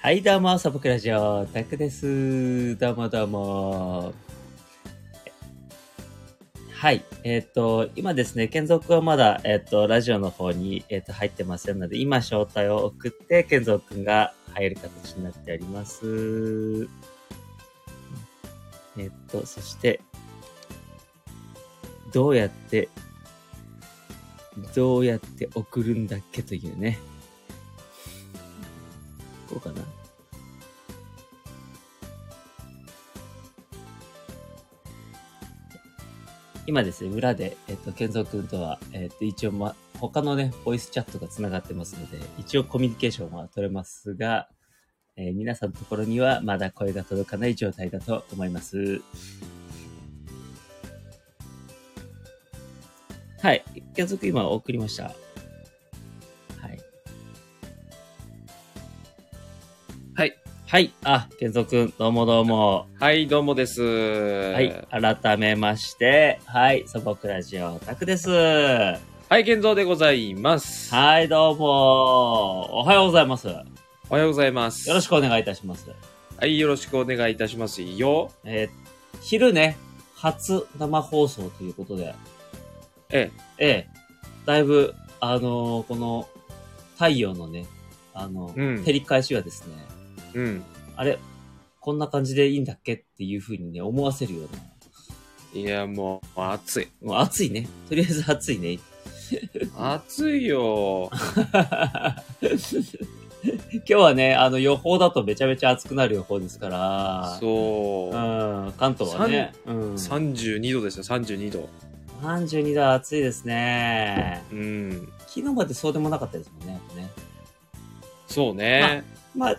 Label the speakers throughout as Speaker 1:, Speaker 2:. Speaker 1: はい、どうも、サボクラジオ、タクです。どうもどうも。はい、えっ、と、今ですね、健三くんはまだ、えっ、と、ラジオの方に、えっ、と、入ってませんので、今、招待を送って、健三くんが入る形になっております。えっ、と、そして、どうやって、どうやって送るんだっけというね。こうかな。今ですね、裏で、えっと、健三くんとは、えっと、一応、ま、他のね、ボイスチャットが繋がってますので、一応コミュニケーションは取れますが、えー皆さんのところにはまだ声が届かない状態だと思います。はい。健三くん今送りました。はい。
Speaker 2: はい。
Speaker 1: はい。あ、健三くん、どうもどうも。
Speaker 2: はい、どうもです。
Speaker 1: は。。
Speaker 2: はい
Speaker 1: 改めまして、はい。素朴ラジオタクです。
Speaker 2: はい、健三でございます。は
Speaker 1: はい、どうも。おはようございます。よ
Speaker 2: おはようございます。
Speaker 1: ろし
Speaker 2: く。
Speaker 1: くお願いいたします。
Speaker 2: はい、よろしくお願いいたしますよ。
Speaker 1: えー昼ね、初生放送ということで、
Speaker 2: え
Speaker 1: ええ、だいぶ、あのーこの、太陽のね、あの、
Speaker 2: うん
Speaker 1: 照り返しがですね、
Speaker 2: え、うん。
Speaker 1: あれ、こんな感じでいいんだっけっていうふうにね、思わせるような。
Speaker 2: いや、もう、暑い。
Speaker 1: もう暑いね。とりあえず暑いね。
Speaker 2: 暑いよ。
Speaker 1: 今日はね、あの予報だとめちゃめちゃ暑くなる予報ですから、
Speaker 2: そうう。
Speaker 1: ん、関東はね、うん、
Speaker 2: 32度ですよ、32度。
Speaker 1: 32度は暑いですね。
Speaker 2: うん。
Speaker 1: 昨日までそうでもなかったですもんね、やっぱね。
Speaker 2: そうね。
Speaker 1: まあ、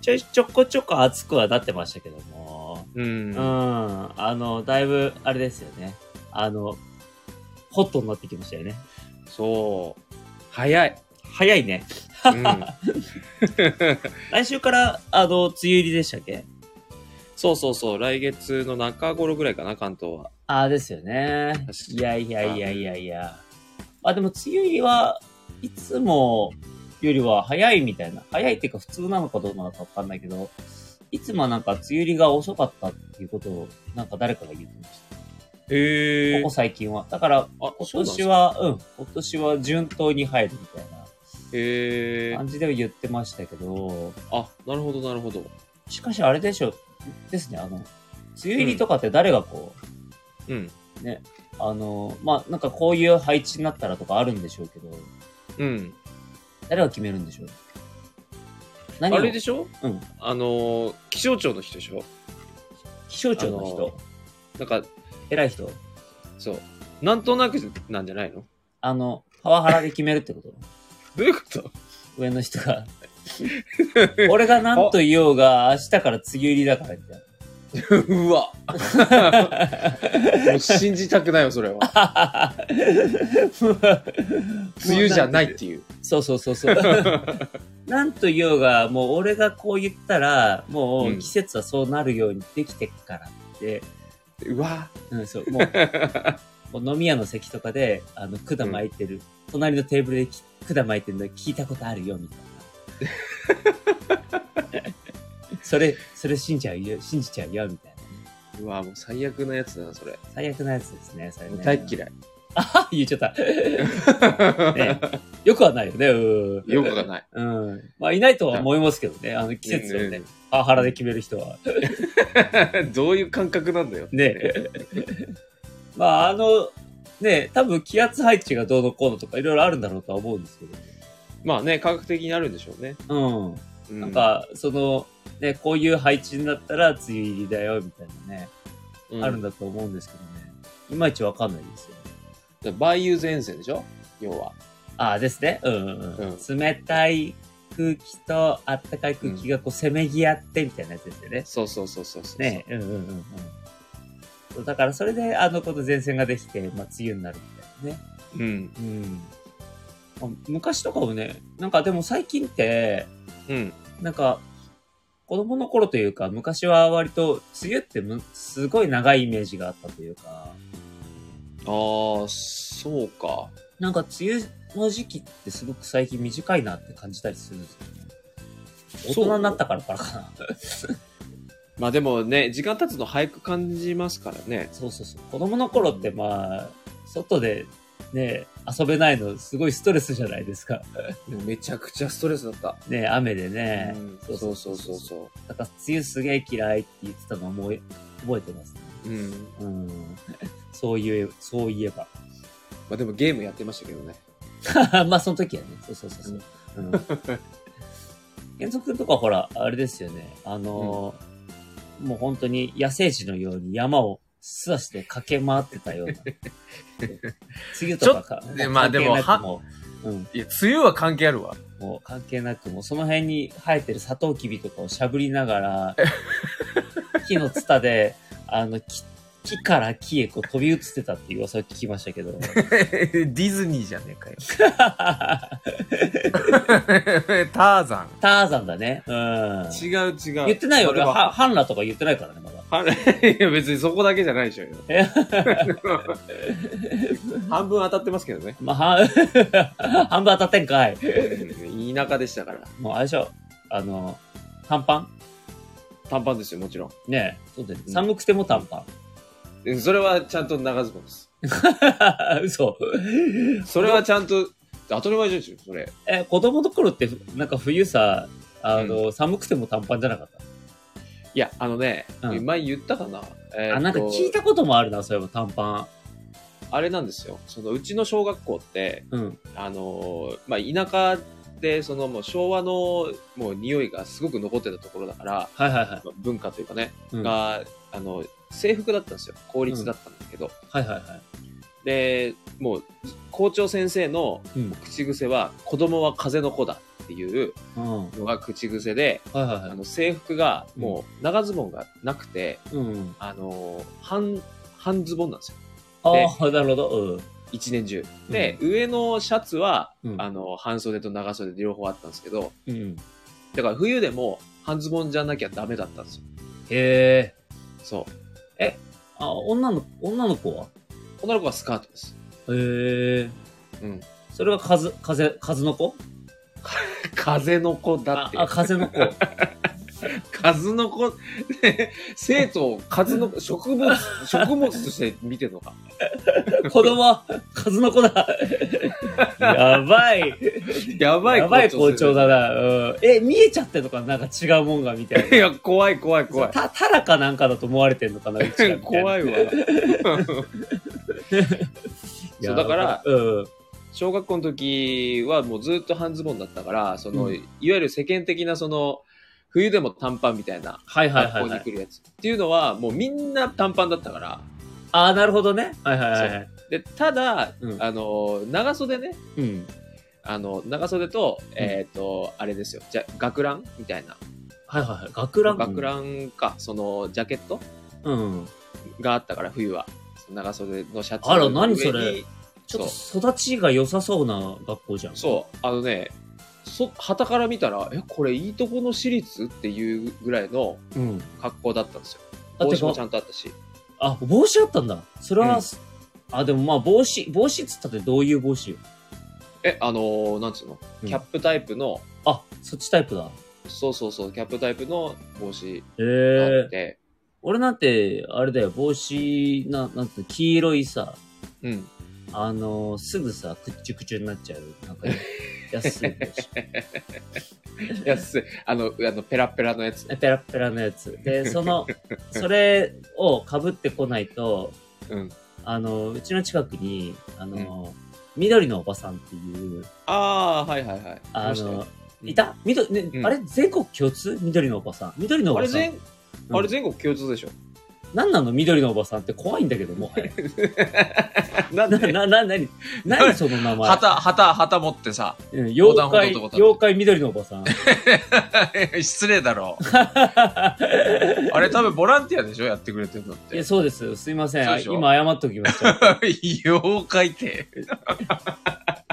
Speaker 1: ちょいちょこちょこ暑くはなってましたけども、
Speaker 2: う。
Speaker 1: うんん、あの、だいぶ、あれですよね、あの、ホットになってきましたよね。
Speaker 2: そう。早い。
Speaker 1: 早いね。
Speaker 2: うん、
Speaker 1: 来週から、あの、梅雨入りでしたっけ
Speaker 2: そうそうそう。来月の中頃ぐらいかな、関東は。
Speaker 1: ああ、ですよね。
Speaker 2: 確か
Speaker 1: いやいやいやいやいや。あ、でも、梅雨入りはいつもよりは早いみたいな。早いっていうか普通なのかどうなのかわかんないけど、いつもはなんか梅雨入りが遅かったっていうことを、なんか誰かが言ってました。
Speaker 2: へえ
Speaker 1: ここ。最近は。だから、
Speaker 2: あ、
Speaker 1: 今
Speaker 2: そうなんです
Speaker 1: 年
Speaker 2: か
Speaker 1: は、うん、今年は順当に入るみたい
Speaker 2: へえ
Speaker 1: な。感じでは言ってましたけど、
Speaker 2: あ、なるほど、なるほど。
Speaker 1: しかしあれでしょ、ですね、あの、梅雨入りとかって誰がこう、
Speaker 2: うん。
Speaker 1: あの、まあ、なんかこういう配置になったらとかあるんでしょうけど、
Speaker 2: うん。
Speaker 1: 誰が決めるんでしょう何を
Speaker 2: あれでしょ
Speaker 1: うん
Speaker 2: あのー、気象庁の人でしょ
Speaker 1: 気象庁の人、
Speaker 2: あのなんか、
Speaker 1: 偉い人
Speaker 2: そう。なんとなくなんじゃないの
Speaker 1: あの、パワハラで決めるってこと
Speaker 2: どういうこと
Speaker 1: 上の人が。 俺が何と言おうが、明日から梅雨入りだからみたいう
Speaker 2: わ もう信じたくないよ、それは。
Speaker 1: な。。
Speaker 2: 梅雨じゃないいっていう。
Speaker 1: そうそうそう そう。何と言おうが、もう俺がこう言ったら、もう季節はそうなるようにできてっからって、
Speaker 2: うわ
Speaker 1: うん、そう、もう、 こう飲み屋の席とかで、あの、管巻いてる、隣のテーブルでき管巻いてるの聞いたことあるよ、みたい な。それ、それ信じちゃうよ、信じちゃうよ、みたいなね。
Speaker 2: うわもう最悪なやつだな、それ。
Speaker 1: 最悪なやつですね、それ
Speaker 2: もう
Speaker 1: ね。
Speaker 2: 大っ嫌い。
Speaker 1: あ言っちゃった。 ね、よくはないよね、うん。
Speaker 2: よくがない。
Speaker 1: うん。まあ、いないとは思いますけどね、あの、季節をね、パワハラで決める人は。
Speaker 2: うんどういう感覚なんだよ。
Speaker 1: ね。まあ、あの、ね、多分気圧配置がどうのこうのとかいろいろあるんだろうとは思うんですけど。
Speaker 2: まあね、科学的にあるんでしょうね。
Speaker 1: うん。
Speaker 2: う
Speaker 1: なん、か、その、ね、こういう配置になったら梅雨入りだよ、みたいなね、
Speaker 2: うん
Speaker 1: あるんだと思うんですけどね。いまいちわかんないですよね。
Speaker 2: 梅雨前線でしょ要は。
Speaker 1: ああ、ですね。うんうん、うん、冷たい空気とあったかい空気がこう、せめぎ合って、みたいなやつですよね。
Speaker 2: そうそうそうそうそう。
Speaker 1: ね。うんうんうんうんそう。だから、それで、あの、この前線ができて、まあ、梅雨になるみたいなね。
Speaker 2: うん。
Speaker 1: うん。あ昔とかもね、なんかでも最近って、
Speaker 2: うん。
Speaker 1: なんか、子供の頃というか、昔は割と、梅雨ってむすごい長いイメージがあったというか、
Speaker 2: ああ、そうか。
Speaker 1: なんか梅雨の時期ってすごく最近短いなって感じたりするんですよね。大人になったからからかな。
Speaker 2: まあでもね、時間経つの早く感じますからね。
Speaker 1: そうそうそう。子供の頃ってまあ、外でね、遊べないのすごいストレスじゃないですか。
Speaker 2: めちゃくちゃストレスだった。
Speaker 1: ね、雨でね。
Speaker 2: うんそうそうそうそ
Speaker 1: だから、梅雨すげえ嫌いって言ってたのを思い覚えてますね。
Speaker 2: う。うん。
Speaker 1: う ん。そういう、そういえば。
Speaker 2: まあでもゲームやってましたけどね。
Speaker 1: まあ、その時はね。そうそうそうそう。うん。原則とかほら、あれですよね。あのーもう本当に野生児のように山を素足で駆け回ってたよ うな。梅雨とかか。
Speaker 3: でまあでも
Speaker 1: 関係なくもう、うん、
Speaker 3: いや、梅雨は関係あるわ。
Speaker 1: もう関係なく、もうその辺に生えてるサトウキビとかをしゃぶりなが ら、木のツタで、あの、木木から木へこう飛び移ってたっていう噂を聞きましたけ ど。
Speaker 3: ディズニーじゃねえかよ。ターザン。
Speaker 1: ターザンだね。うん。
Speaker 2: 違う違う。
Speaker 1: 言ってないよ。
Speaker 2: そ
Speaker 1: 俺
Speaker 2: れ
Speaker 1: は、
Speaker 2: は
Speaker 1: はハンラとか言ってないからね、まだ。
Speaker 2: あれ、いや 別にそこだけじゃないでしょうよ
Speaker 1: え。
Speaker 2: 半分当たってますけどね。
Speaker 1: まあ、 は半分当たってんかい。
Speaker 2: 田舎でしたから。
Speaker 1: もう、あれでしょ。あの、短パン
Speaker 2: 短パンですよ、もちろん
Speaker 1: ねえ。そうだよね。
Speaker 2: うん
Speaker 1: 寒くても短パン。
Speaker 2: うん。それはちゃんと長ズボンです。
Speaker 1: 嘘。
Speaker 2: それはちゃんと、当たり前じゃないですよ、それ。
Speaker 1: え、子供の頃って、なんか冬さ、あの、寒くても短パンじゃなかった
Speaker 2: いや、あのね、
Speaker 1: うん
Speaker 2: 前言ったかな。えーっと
Speaker 1: あ、なんか聞いたこともあるな、そういえば短パ
Speaker 2: あれなんですよ。そのうちの小学校って、
Speaker 1: ン。うん。
Speaker 2: あのーまあ、田舎で、そのもう昭和のもう匂いがすごく残ってたところだから、
Speaker 1: はいはいはい。
Speaker 2: まあ文化というかね、
Speaker 1: うん、はい
Speaker 2: が、あの、制服だったんですよ。公立だったんだけど。
Speaker 1: はいは
Speaker 2: で、もう、校長先生の
Speaker 1: い。うん。
Speaker 2: 口癖は、子供は風の子だっていう
Speaker 1: うん。はい
Speaker 2: のが口癖で、
Speaker 1: はい
Speaker 2: あ
Speaker 1: は
Speaker 2: の制服がもう長ズボンがなくて、
Speaker 1: い。うん。
Speaker 2: あのー、半、半ズボンなんですよ。
Speaker 1: ああ、なるほど。うん。
Speaker 2: 一年中。で、上のシャツは、
Speaker 1: うん
Speaker 2: あの、半袖と長袖で両方あったんですけど、
Speaker 1: うん。
Speaker 2: だから冬でも半ズボンじゃなきゃダメだったんですよ。
Speaker 1: へえ。
Speaker 2: そう。
Speaker 1: あ、女の、女の子は
Speaker 2: 女の子はスカー トです。
Speaker 1: へえ。
Speaker 2: うん。
Speaker 1: それは風、風、風の子
Speaker 2: 風の子
Speaker 1: あ
Speaker 2: だっ、て。
Speaker 1: あ風の子。
Speaker 2: 風の子、 生徒を風の子、植物、 植物として見てるのか。
Speaker 1: 子供は風の子 だ。やばい。
Speaker 2: やばい
Speaker 1: やばい校長
Speaker 2: だ。
Speaker 1: だな。うん。え、見えちゃってんのかななんか違うもんがみたい
Speaker 2: い
Speaker 1: な。
Speaker 2: や、怖い怖い怖い。
Speaker 1: た、たらかなんかだと思われてんのかなうちらみたいな
Speaker 2: 怖いわ。そうだから、
Speaker 1: うん。
Speaker 2: 小学校の時はもうずっと半ズボンだったから、その、
Speaker 1: うん
Speaker 2: いわゆる世間的なその、冬でも短パンみたいな
Speaker 1: はいはいはい、
Speaker 2: 学校
Speaker 1: は
Speaker 2: に
Speaker 1: い
Speaker 2: 来。るやつ、っていうのはもうみんな短パンだったから。
Speaker 1: ああ、なるほどね。はいはいはいはい。
Speaker 2: で、ただ、
Speaker 1: うん
Speaker 2: あの、長袖ね、
Speaker 1: うん。
Speaker 2: あの、長袖と、えっ、と、あれですよ、じゃ、学ランみたいな。
Speaker 1: はいはいはい。学ラン。
Speaker 2: 学ランか、その、ジャケット
Speaker 1: うん。
Speaker 2: があったから、冬は。その長袖のシャツ
Speaker 1: あら
Speaker 2: の
Speaker 1: 何そ
Speaker 2: 上
Speaker 1: れ
Speaker 2: に
Speaker 1: ちょっと育ちが良さそうな学校じゃん。
Speaker 2: そう、あのね、そ、旗から見たら、え、これいいとこの私立っていうぐらいの
Speaker 1: う。うん。
Speaker 2: 格好だったんですよ。
Speaker 1: あ、
Speaker 2: 帽
Speaker 1: て
Speaker 2: 子もち
Speaker 1: か、
Speaker 2: ゃんとあったし。
Speaker 1: あ、帽子あったんだ。それは、
Speaker 2: うん
Speaker 1: あ、でもまあ帽子、帽子っつったってどういう帽子よ。
Speaker 2: え、あのーなんつうの
Speaker 1: うん
Speaker 2: キャップタイプの、
Speaker 1: あ、そっちタイプだ。
Speaker 2: そうそうそう、キャップタイプの帽子
Speaker 1: へ
Speaker 2: があ
Speaker 1: え
Speaker 2: っ。て、
Speaker 1: 俺なんて、あれだよ、帽子、な、なんていうの、黄色いさ、
Speaker 2: うん。
Speaker 1: あのー、すぐさ、くっちゅくちゅになっちゃう。なんか、安い帽 子。
Speaker 2: 安い。あの、あの、ペラペラのやつ。
Speaker 1: ペラペラのやつ。で、その、それをかぶってこないと、
Speaker 2: うん。
Speaker 1: あの、うちの近くに、あの、緑のおばさんっていう、
Speaker 2: ああ、はいはいはい。
Speaker 1: あ
Speaker 2: いました
Speaker 1: の
Speaker 2: よ、
Speaker 1: いた緑、ね
Speaker 2: うん
Speaker 1: あれ全国共通緑のおばさん。緑のお
Speaker 2: あ
Speaker 1: ば
Speaker 2: れ
Speaker 1: さん。
Speaker 2: 全、
Speaker 1: うん
Speaker 2: あれ全国共通で しょ。
Speaker 1: 何なの緑のおばさんって怖いんだけど、もはや。
Speaker 2: な ん
Speaker 1: な、
Speaker 2: で
Speaker 1: な、な、なに、何その名前。
Speaker 3: 旗、旗、旗持って さ。
Speaker 1: うん妖怪、
Speaker 3: 横断歩道とかだ
Speaker 1: 妖怪緑のおばさん。
Speaker 3: 失礼だ ろ。あれ多分ボランティアでしょやってくれてるのっ
Speaker 1: い
Speaker 3: て
Speaker 1: や。そうです。すいません。
Speaker 3: そう
Speaker 1: あ
Speaker 3: でしょ
Speaker 1: 今謝っときました。
Speaker 3: 妖怪って。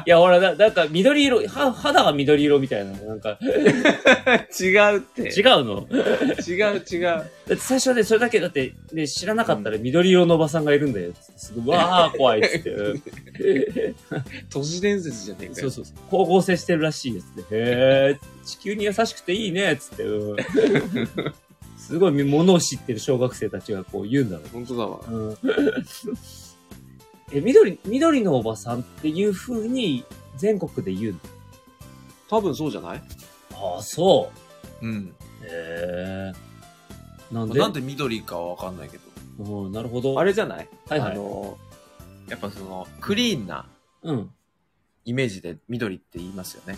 Speaker 1: いや、ほら、ななんか緑色、は肌が緑色みたいなの。なんか、
Speaker 4: 違うって。
Speaker 1: 違うの。だ
Speaker 4: 違う違う。
Speaker 1: って最初ね、それだけ、だって、ね、知らなかったら緑色のおばさんがいるんだよ。すごい、わあ、怖いっつって。うん
Speaker 4: 都市伝説じゃねえか
Speaker 1: そう
Speaker 4: よ。
Speaker 1: そうそう。光合成してるらしいですね。へえ、地球に優しくていいね、っつって。 うんすごい、物を知ってる小学生たちがこう言うんだろ
Speaker 4: 本当だわ。
Speaker 1: う。うんえ、緑、緑のおばさんっていう風に全国で言うんだ。
Speaker 4: 多分そうじゃない
Speaker 1: ああ、そう。
Speaker 2: うん。
Speaker 1: へえ。なんで
Speaker 2: なんで緑かはわかんないけど。
Speaker 1: うん、なるほど。
Speaker 4: あ
Speaker 1: れ
Speaker 4: れじゃない
Speaker 1: はいは
Speaker 4: あ
Speaker 1: い。
Speaker 4: の、
Speaker 2: やっぱその、クリーンな
Speaker 1: うん。
Speaker 2: イメージで緑って言いますよね。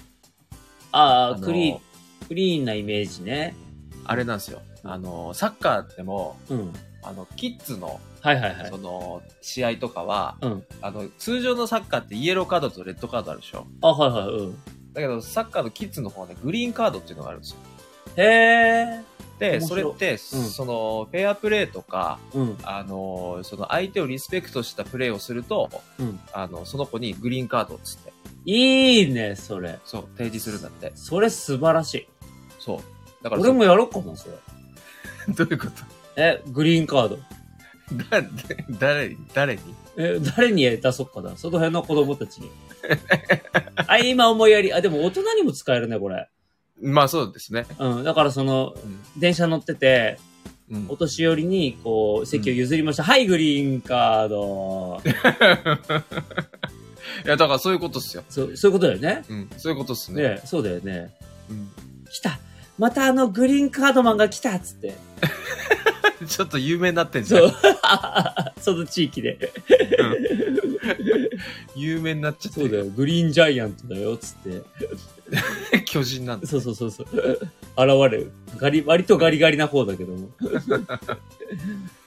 Speaker 1: あ
Speaker 2: あ
Speaker 1: あ、
Speaker 2: の
Speaker 1: クリーン、クリーンなイメージね。
Speaker 2: あれなんですよ。あの、サッカーでも、
Speaker 1: うん。
Speaker 2: あの、キッズの、
Speaker 1: はいはいはい
Speaker 2: そ。の、試合とかは、
Speaker 1: うん
Speaker 2: あの、通常のサッカーってイエローカードとレッドカードあるでしょ。
Speaker 1: あ、はいはい、うん。
Speaker 2: だけど、サッカーのキッズの方はね、グリーンカードっていうのがあるんですよ。
Speaker 1: へえ。
Speaker 2: で、
Speaker 1: 面
Speaker 2: そ
Speaker 1: 白い
Speaker 2: れって、その、フェアプレーとか、
Speaker 1: うん。
Speaker 2: あの、その相手をリスペクトしたプレーをすると、
Speaker 1: うん。
Speaker 2: あの、その子にグリーンカードっつって、
Speaker 1: いいね、それ。
Speaker 2: そう、提示するんだって。
Speaker 1: それ素晴らしい。
Speaker 2: そう。だから、
Speaker 1: 俺もやろっかな、それ。
Speaker 2: そ どういうこと
Speaker 1: え、グリーンカード。
Speaker 2: だ、誰に、誰に
Speaker 1: え、誰に出そっかな。その辺の子供た ちに。あ、今思いやり。あ、でも大人にも使えるね、これ。
Speaker 2: まあそうですね。
Speaker 1: うん。だからその、電車乗ってて、
Speaker 2: うん
Speaker 1: お。年寄りに、こう、席を譲りました。はい、グリーンカード。
Speaker 2: いや、だからそういうことっすよ。
Speaker 1: そう、そういうことだよね。
Speaker 2: うん。そういうことっすね。
Speaker 1: ねそうだよね。
Speaker 2: うん。
Speaker 1: 来たまたあのグリーンカードマンが来たっつって。
Speaker 2: ちょっと有名になってんじゃ
Speaker 1: そ
Speaker 2: ん
Speaker 1: う。。その地域で。
Speaker 2: 有名になっちゃって
Speaker 1: そうだ
Speaker 2: る。
Speaker 1: よ。グリーンジャイアントだよ、つって。
Speaker 2: 巨人なんだ。
Speaker 1: そうそうそうそう。 現れる。ガリ、割とガリガリな方だけど も。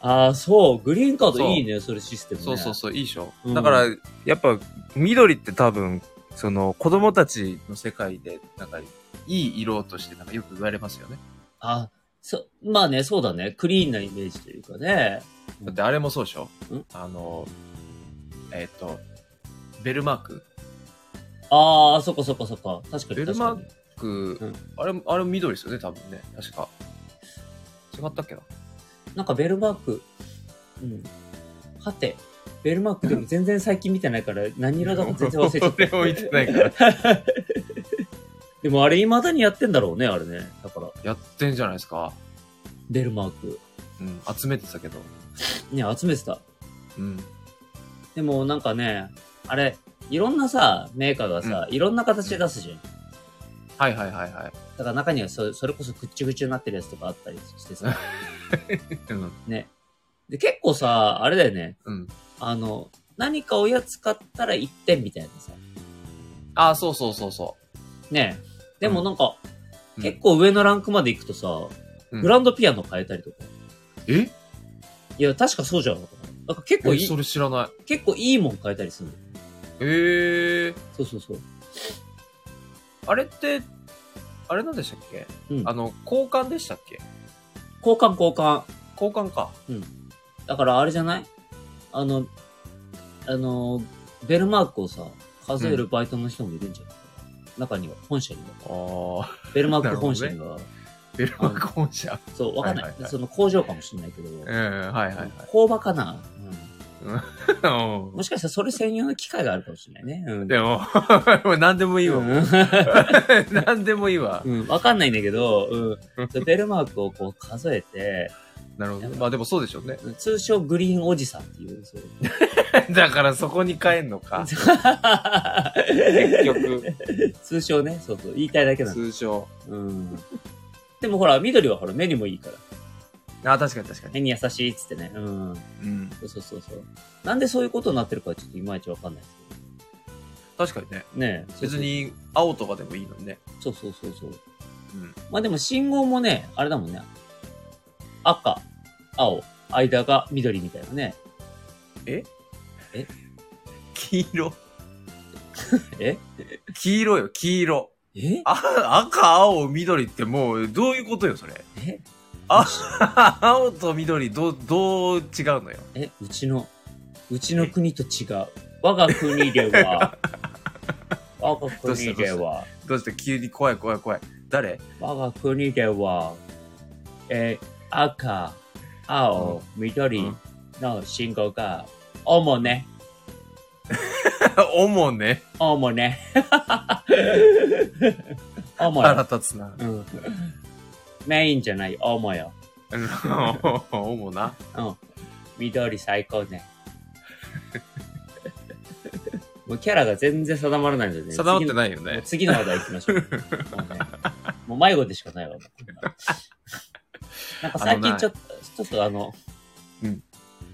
Speaker 1: ああ、そう。グリーンカードいいね、それシステムね。
Speaker 2: そうそうそう、いいでしょ。
Speaker 1: うん
Speaker 2: だから、やっぱ、緑って多分、その、子供たちの世界で、なんか、いい色として、なんかよく言われますよね。
Speaker 1: あ、そ、まあね、そうだね。クリーンなイメージというかね。
Speaker 2: だってあれもそうでしょ
Speaker 1: うん
Speaker 2: あの、えっと、ベルマーク
Speaker 1: ああ、そっかそっかそっか。確かに
Speaker 2: ベル
Speaker 1: 確
Speaker 2: マ
Speaker 1: か
Speaker 2: ー
Speaker 1: に。
Speaker 2: く
Speaker 1: うん
Speaker 2: あれ、あれ緑ですよね、多分ね。確か。違ったっけな
Speaker 1: なんかベルマーク、うん。はて、ベルマークで も全然最近見てないから何色だか全然忘れちゃっ
Speaker 2: 俺も見てないから。
Speaker 1: た。でもあれ未だにやってんだろうね、あれね。だから、
Speaker 2: やってんじゃないですか。
Speaker 1: ベルマーク。
Speaker 2: うん、集めてたけど。
Speaker 1: ね、集めてた。
Speaker 2: うん。
Speaker 1: でもなんかね、あれ、いろんなさ、メーカーがさ、いろんな形で出すじゃん。だ
Speaker 2: はいはいはいはい。
Speaker 1: から中にはそそれこそぐっちゅぐちゅになってるやつとかあったりしてさ。
Speaker 2: うん。
Speaker 1: ね。で、結構さ、あれだよね。
Speaker 2: うん。
Speaker 1: あの、何かおやつ買ったら1点みたいなさ。
Speaker 2: あ、そうそうそうそ
Speaker 1: ね。でもなんか、
Speaker 2: う。
Speaker 1: 結構上のランクまで行くとさ、
Speaker 2: うん
Speaker 1: グランドピアノ変えたりとか。
Speaker 2: うん、え
Speaker 1: いや、確かそうじゃなかったかな。なんか結構
Speaker 2: え
Speaker 1: いい
Speaker 2: そ、れ知らない。
Speaker 1: 結構いいもん変えたりするの。
Speaker 2: ええ
Speaker 1: そうそうそう。
Speaker 2: あれって、あれなんでしたっけ
Speaker 1: うん
Speaker 2: あの、交換でしたっけ
Speaker 1: 交換交換。
Speaker 2: 交換か。
Speaker 1: だからあれじゃないあの、あの、ベルマークをさ、数えるバイトの人もいるんじゃない、中には、本社には。
Speaker 2: ああ。
Speaker 1: ベルマーク本社には。
Speaker 2: ベルマーク本社。
Speaker 1: そう、わかんない,、
Speaker 2: はいはいはい
Speaker 1: その工場かもしれないけど。
Speaker 2: うん、はいはいはい。
Speaker 1: 工場かな、うん、
Speaker 2: う
Speaker 1: もしかしたらそれ専用の機械があるかもしれないね。うん
Speaker 2: ん。 でも、もう 何でもいいわ。
Speaker 1: うん
Speaker 2: 何でもいいわ。
Speaker 1: うん、わかんないんだけど、うんそう、ベルマークをこう数えて、
Speaker 2: なるほど。まあでもそうでしょうね。
Speaker 1: 通称グリーンおじさんっていう、そう。
Speaker 2: だからそこに帰んの か。結局、
Speaker 1: 通称ね、そうそう、言いたいだけなの。
Speaker 2: 通称。
Speaker 1: うん。でもほら、緑はほら、目にもいいから。
Speaker 2: あ、確かに確かに。
Speaker 1: 目に優しいっつってね。うん。
Speaker 2: うん。
Speaker 1: そうそうそうそう。なんでそういうことになってるかちょっといまいちわかんないですけ
Speaker 2: 確かにね。
Speaker 1: ど。ねえ
Speaker 2: 別。に、青とかでもいいのにね。
Speaker 1: そうそうそうそうそう。
Speaker 2: うん。
Speaker 1: まあでも信号もね、あれだもんね。赤、青、間が緑みたいなね。
Speaker 2: 黄色。
Speaker 1: え
Speaker 2: 黄色よ、黄色。
Speaker 1: え
Speaker 2: あ、赤、青、緑ってもう、どういうことよ、それ。
Speaker 1: え
Speaker 2: あ、青と緑、どう、どう違うのよ。
Speaker 1: え、うちの、うちの国と違う。我が国では、我が国では、
Speaker 2: どうして急に怖い怖い怖い。誰
Speaker 1: 我が国では、えー赤、青、緑
Speaker 2: うん
Speaker 1: の信号が、おもね、
Speaker 2: おもね。
Speaker 1: おもね。 おも
Speaker 2: 腹
Speaker 1: よ。
Speaker 2: 立つな。
Speaker 1: うん。メインじゃない、おもよ。
Speaker 2: おもな。
Speaker 1: うん。緑最高 ね。もうキャラが全然定まらないので、ね、
Speaker 2: 定まってないよね。
Speaker 1: 次の話題行きましょう。も う,、ね、もう迷子でしかないわ。もうなんか最
Speaker 2: あの
Speaker 1: 近
Speaker 2: な
Speaker 1: ちょっと、ちょっとあの、
Speaker 2: うん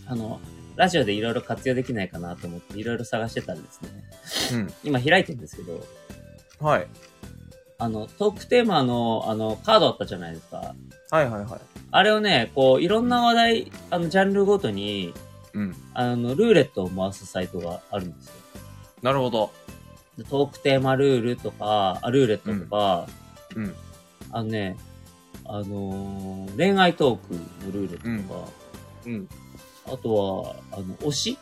Speaker 1: あの、ラジオでいろいろ活用できないかなと思っていろいろ探してたんですね。
Speaker 2: うん。
Speaker 1: 今開いてるんですけど、
Speaker 2: はい。
Speaker 1: あの、トークテーマの、あの、カードあったじゃないですか。
Speaker 2: はいはいはい。
Speaker 1: あれをね、こう、いろんな話題、あの、ジャンルごとに、
Speaker 2: うん。
Speaker 1: あの、ルーレットを回すサイトがあるんですよ。
Speaker 2: なるほど。
Speaker 1: でトークテーマルールとか、あルーレットとか、
Speaker 2: うんうん
Speaker 1: あのね、あのー恋愛トークのルーレットとか、
Speaker 2: うん。
Speaker 1: あとは、あの、推し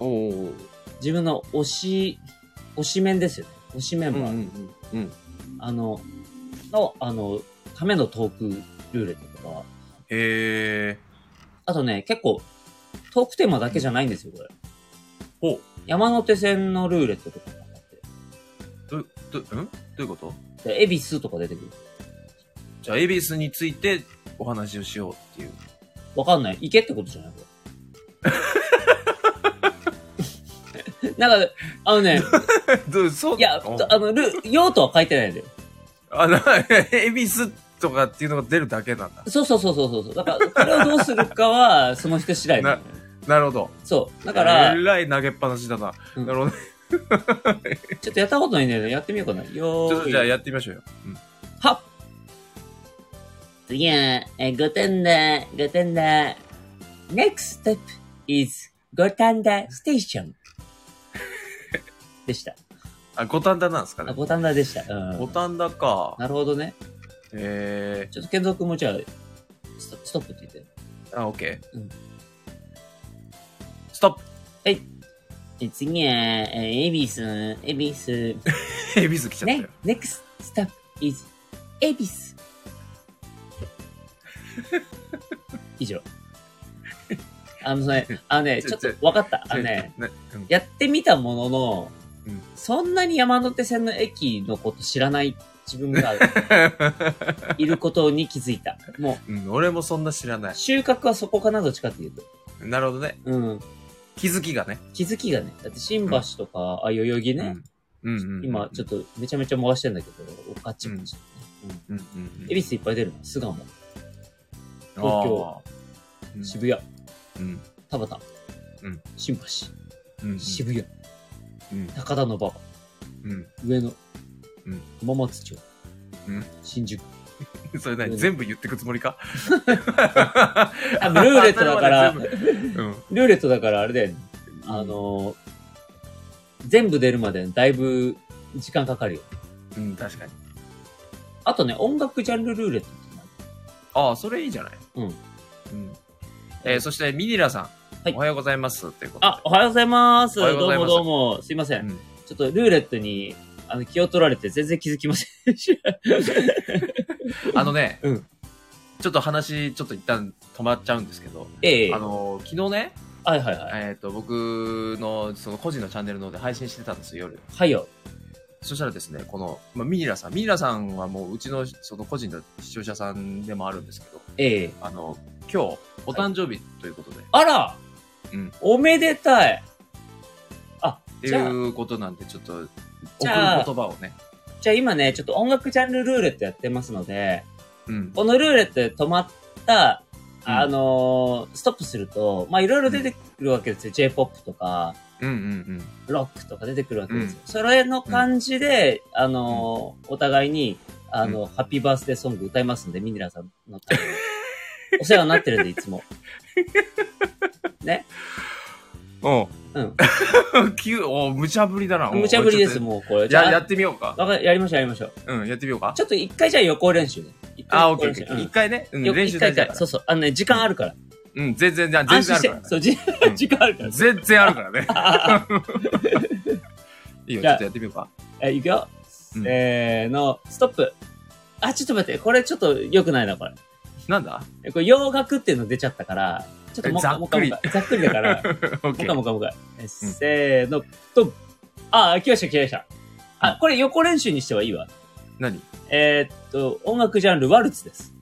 Speaker 2: おお。
Speaker 1: 自分の推し、推し面ですよね。推しメン
Speaker 2: うんう
Speaker 1: バー。
Speaker 2: んうん。
Speaker 1: あの、の、あの、ためのトークルーレットとか、
Speaker 2: へえ。
Speaker 1: あとね、結構、トークテーマだけじゃないんですよ、これ。
Speaker 2: ほう。
Speaker 1: 山手線のルーレットとかもあって
Speaker 2: ど、ど、んどういうこと
Speaker 1: で、恵比寿とか出てくる。
Speaker 2: じゃあ、エビスについてお話をしようっていう。
Speaker 1: わかんない。行けってことじゃないこれ。なんか、あの ね、
Speaker 2: どうそう
Speaker 1: いや、
Speaker 2: お
Speaker 1: あの、ル、用途は書いてないんだよ。
Speaker 2: あ、 な、エビスとかっていうのが出るだけなんだ。
Speaker 1: そうそうそうそうそうそう。だから、これをどうするかは、その人次第だよね。
Speaker 2: なるほど。
Speaker 1: そう。だから
Speaker 2: え、らい投げっぱなしだな。
Speaker 1: うん
Speaker 2: なるほどね。
Speaker 1: ちょっとやったことないんだよね。やってみようかな。よ
Speaker 2: ちょっとじゃあ
Speaker 1: ーい。
Speaker 2: やってみましょうよ。うん
Speaker 1: はっ次は、えー、5点だ、5点だ。Next step is 5点だ station. でした。
Speaker 2: あ、五反田なんですか
Speaker 1: あ、
Speaker 2: ね。
Speaker 1: 五反田でした。うん。
Speaker 2: 五反田か。
Speaker 1: なるほどね。
Speaker 2: え
Speaker 1: ちょっと健三君もじゃあ、ストストップって言っ
Speaker 2: ー、あ、オッケー。
Speaker 1: うん
Speaker 2: スト
Speaker 1: て。次は、エビス、エビス。
Speaker 2: ップエビス来ちゃったよ。
Speaker 1: ね、next step is エビス。 以上。あのね、あのね、ちょっと分かった。あのね、
Speaker 2: ねうん
Speaker 1: やってみたものの、
Speaker 2: うん
Speaker 1: そんなに山手線の駅のこと知らない自分 がいることに気づいた。も
Speaker 2: うん、 俺もそんな知らな
Speaker 1: う、
Speaker 2: い。
Speaker 1: 収穫はそこかなどっちかっていうと。
Speaker 2: なるほどね。
Speaker 1: うん。
Speaker 2: 気づきがね。
Speaker 1: 気づきがね、だって新橋とか、あ、代々木ね、
Speaker 2: うん。うん、うん。
Speaker 1: 今ちょっとめちゃめちゃ回してんだけど、おかちもち、うん。
Speaker 2: うん、うんうん。
Speaker 1: 恵比寿いっぱい出るの巣鴨、
Speaker 2: 東
Speaker 1: 京。
Speaker 2: うん
Speaker 1: 渋谷、
Speaker 2: うん。
Speaker 1: 田畑、
Speaker 2: うん
Speaker 1: 新橋、
Speaker 2: うん。
Speaker 1: 渋谷、
Speaker 2: うん
Speaker 1: 高田馬場、
Speaker 2: うん。
Speaker 1: 上野、
Speaker 2: うん
Speaker 1: 浜松町、
Speaker 2: うん
Speaker 1: 新宿。
Speaker 2: それ何全部言ってくつもりか
Speaker 1: あルーレットだ から
Speaker 2: 当たるまで全部うん。
Speaker 1: ルーレットだからあれだよね。あのー全部出るまでだいぶ時間かかるよ。
Speaker 2: うん、確かに。
Speaker 1: あとね、音楽ジャンルルーレットってのある
Speaker 2: ああ、それいいじゃない。
Speaker 1: うん
Speaker 2: うん。えー、そして、ミニラさん。
Speaker 1: はい
Speaker 2: おはようございます。ということで。
Speaker 1: あ、おはようございます。
Speaker 2: おはよう
Speaker 1: ど
Speaker 2: ご
Speaker 1: う
Speaker 2: ざい
Speaker 1: も
Speaker 2: ます
Speaker 1: どうも。すいません。
Speaker 2: うん
Speaker 1: ちょっとルーレットに、あの、気を取られて全然気づきませんでした。
Speaker 2: あのね、
Speaker 1: うん
Speaker 2: ちょっと話、ちょっと一旦止まっちゃうんですけど、
Speaker 1: ええ
Speaker 2: あの、昨日ね、
Speaker 1: はいはいはい。
Speaker 2: えっ、と、僕の、その個人のチャンネルの方で配信してたんですよ、夜。
Speaker 1: はいよ。
Speaker 2: そしたらですね、この、まあ、ミニラさん、ミニラさんはもう、うちの、その個人の視聴者さんでもあるんですけど、
Speaker 1: ええ
Speaker 2: あの、今日、お誕生日ということで、
Speaker 1: あら
Speaker 2: うん
Speaker 1: おめでたいあ、
Speaker 2: って
Speaker 1: じゃあ、
Speaker 2: いうことなんで、ちょっと、送る
Speaker 1: じ
Speaker 2: 言
Speaker 1: ゃあ
Speaker 2: 葉をね、
Speaker 1: じゃあ今ね、ちょっと音楽ジャンルルーレットやってますので、
Speaker 2: うん。
Speaker 1: このルーレットで止まった、
Speaker 2: うん
Speaker 1: あのーストップすると、まあいろいろ出てくるわけですよ。J-POP とか、
Speaker 2: うんうん
Speaker 1: ロックとか出てくるわけですよ。
Speaker 2: う
Speaker 1: それの感じで、あのーお互いに、あの、ハッピーバースデーソング歌いますんで、ミニラさんの回でお世話になってるんで、いつ も。
Speaker 2: うん。
Speaker 1: うん。
Speaker 2: うん。 急、お無茶ぶりだな。お
Speaker 1: 無茶ぶりで
Speaker 2: ち
Speaker 1: す、
Speaker 2: ょっ
Speaker 1: もうこれ。
Speaker 2: と
Speaker 1: じゃ
Speaker 2: や、
Speaker 1: あ、
Speaker 2: やってみようか。
Speaker 1: わかやりましょう、やりましょう。
Speaker 2: うん、やってみようか。
Speaker 1: ちょっと一回じゃあ予行練習ね。一回
Speaker 2: あ、
Speaker 1: 予
Speaker 2: オッ
Speaker 1: 行
Speaker 2: ケー
Speaker 1: 練習
Speaker 2: オッケー。一回ね、うん、
Speaker 1: よ
Speaker 2: 練習
Speaker 1: 一回一回
Speaker 2: 大事だから
Speaker 1: そ。うそう。あのね、時間あるから。
Speaker 2: うん、全然、全
Speaker 1: 安
Speaker 2: 然
Speaker 1: 心
Speaker 2: あ
Speaker 1: して
Speaker 2: るか。ら
Speaker 1: そう、じ
Speaker 2: うん
Speaker 1: 時間あるから。
Speaker 2: 全然あるからね。 いいよ、
Speaker 1: じ
Speaker 2: ち
Speaker 1: ゃ
Speaker 2: ょ
Speaker 1: あ
Speaker 2: っとやってみようか。
Speaker 1: え、いくよ。
Speaker 2: うん
Speaker 1: せーの、ストップ。あ、ちょっと待って、これちょっと良くないな、これ。
Speaker 2: なんだ
Speaker 1: えこれ洋楽っていうの出ちゃったから、ちょっとも
Speaker 2: ざっくり
Speaker 1: もかもかざっくりだ から、
Speaker 2: オ
Speaker 1: も
Speaker 2: ッケ
Speaker 1: か
Speaker 2: ー。
Speaker 1: もかもか。えせーの、ドン。あ、来ました来ました。あ、これ横練習にしてはいいわ。
Speaker 2: 何
Speaker 1: えーっと、音楽ジャンル、ワルツです。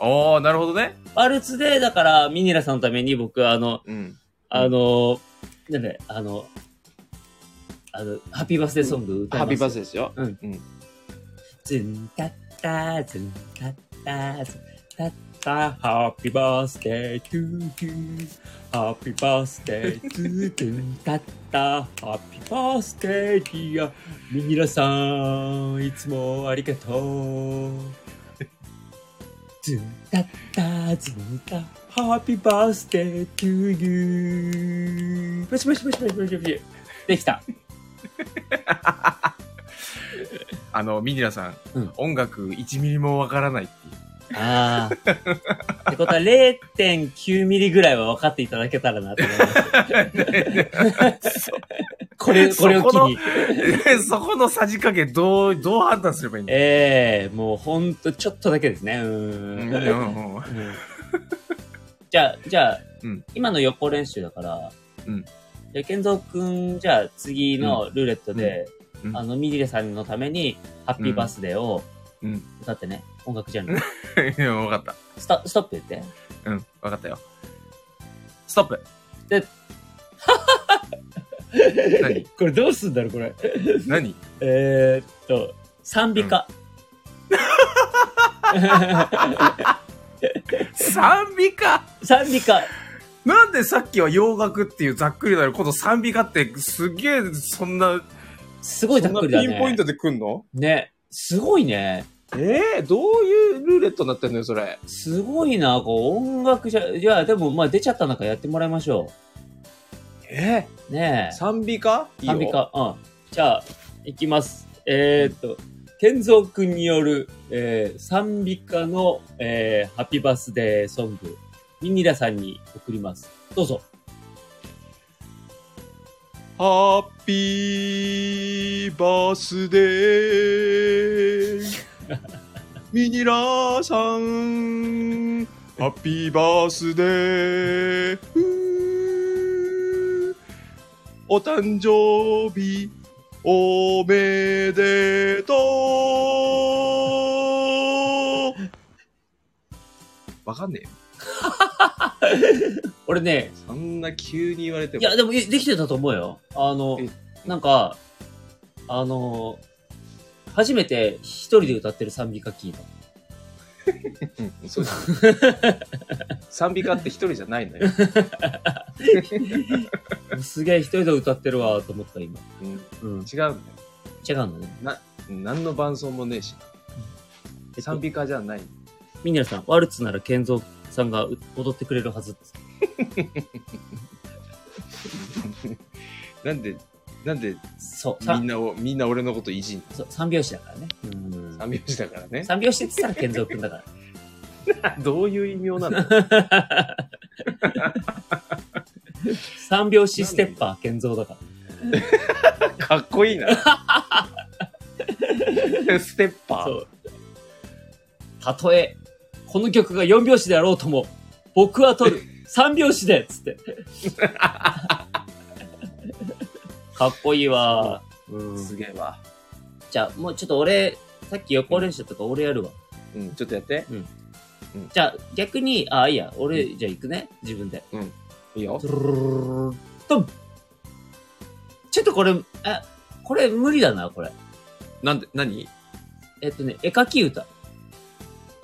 Speaker 2: ああ、なるほどね。
Speaker 1: ワルツで、だから、ミニラさんのために僕、あの、
Speaker 2: うん。
Speaker 1: あの、なんで、あの、あの、ハッピーバースデーソング歌います。
Speaker 4: ハッピーバースデーですよ。
Speaker 1: ズンタッターズンタッターズンタッターハッピーバースデートゥートゥーハッピーバースデートゥー トゥータッターハッピーバースデーディアミニラさんいつもありがとう ズンタッターズンタッハッピーバースデートゥーユーパシパシパシパシパシパシできた
Speaker 2: あの、ミニラさん、
Speaker 1: うん
Speaker 2: 音楽1ミリもわからないっていう。
Speaker 1: ああ。ってことは0.9ミリぐらいは分かっていただけたらなと思い ます。これ、これを機に。
Speaker 2: そこのさじ加減、どう、どう判断すればいいんだ
Speaker 1: ええもうほんとちょっとだけですね。う
Speaker 2: う
Speaker 1: ー
Speaker 2: ん
Speaker 1: ん。
Speaker 2: う
Speaker 1: うん
Speaker 2: んうん
Speaker 1: じゃあ、じゃあ、
Speaker 2: うん
Speaker 1: 今の予行練習だから、
Speaker 2: うん
Speaker 1: じゃあ、健三くん、じゃあ次のルーレットで、
Speaker 2: うんうん
Speaker 1: あの、ミリレさんのために、ハッピーバースデーを
Speaker 2: うん
Speaker 1: 歌ってね、音楽ジャンル。
Speaker 2: うん。わかった。
Speaker 1: ストストップ言って。
Speaker 2: うん、わかったよ。ストップ。何
Speaker 1: これどうすんだろう、これ。
Speaker 2: 何
Speaker 1: えー、っと、賛 美歌。
Speaker 2: 賛美歌
Speaker 1: 賛美歌。
Speaker 2: なんでさっきは洋楽っていうざっくりなること賛美歌ってすげえそんな、
Speaker 1: すごいざっくりだね。
Speaker 4: そんなピンポイントで来んの
Speaker 1: ね。すごいね。
Speaker 4: ええどういうルーレットになってんのよ、それ。
Speaker 1: すごいな。こう、音楽じゃ、じゃあ、でも、まあ、出ちゃった中やってもらいましょ
Speaker 4: え
Speaker 1: う。ね
Speaker 4: え賛美歌い
Speaker 1: え。
Speaker 4: いよ
Speaker 1: 賛美。歌。うん。じゃあ、いきます。えー、っと、健三くんによる、えー、賛美歌の、えー、ハッピーバースデーソング、ミニラさんに送ります。どうぞ。
Speaker 4: ハッピーバースデー。ミニラーさん。ハッピーバースデー。うーお誕生日おめでとう。わかんねえよ。
Speaker 1: 俺ね、
Speaker 4: そんな急に言われて
Speaker 1: いや、でも、いできてたと思うよ。あの
Speaker 4: え、
Speaker 1: なんか、あの、初めて一人で歌ってる賛美歌聞いた。
Speaker 4: うんそうですね。賛美歌って一人じゃないのよ。
Speaker 1: すげえ一人で歌ってるわと思った今。
Speaker 4: うん、違
Speaker 1: うん。
Speaker 4: うんだよ。
Speaker 1: 違うんだね。
Speaker 4: 何の伴奏もねえし。賛美歌じゃない。
Speaker 1: ミニラさん、ワルツなら健三さんが踊ってくれるはずです。
Speaker 4: なんで、なんで
Speaker 1: そう。
Speaker 4: み
Speaker 1: さ
Speaker 4: んなを、みんな俺のこといじんの
Speaker 1: そう三拍子だからね。うん
Speaker 4: 三拍子だからね。
Speaker 1: 三拍子って言ったら健三くんだ か
Speaker 4: どういう異名な の
Speaker 1: ら。三拍子ステッパー健三だから。
Speaker 4: かっこいいな。 ステッパ
Speaker 1: そ
Speaker 4: ー。
Speaker 1: う。たとえ、この曲が4拍子であろうとも、僕は取る。3拍子でっつって。かっこいいわ。
Speaker 4: すげえわ。
Speaker 1: じゃあ、もうちょっと俺、さっき予行練習とか俺やるわ。
Speaker 4: うん、ちょっとやって。
Speaker 1: じゃあ、逆に、あ、いいや、俺、じゃあ行くね。自分で。
Speaker 4: いいよ
Speaker 1: ド。ゥルルルルルドンちょっとこれ、あ、これ無理だな、これ。
Speaker 2: なんで、何
Speaker 1: えっとね、絵描き歌。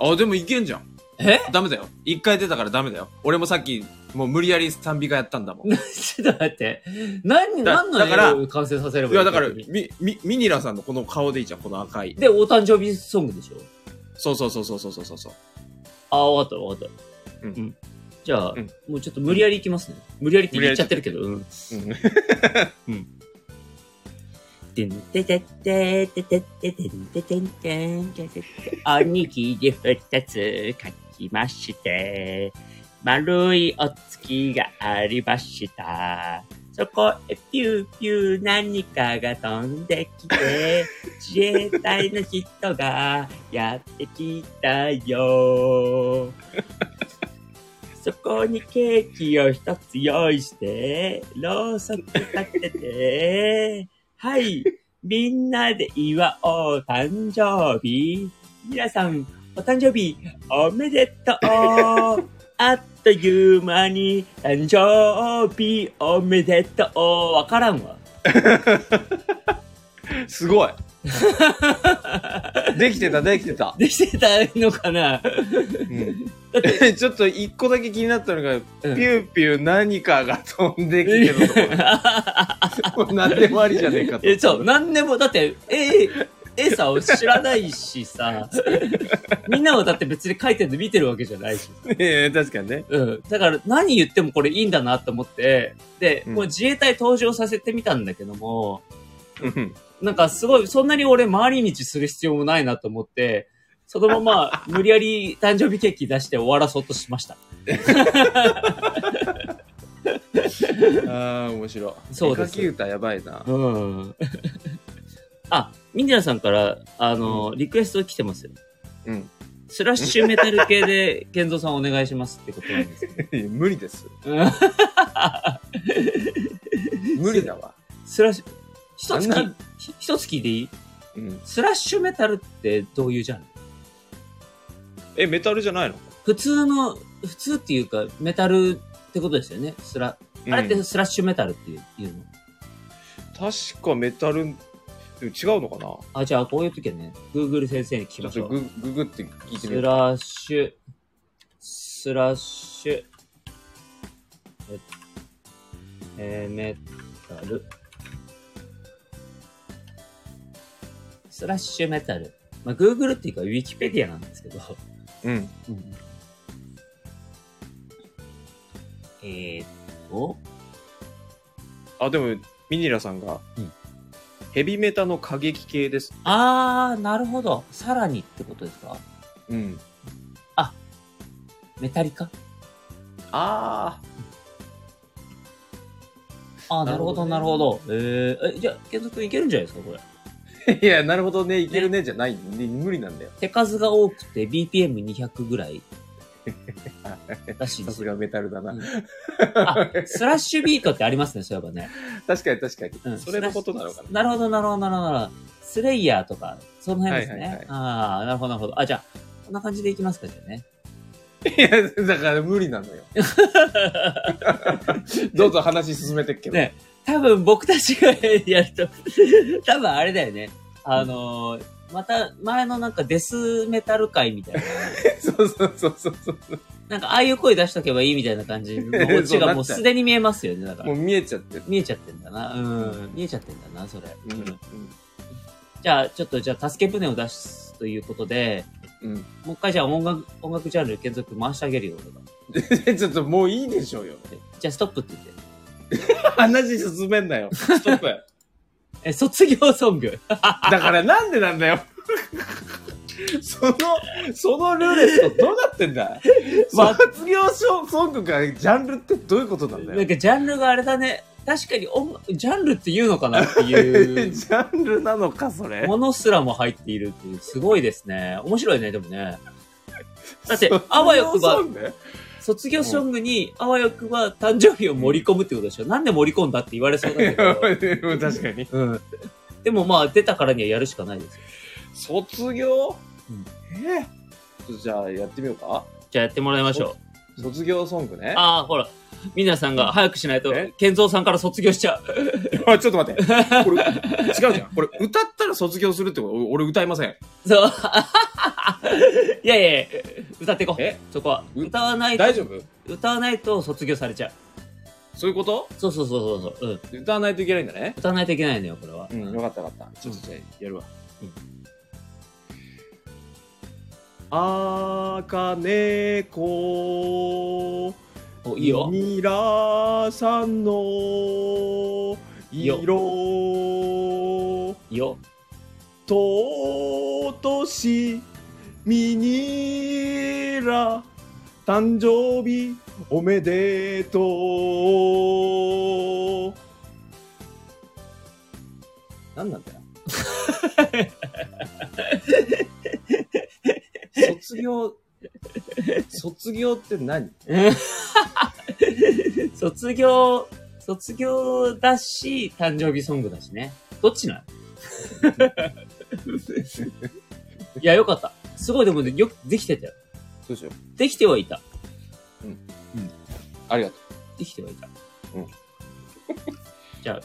Speaker 2: あ、でもいけんじゃん。
Speaker 1: え
Speaker 2: ダメだよ。一回出たからダメだよ。俺もさっき、もう無理やり賛美歌やったんだも ん。い
Speaker 1: ちょっと待って。何、
Speaker 2: だ
Speaker 1: 何の
Speaker 2: だから
Speaker 1: 絵を完成させればいい
Speaker 2: や、だから、
Speaker 1: 逆に
Speaker 2: み、み、ミニラさんのこの顔でいいじゃん、この赤い。
Speaker 1: で、お誕生日ソングでしょ
Speaker 2: そうそうそうそうそうそうそう。
Speaker 1: ああ、わかったわかった。
Speaker 2: うん
Speaker 1: じゃあ、
Speaker 2: うん
Speaker 1: もうちょっと無理やりいきますね。無理やりって言っちゃってるけど。うん。
Speaker 4: うん
Speaker 1: てんてててててててんててんてんてんてんおにぎり二つ書きまして、丸いお月がありました。そこへピューピュー何かが飛んできて、自衛隊の人がやってきたよ。そこにケーキを一つ用意して、ろうそく立てて、はい、みんなで祝おう誕生日。皆さん、お誕生日おめでとう あっという間に誕生日おめでとうわからんわ。
Speaker 4: すごい。
Speaker 2: できてた、できてた。
Speaker 1: できてたのかな
Speaker 2: うん、 ちょっと一個だけ気になったのが、ピューピュー何かが飛んできてるところ。もう何でもありじ ゃねえかと。
Speaker 1: え、 そう、なんでも、だって、ええさを知らないし さ、みんなもだって別に書いてるの見てるわけじゃないし。
Speaker 2: ええ確かにね。
Speaker 1: うん。だから何言ってもこれいいんだなと思って、で、
Speaker 2: うん
Speaker 1: もう自衛隊登場させてみたんだけども、
Speaker 2: うん
Speaker 1: なんかすごい、そんなに俺回り道する必要もないなと思って、そのま ま無理やり誕生日ケーキ出して終わらそうとしました。
Speaker 2: ああ、面白い。
Speaker 1: そうです
Speaker 2: 絵描き歌やばいな。
Speaker 1: うん。あ、ミンディナさんから、あの、リクエスト来てますよ。
Speaker 2: うん。
Speaker 1: スラッシュメタル系で、ケンゾーさんお願いしますってことなんですけ
Speaker 2: 無理です。
Speaker 1: ど。うん
Speaker 2: 無理だわ。
Speaker 1: スラッシュ、一
Speaker 2: あんな
Speaker 1: 月、ひ一月でいい
Speaker 2: うん、
Speaker 1: スラッシュメタルってどういうジャンル
Speaker 4: え、メタルじゃないの
Speaker 1: 普通の、普通っていうか、メタルってことですよね。スラ、あれっ
Speaker 2: う
Speaker 1: て
Speaker 2: ん
Speaker 1: スラッシュメタルっていういうの。
Speaker 4: 確かメタル、でも違うのかな
Speaker 1: あ、じゃあこういう時はね、Google 先生に聞き
Speaker 2: ちょ
Speaker 1: ま
Speaker 2: っ
Speaker 1: しょ
Speaker 2: と
Speaker 1: う。
Speaker 2: グググって聞いてみ
Speaker 1: ス
Speaker 2: よう。
Speaker 1: ラッシュ、スラッシュ、え、えーメタル。スラッシュメタル。まあ、Google っていうか Wikipedia なんですけど。
Speaker 2: うん。
Speaker 1: えーっと、
Speaker 4: あ、でも、ミニラさんが、
Speaker 1: うん
Speaker 4: ヘビメタの過激系です。
Speaker 1: あー、なるほど。さらにってことですか
Speaker 2: うん。
Speaker 1: メタリカ
Speaker 2: あ
Speaker 1: あー、なるほど、な
Speaker 2: な
Speaker 1: る
Speaker 2: る
Speaker 1: ほ
Speaker 2: ほ
Speaker 1: ど。えー、え、じゃあ、ケンゾくんいけるんじゃないですかこれ。
Speaker 2: あ。 いや、なるほどね、いけるね、じゃない。無理なんだよ。
Speaker 1: 手数が多くて BPM200 ぐらいらしいで
Speaker 2: さ
Speaker 1: す
Speaker 2: す
Speaker 1: よ。
Speaker 2: がメタルだな。
Speaker 1: うんあ、スラッシュビートってありますね、そういえばね。
Speaker 2: 確かに確かに。
Speaker 1: うん
Speaker 4: それのことなのかな
Speaker 1: なるほど、なるほど、なるほどなるほど。スレイヤーとか、その辺ですね。
Speaker 2: はいはいはい
Speaker 1: ああ、なるほど、なるほど。あ、じゃあ、こんな感じでいきますか、じゃあね。
Speaker 2: いや、だから無理 なのよ。どうぞ話進めてっけど。
Speaker 1: ね、多分僕たちがやると、 多分あれだよね。あのーまた前のなんかデスメタル界みたいな、
Speaker 2: そうそうそうそうそう。
Speaker 1: なんかああいう声出しとけばいいみたいな感 じのオチがもうすでに見えますよね、だから
Speaker 2: もう。見えちゃってる。
Speaker 1: 見えちゃってんだな。うん。見えちゃってんだな、それ。
Speaker 2: う
Speaker 1: うん
Speaker 2: ん。
Speaker 1: じゃあ、ちょっと、じゃあ、助け舟を出すということで、
Speaker 2: うん。
Speaker 1: もう一回じゃあ音楽、音楽ジャンル、継続回してあげるよ、俺が。
Speaker 2: ちょっともういいでしょうよ。
Speaker 1: じゃあ、ストップって言って。
Speaker 2: 話進めんなよ。ストップ。
Speaker 1: え、卒業ソング。
Speaker 2: だからなんでなんだよ。 その、そのルーレットどうなってんだ
Speaker 1: まあ
Speaker 2: 卒 業ソソングがジャンルってどういうことなんだ
Speaker 1: なん
Speaker 2: よ。
Speaker 1: か、ジャンルがあれだね。確かに音楽、ジャンルって言うのかなって
Speaker 2: ジ
Speaker 1: いう、
Speaker 2: ャンルなのか、それ。
Speaker 1: ものすらも入っているっていう、すごいですね。面白いね、でもね。だってあわよくば
Speaker 2: 卒業ソング
Speaker 1: 卒業ソングに、あわよくば誕生日を盛り込むってことでしょ。なんで盛り込んだって言われそうだけ ど。
Speaker 2: 確かに。
Speaker 1: うん。でもまあ、出たからにはやるしかないですよ。
Speaker 2: 卒業、
Speaker 1: うん
Speaker 2: ええちょっとじゃあやってみようか。
Speaker 1: じゃあ、やってもらいましょう。
Speaker 2: 卒業ソングね。
Speaker 1: ああ、ほら。みなさんが早くしないと
Speaker 2: え、
Speaker 1: 健三さんから卒業しちゃう。
Speaker 2: あちょっ と待って。これ、違うじゃん。これ、歌ったら卒業するってことお俺歌いません。
Speaker 1: そう。 いやいやいや歌っていこう。
Speaker 2: え
Speaker 1: そこは。
Speaker 2: う
Speaker 1: 歌わないと、
Speaker 2: 大丈夫
Speaker 1: 歌わないと卒業されちゃう。
Speaker 2: そういうこと
Speaker 1: そうそうそうそうそう。うん。
Speaker 2: 歌わないといけないんだね。
Speaker 1: 歌わないといけないのよ、これは。
Speaker 2: うん、よかったよかった。ちょっとじゃあやるわ。
Speaker 4: あかねこ、
Speaker 1: お、いいよ。
Speaker 4: ミニラさんの
Speaker 1: いいよ
Speaker 4: 色
Speaker 1: いいよ。
Speaker 4: ととしミニラ誕生日おめでとう
Speaker 2: 何なんだよ。 卒業、卒業って何
Speaker 1: 卒業、卒業だし、誕生日ソングだしね。どっちなのいや、よかった。すごい、でもね、よくできてたよ。
Speaker 2: そうしよう。
Speaker 1: できてはいた。
Speaker 2: ありがと
Speaker 1: できてはいた。
Speaker 2: う。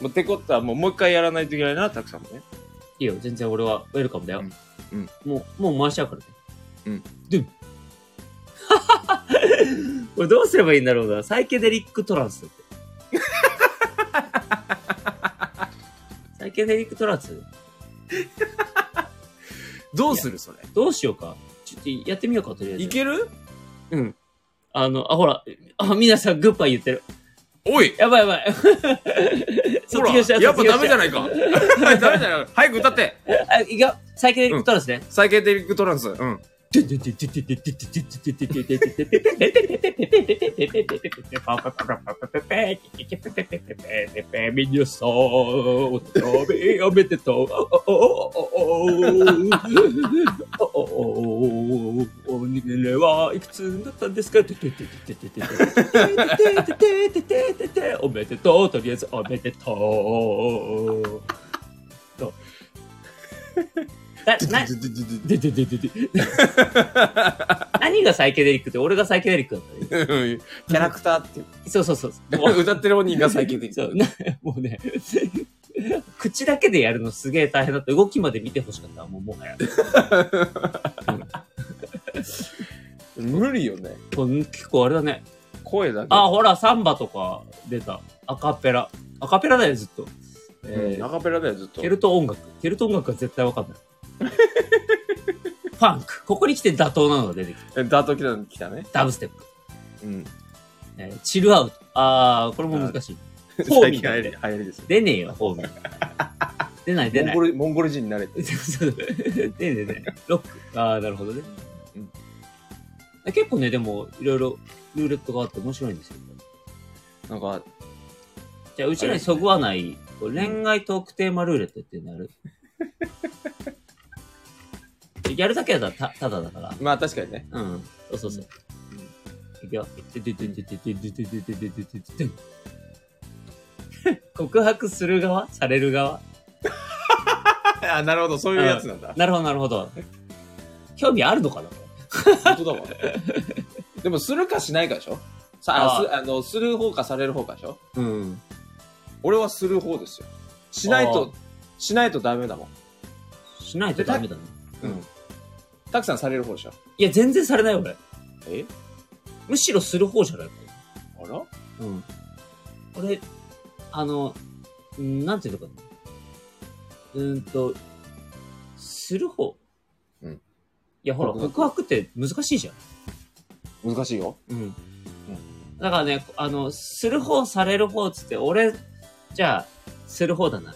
Speaker 2: もうってことはもうもう一回やらないといけないな、たくさんもね。
Speaker 1: いいよ、全然俺はウェルカムだよ。
Speaker 2: うん
Speaker 1: もう、もう回しちゃうからね。
Speaker 2: うん。
Speaker 1: ドゥン。 これどうすればいいんだろうな。サイケデリックトランスって。 サイケデリックトランス
Speaker 2: どうするそれ。
Speaker 1: どうしようか。ちょっとやってみようか、とりあえず。
Speaker 2: いける
Speaker 1: うん。あの、あ、ほら、あ、皆さんグッバイ言ってる。
Speaker 2: おい
Speaker 1: やばいやばい。
Speaker 2: ほ
Speaker 1: 卒
Speaker 2: ら
Speaker 1: 業した、
Speaker 2: やっぱダメじゃ
Speaker 1: ない
Speaker 2: ないか。ダメじゃない か。早く歌って。
Speaker 1: あ、いくよ。サイケデリックトランスね。
Speaker 2: サイケデリックトランス。うん。
Speaker 1: 皆さん、お食べおめでとう。おおおおおおおお年齢はいくつだったんですかおめでとう。とりあえずおめでとう。と。な、 な、ででででで何がサイケデリックって俺がサイケデリックだったね
Speaker 2: キャラクターっていう。
Speaker 1: そうそうそうそう。もう
Speaker 2: 歌ってる本人がサイケデリック。
Speaker 1: そうなもうね、口だけでやるのすげえ大変だった。動きまで見てほしかったわ、もうもはや。
Speaker 2: 無理よね。
Speaker 1: これ結構あれだね。
Speaker 2: 声だけ。
Speaker 1: あ、ほら、サンバとか出た。アカペラ。アカペラだよ、ずっと。
Speaker 2: え
Speaker 1: え
Speaker 2: ー、
Speaker 1: ー
Speaker 2: アカペラだよ、ずっと
Speaker 1: ケ。ルト音楽。ケルト音楽は絶対わかん ない。ファンク。ここに来て妥当なのが出てきた。
Speaker 2: えダート来た来たね。
Speaker 1: ダブステップ。
Speaker 2: うん。
Speaker 1: えーチルアウト。あー、これも難しい。ホーミー
Speaker 2: 最近
Speaker 1: だ
Speaker 2: 流行
Speaker 1: ね
Speaker 2: り流行りですよ。
Speaker 1: 出ねえよ、ホーム。出ない、出
Speaker 2: モ
Speaker 1: な
Speaker 2: ン
Speaker 1: い
Speaker 2: ゴ。ルモンゴル人になれて。
Speaker 1: そうそう出ない、出ない。ロック。ああ、なるほどね
Speaker 2: うん。
Speaker 1: 結構ね、でも、いろいろルーレットがあって面白いんですよ。
Speaker 2: なんか、
Speaker 1: じゃあ、うちらにそぐわない、こう恋愛トークテーマルーレットっていうのやるやるだけはたただだから。
Speaker 2: まあ確かにね。
Speaker 1: うん。そうそうそう。いくよ。告白する側される側
Speaker 2: あ、なるほど、そういうやつなんだ。
Speaker 1: なるほど、なるほど。興味あるのかな
Speaker 2: 本当だわ。でも、するかしないかでしょさあ
Speaker 1: あー
Speaker 2: すあの、する方かされる方かでしょ
Speaker 1: うん。
Speaker 2: 俺はする方ですよ。しないと、しないとダメだもん。
Speaker 1: しないとダメだね。
Speaker 2: うん。たくさんされる方でしょ
Speaker 1: いや、全然されない俺。
Speaker 2: え
Speaker 1: むしろする方じゃない
Speaker 2: あら
Speaker 1: うん。俺、あの、うんなんていうのかな。うーんと、する方。
Speaker 2: うん
Speaker 1: いや、ほら、
Speaker 2: 告白
Speaker 1: 告白って難しいじゃん。
Speaker 2: 難しいよ。
Speaker 1: うん。だからね、あの、する方、される方っつって、俺、じゃあ、する方だな。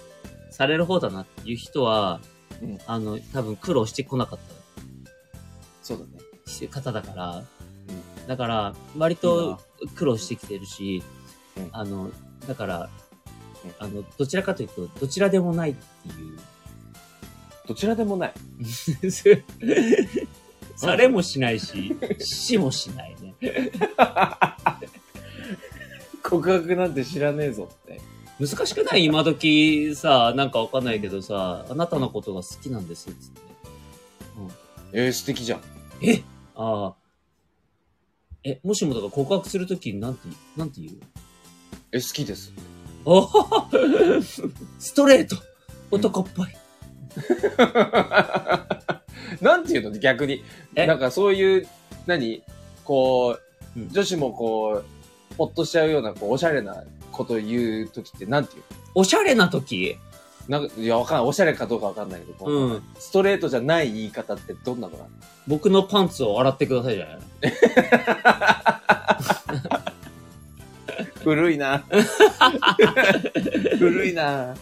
Speaker 1: される方だなっていう人は、
Speaker 2: うん
Speaker 1: あの、多分苦労してこなかった
Speaker 2: そうだね。
Speaker 1: 方だから、だから、割と苦労してきてるし、
Speaker 2: うん
Speaker 1: あの、だから
Speaker 2: うん、
Speaker 1: あの、どちらかというと、どちらでもないっていう。
Speaker 2: どちらでもない。
Speaker 1: されもしないし、死もしないね。
Speaker 2: 告白なんて知らねえぞって。
Speaker 1: 難しくない今時さ、なんかわかんないけどさ、あなたのことが好きなんですっつって。
Speaker 2: えー、素敵じゃん。
Speaker 1: えああ。え、もしもだから告白するときになんて、なんて言う
Speaker 2: え、好きです。
Speaker 1: あははストレート 男っぽい、
Speaker 2: なんていうの逆に。
Speaker 1: え
Speaker 2: なんかそういう、何こう、
Speaker 1: うん
Speaker 2: 女子もこう、ほっとしちゃうような、こう、おしゃれなことを言うときって、なんていう
Speaker 1: おしゃれなとき
Speaker 2: のなんか、いや、わかんない。おしゃれかどうかわかんないけど、こう
Speaker 1: うん。
Speaker 2: ストレートじゃない言い方ってどんなのかな
Speaker 1: 僕のパンツを洗ってくださいじゃない
Speaker 2: 古い な。古いな。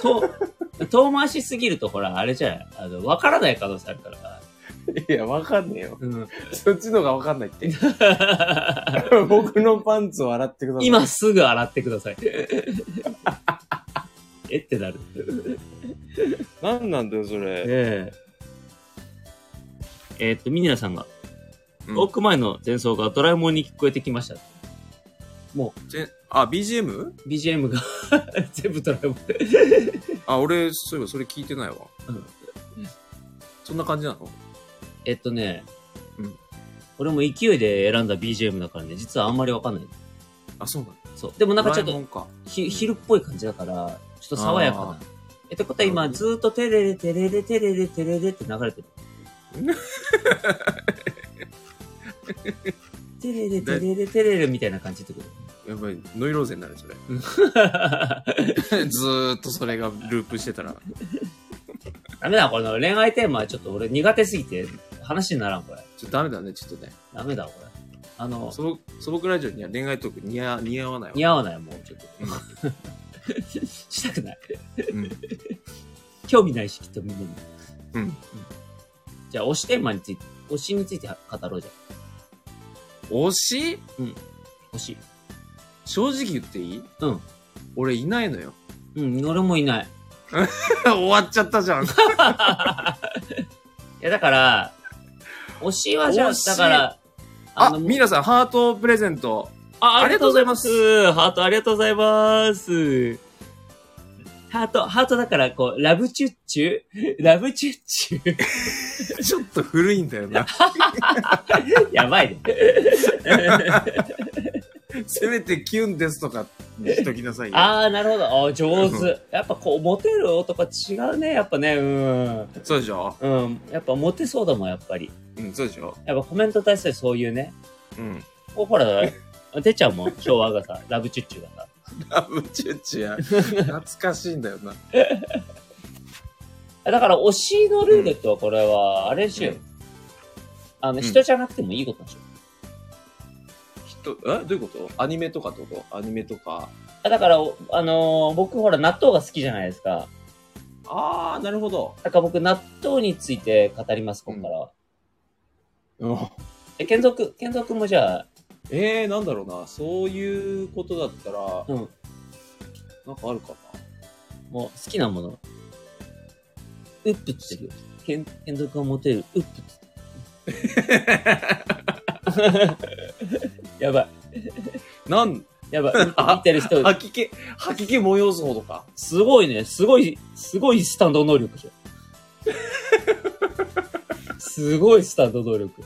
Speaker 1: と、 遠回しすぎるとほら、あれじゃないあの、わからない可能性あるから。
Speaker 2: いや、わかんねえよ。
Speaker 1: うん。
Speaker 2: そっちのがわかんない って。僕のパンツを洗ってくださ い。
Speaker 1: 今すぐ洗ってください。えってなる。
Speaker 5: 何なんだよ、それ。
Speaker 1: ええっと、ミニラさんが、
Speaker 2: うん
Speaker 1: ロック前の前奏がドラえもんに聞こえてきました。も
Speaker 2: ぜあ、BGM?
Speaker 1: う、BGM が 全部ドラえもん。
Speaker 2: あ、俺、そういえばそれ聞いてないわ。
Speaker 1: うん
Speaker 2: そんな感じなの
Speaker 1: えっとね、
Speaker 2: うん
Speaker 1: 俺も勢いで選んだ BGM だからね、実はあんまりわかんない。
Speaker 2: あ、そうなの
Speaker 1: そう。でもなんかちょっ
Speaker 2: ドラ
Speaker 1: と
Speaker 2: えもんか
Speaker 1: ひ、昼っぽい感じだから、ちょっと爽やか
Speaker 2: あ
Speaker 1: な。え、ってことは今、ずーっとテレレテレレテレレテレレ って流れてる。テレレテレレテレレみたいな感じってこと
Speaker 2: やばい、ノイローゼになる、 それ。ずーっとそれがループしてたら。
Speaker 1: ダメだ、この恋愛テーマはちょっと俺苦手すぎて話にならん、これ。
Speaker 2: ちょっとダメだね、ちょっとね。
Speaker 1: ダメだ、これ。あの、
Speaker 2: 素朴素朴ラジオには恋愛トーク似合似合わないわ。
Speaker 1: 似合わない、もうちょっと
Speaker 2: う ん。
Speaker 1: したくない。
Speaker 2: うん
Speaker 1: 興味ないし、きっとみんなに。
Speaker 2: うん。
Speaker 1: じゃあ、推しテーマについて、推しについて語ろうじゃ
Speaker 2: 推し
Speaker 1: ん。推し。
Speaker 2: 正直言っていい
Speaker 1: うん。
Speaker 2: 俺いないのよ。
Speaker 1: うん、俺もいない。
Speaker 2: 終わっちゃったじゃん。
Speaker 1: いや、だから、推しはじゃあ、
Speaker 2: 推し
Speaker 1: だから、
Speaker 2: あ、
Speaker 1: の
Speaker 2: ミラさん、ハートプレゼント。
Speaker 1: あ
Speaker 2: ありがとうございます
Speaker 1: ありがとうございますハートありがとうございます。ハート、ハートだから、こう、ラブチュッチュ ラブチュッチュ
Speaker 2: ちょっと古いんだよ な。
Speaker 1: やばいね。
Speaker 2: せめてキュンですとかにしときなさいよ。
Speaker 1: あー、なるほど。あー上手。やっぱこう、モテる男は違うね。やっぱね、うん。
Speaker 2: そうでしょ
Speaker 1: うん。やっぱモテそうだもん、やっぱり。
Speaker 2: うん、そうでしょ
Speaker 1: やっぱコメントに対するそういうね。
Speaker 2: うん。
Speaker 1: こ うほら、出ちゃうもん、昭和がさ、ラブチュッチュがさ。
Speaker 2: ラブチュッチュや。懐かしいんだよな。
Speaker 1: あだから、推しのルーレットはこれは、あれでしょ、
Speaker 2: うん
Speaker 1: あの、
Speaker 2: ん
Speaker 1: 人じゃなくてもいいことでしょ、
Speaker 2: 人、えどういうことアニメとかってことアニメとか。
Speaker 1: あだから、おあのー僕ほら、納豆が好きじゃないですか。
Speaker 2: あー、なるほど。
Speaker 1: だから僕、納豆について語ります、ここからは。え、ケンゾく、ケンゾくもじゃあ、
Speaker 2: えー、なんだろうな。そういうことだったら、
Speaker 1: うん、
Speaker 2: なんかあるかな。
Speaker 1: もう好きなもの。うっぷつってるよ。ケン、ケンゾくがモテる、うっぷつってる。やばい、
Speaker 2: なん、
Speaker 1: やばい。見てる人、
Speaker 2: 吐き気、吐き気催すほどか。
Speaker 1: すごいね。すごい、すごいスタンド能力じゃん。すごいスタンド能力。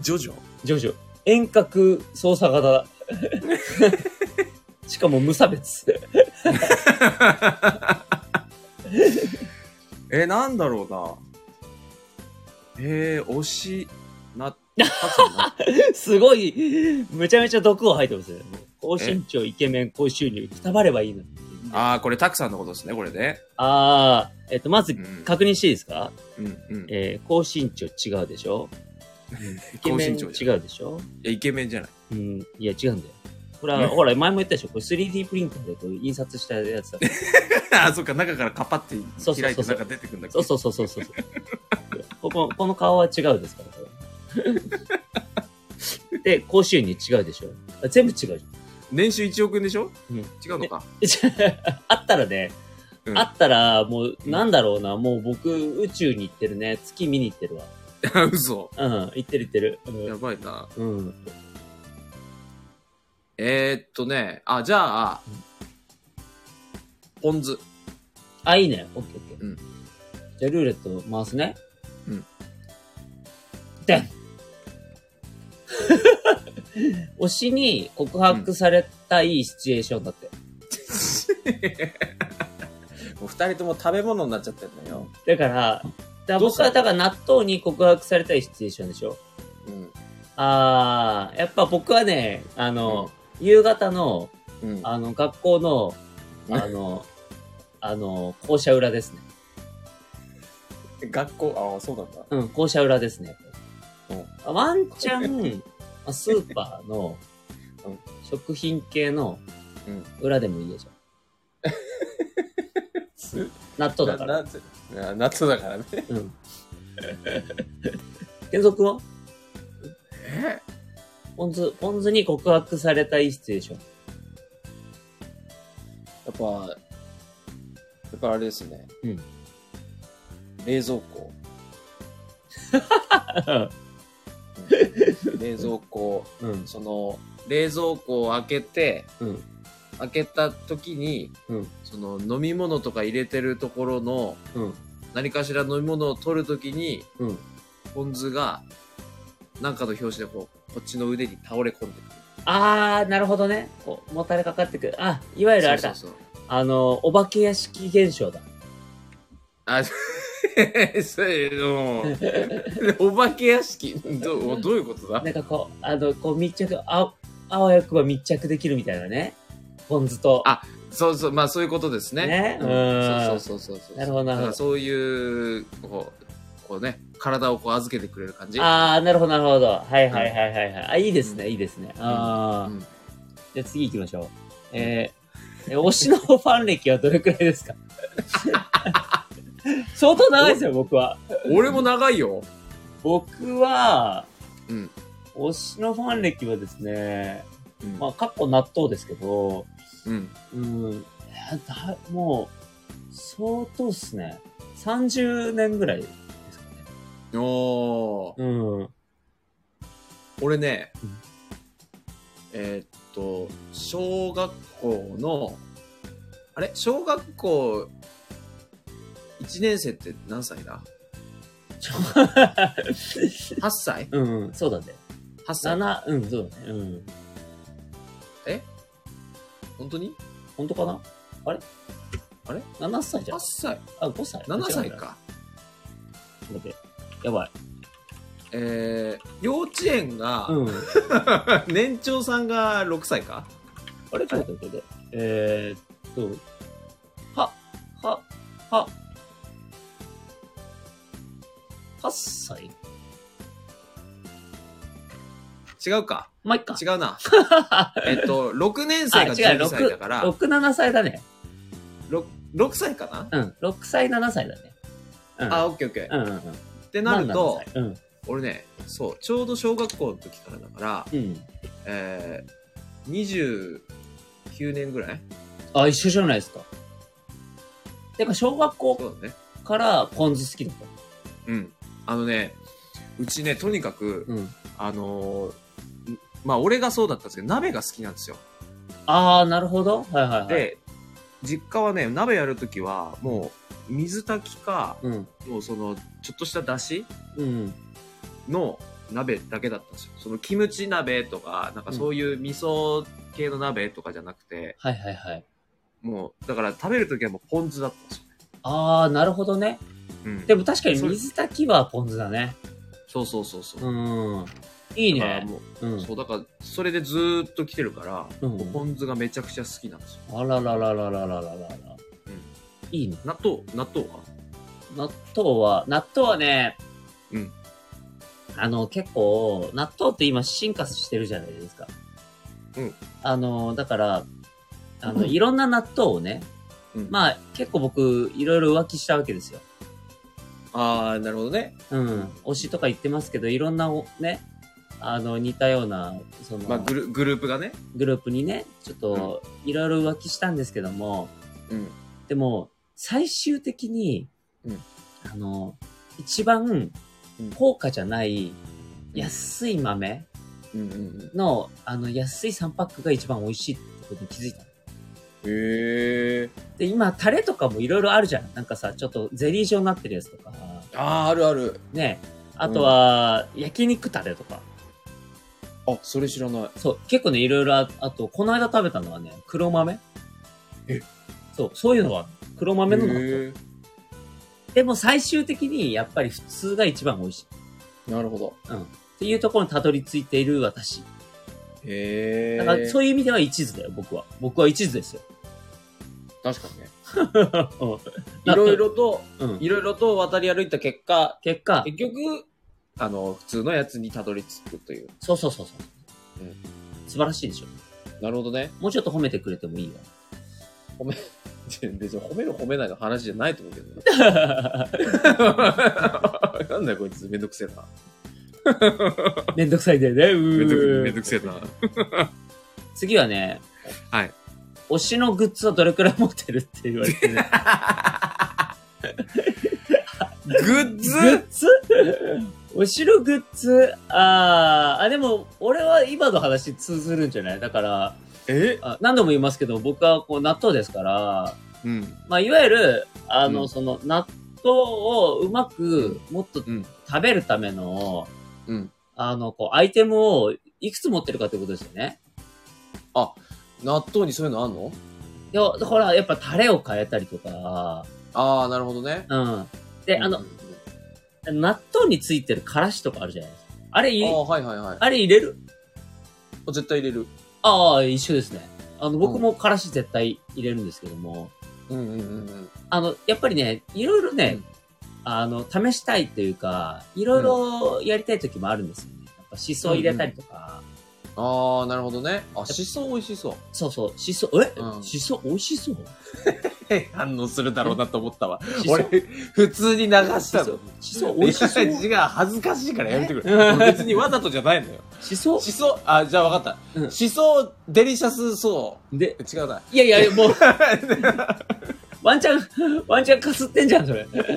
Speaker 2: ジョジョ
Speaker 1: ジョジョ。遠隔操作型だ。しかも無差別。
Speaker 2: えー、なんだろうな。えー、推し、 な、ハ
Speaker 1: すごい、めちゃめちゃ毒を吐いてますね。高身長、イケメン、高収入、くたばればいいのに。
Speaker 2: ツな。あー、これタクさんのことですね、これね。
Speaker 1: あー、えっと、まず
Speaker 2: うん
Speaker 1: 確認していいですか、
Speaker 2: うん、うん。
Speaker 1: えー、高身長違うでしょイケ
Speaker 2: 高
Speaker 1: メン
Speaker 2: 身
Speaker 1: 違
Speaker 2: 長じゃん。
Speaker 1: うでしょ
Speaker 2: いやイケメンじゃない。
Speaker 1: うん、いや、違うんだよ。これは、
Speaker 2: ね
Speaker 1: ほら、前も言ったでしょ。これ 3D プリンターでこう印刷したやつだから。
Speaker 2: あ、そっか、中からカパって
Speaker 1: そうそうそう
Speaker 2: 開いて中出てくんだけ
Speaker 1: そう
Speaker 2: ど。
Speaker 1: そうそうそうそう。ここ、この顔は違うですから、これ。で、高収入違うでしょ。あ全部違うじゃん。
Speaker 2: 年収1億円でしょ
Speaker 1: うん
Speaker 2: 違うのか。
Speaker 1: あったらね、
Speaker 2: うん
Speaker 1: あったら、もう、なんだろうな、もう僕、宇宙に行ってるね。月見に行ってるわ。
Speaker 2: 嘘。
Speaker 1: うん、行ってる行ってる。
Speaker 2: やばいな。
Speaker 1: うん。うん、
Speaker 2: えー、っとね、あ、じゃあ、ポン酢。
Speaker 1: あ、いいね。オッケーオッケー。
Speaker 2: うん
Speaker 1: じゃあ、ルーレット回すね。
Speaker 2: うん。
Speaker 1: でん 推しに告白されたいシチュエーションだって。
Speaker 2: もう二人とも食べ物になっちゃってんのよ。
Speaker 1: だから、だから
Speaker 2: どう
Speaker 1: 僕
Speaker 2: する
Speaker 1: はだから納豆に告白されたいシチュエーションでしょ。
Speaker 2: うん。
Speaker 1: あー、やっぱ僕はね、あの、夕方の、
Speaker 2: うん。
Speaker 1: あの、学校の、あ の、あの、校舎裏ですね。
Speaker 2: 学校、ああ、そうなんだ。
Speaker 1: うん、校舎裏ですね。
Speaker 2: うん
Speaker 1: ワンチャ ン、まあスーパーの
Speaker 2: うん
Speaker 1: 食品系の
Speaker 2: うん
Speaker 1: 裏でもいいじゃん。納豆だから。
Speaker 2: 夏夏だからね。
Speaker 1: うん。健三君は
Speaker 2: え
Speaker 1: ポン酢、ポン酢に告白されたいシチュエーション。
Speaker 2: やっぱ、だからあれですね。
Speaker 1: うん
Speaker 2: 冷蔵庫。 冷蔵庫。
Speaker 1: うん。
Speaker 2: その、冷蔵庫を開けて、
Speaker 1: うん
Speaker 2: 開けた時に、
Speaker 1: うん
Speaker 2: その飲み物とか入れてるところの、
Speaker 1: うん
Speaker 2: 何かしら飲み物を取る時に、
Speaker 1: うん
Speaker 2: ポン酢が、なんかの拍子でこう、こっちの腕に倒れ込んでくる。
Speaker 1: あー、なるほどね。こう、もたれかかってくる。あ、いわゆるあれだ。
Speaker 2: そうそうそう
Speaker 1: あの、お化け屋敷現象だ。
Speaker 2: あ、 そういうの。お化け屋敷どうどういうこと だ
Speaker 1: なんかこう、あの、こう密着、あ、あわよくば密着できるみたいなね。ポン酢と。
Speaker 2: あそうそう、まあそういうことですね。
Speaker 1: ね
Speaker 2: うん
Speaker 1: うん
Speaker 2: そうそうそうそうそう。
Speaker 1: なるほどなるほど
Speaker 2: だからそういう、こう、こうね、体をこう預けてくれる感じ。
Speaker 1: あー、なるほど、なるほど。はいはいはいはいはい。あ、いいですね、
Speaker 2: うん
Speaker 1: いいですね。あー。
Speaker 2: うん
Speaker 1: じゃあ次行きましょう。えー、え推しのファン歴はどれくらいです か相当長いですよ、僕は。
Speaker 2: 俺も長いよ。
Speaker 1: 僕は、
Speaker 2: うん
Speaker 1: 推しのファン歴はですね、
Speaker 2: うん。
Speaker 1: まあ、かっこ納豆ですけど、
Speaker 2: うん、
Speaker 1: うん、いやだもう、相当っすね。30年ぐらいですかね。
Speaker 2: おー
Speaker 1: うん。
Speaker 2: 俺ね
Speaker 1: うん、
Speaker 2: えーっと、小学校の、あれ小学校1年生って何歳だ
Speaker 1: ちょ
Speaker 2: ?8 歳
Speaker 1: うん、そうだね。
Speaker 2: ?8 歳
Speaker 1: 7、うん、そうだね。うん。
Speaker 2: 本当に
Speaker 1: 本当かなあれ
Speaker 2: あれ
Speaker 1: ?7 歳じゃ
Speaker 2: ?8
Speaker 1: ん。
Speaker 2: 歳
Speaker 1: あ、5歳。
Speaker 2: ?7 歳
Speaker 1: 違うな。
Speaker 2: か。
Speaker 1: ちょっと待って。やばい。
Speaker 2: えー、幼稚園が、
Speaker 1: うん。
Speaker 2: 年長さんが6歳か
Speaker 1: あれちょっと待って。えー、っと、は、は、は、8歳
Speaker 2: 違うか
Speaker 1: まあ、いっか。
Speaker 2: 違うな。えっと、6年生が
Speaker 1: あ違う
Speaker 2: 12歳だから、
Speaker 1: 6、7歳だね。
Speaker 2: 6, 6歳かな、
Speaker 1: うん。6歳、7歳だね。うん。
Speaker 2: あ、オッケーオッケー。
Speaker 1: うんうんうん。
Speaker 2: ってなると、
Speaker 1: 7歳、うん。
Speaker 2: 俺ね、そう、ちょうど小学校の時からだから、
Speaker 1: うん。
Speaker 2: えー、29年ぐらい
Speaker 1: あ、一緒じゃないですか。てか、小学校
Speaker 2: そうだね。
Speaker 1: からポン酢好きだった。
Speaker 2: うん。あのね、うちね、とにかく、
Speaker 1: うん。
Speaker 2: あのーんまあ、俺がそうだったんですけど、鍋が好きなんですよ。
Speaker 1: あー、なるほど。はいはいはい。、
Speaker 2: で、実家はね、鍋やるときは、もう、水炊きか、
Speaker 1: うん。
Speaker 2: もうその、ちょっとした出汁
Speaker 1: うん。
Speaker 2: の鍋だけだったんですよ。そのキムチ鍋とか、なんかそういう味噌系の鍋とかじゃなくて、
Speaker 1: はいはいはい。
Speaker 2: もう、だから食べるときはもうポン酢だったんですよ。
Speaker 1: あー、なるほどね。
Speaker 2: うん。
Speaker 1: でも確かに
Speaker 2: そう
Speaker 1: 水炊きはポン酢だね。
Speaker 2: そうそうそうそう。
Speaker 1: うん。いい
Speaker 2: だから
Speaker 1: ね。
Speaker 2: も
Speaker 1: う
Speaker 2: う、
Speaker 1: ん。
Speaker 2: そう、だから、それでずーっと来てるから、
Speaker 1: うん
Speaker 2: もうポン酢がめちゃくちゃ好きなんですよ。
Speaker 1: あららららららららら。いいね。
Speaker 2: 納豆、納豆は
Speaker 1: 納豆は、納豆はね、
Speaker 2: うん。
Speaker 1: あの、結構、納豆って今進化してるじゃないですか。
Speaker 2: うん。
Speaker 1: あの、だから、あの、
Speaker 2: うん
Speaker 1: いろんな納豆をね、
Speaker 2: うん
Speaker 1: まあ、結構僕、いろいろ浮気したわけですよ。
Speaker 2: あー、なるほどね。
Speaker 1: うん。推しとか言ってますけど、いろんなお、ね、あの、似たような、その、
Speaker 2: まあ、グルグループがね。
Speaker 1: グループにね、ちょっと、いろいろ浮気したんですけども、
Speaker 2: うん。
Speaker 1: でも、最終的に、
Speaker 2: うん
Speaker 1: あの、一番
Speaker 2: うん、
Speaker 1: 高価じゃない、
Speaker 2: うん
Speaker 1: 安い豆
Speaker 2: うんうんうん。
Speaker 1: の、あの、安い3パックが一番美味しいってことに気づいた。
Speaker 2: へえ。
Speaker 1: で、今、タレとかもいろいろあるじゃん。なんかさ、ちょっとゼリー状になってるやつとか、
Speaker 2: あー、あるある。
Speaker 1: ね。あとは、焼肉タレとか。
Speaker 2: あ、それ知らない。
Speaker 1: そう、結構ね、いろいろあ、あと、この間食べたのはね、黒豆。
Speaker 2: え
Speaker 1: そう、そういうのは、黒豆の
Speaker 2: へ
Speaker 1: の。
Speaker 2: ー
Speaker 1: でも最終的に、やっぱり普通が一番美味しい。
Speaker 2: なるほど。
Speaker 1: うん。っていうところにたどり着いている私。
Speaker 2: へえ。
Speaker 1: だから、そういう意味では一途だよ、僕は。僕は一途 ですよ。
Speaker 2: 確かにね。
Speaker 1: うん
Speaker 2: いろい。ろと、
Speaker 1: うん。
Speaker 2: いろいろと渡り歩いた結果、
Speaker 1: 結果、
Speaker 2: 結局、あの、普通のやつにたどり着くという。
Speaker 1: そうそうそうそう。
Speaker 2: うん
Speaker 1: 素晴らしいでしょ。
Speaker 2: なるほどね。
Speaker 1: もうちょっと褒めてくれて もいいよ。
Speaker 2: 別に褒める褒めないの話じゃないと思うけどね。
Speaker 1: め
Speaker 2: なんだよ、こいつ。めんどくせえな。
Speaker 1: んどくさいんだよね。うー
Speaker 2: めんどくめんどくせえな。
Speaker 1: 次はね、
Speaker 2: はい。
Speaker 1: 推しのグッズはどれくらい持ってるって言われて、 ね、
Speaker 2: グ
Speaker 1: グ
Speaker 2: ッ
Speaker 1: ッズ推しのグッズあーあ、でも、俺は今の話通ずるんじゃないだから
Speaker 4: え
Speaker 1: あ、何度も言いますけど、僕はこう納豆ですから、
Speaker 4: うん。
Speaker 1: まあ、いわゆる、あの、
Speaker 4: うん
Speaker 1: その、納豆をうまく、もっと
Speaker 4: うん
Speaker 1: 食べるための、
Speaker 4: うん
Speaker 1: あの、こう、アイテムをいくつ持ってるかってことですよね。
Speaker 2: 納豆にそういうのあんの
Speaker 1: いや、だから、やっぱタレを変えたりとか、
Speaker 2: ああ、なるほどね。
Speaker 1: うん。で、あの
Speaker 2: うん、うんうん
Speaker 1: 納豆についてるからしとかあるじゃないですか。あれい、
Speaker 2: あ
Speaker 1: あ
Speaker 2: あ、はいはいはい。
Speaker 1: れ入れる
Speaker 2: 絶対入れる。
Speaker 1: ああ、一緒ですね。あの、僕
Speaker 2: うん
Speaker 1: もからし絶対入れるんですけども、
Speaker 2: うんうんうん
Speaker 1: あの、やっぱりね、いろいろね、
Speaker 2: うん
Speaker 1: あの、試したいというか、いろいろやりたい時もあるんですよね。やっぱ、しそ入れたりとか、
Speaker 2: ああ、なるほどね。あ、しそ美味しそう。
Speaker 1: そうそう、しそ、え、
Speaker 2: うん
Speaker 1: しそ美味しそう
Speaker 2: 反応するだろうなと思ったわ。
Speaker 1: しそ
Speaker 2: 俺、普通に流したの。
Speaker 1: しそ美味しそ
Speaker 2: いや
Speaker 1: う
Speaker 2: 違う、恥ずかしいからやめてくれ。
Speaker 1: え
Speaker 2: 俺別にわざとじゃないのよ。
Speaker 1: しそ
Speaker 2: しそ、あ、じゃあ分かっ
Speaker 1: うん
Speaker 2: た。しそ、デリシャスそ
Speaker 1: で、
Speaker 2: う。違うな。
Speaker 1: いやいや、もう、ワンチャン、 ワンチャンかすってんじゃん、それ。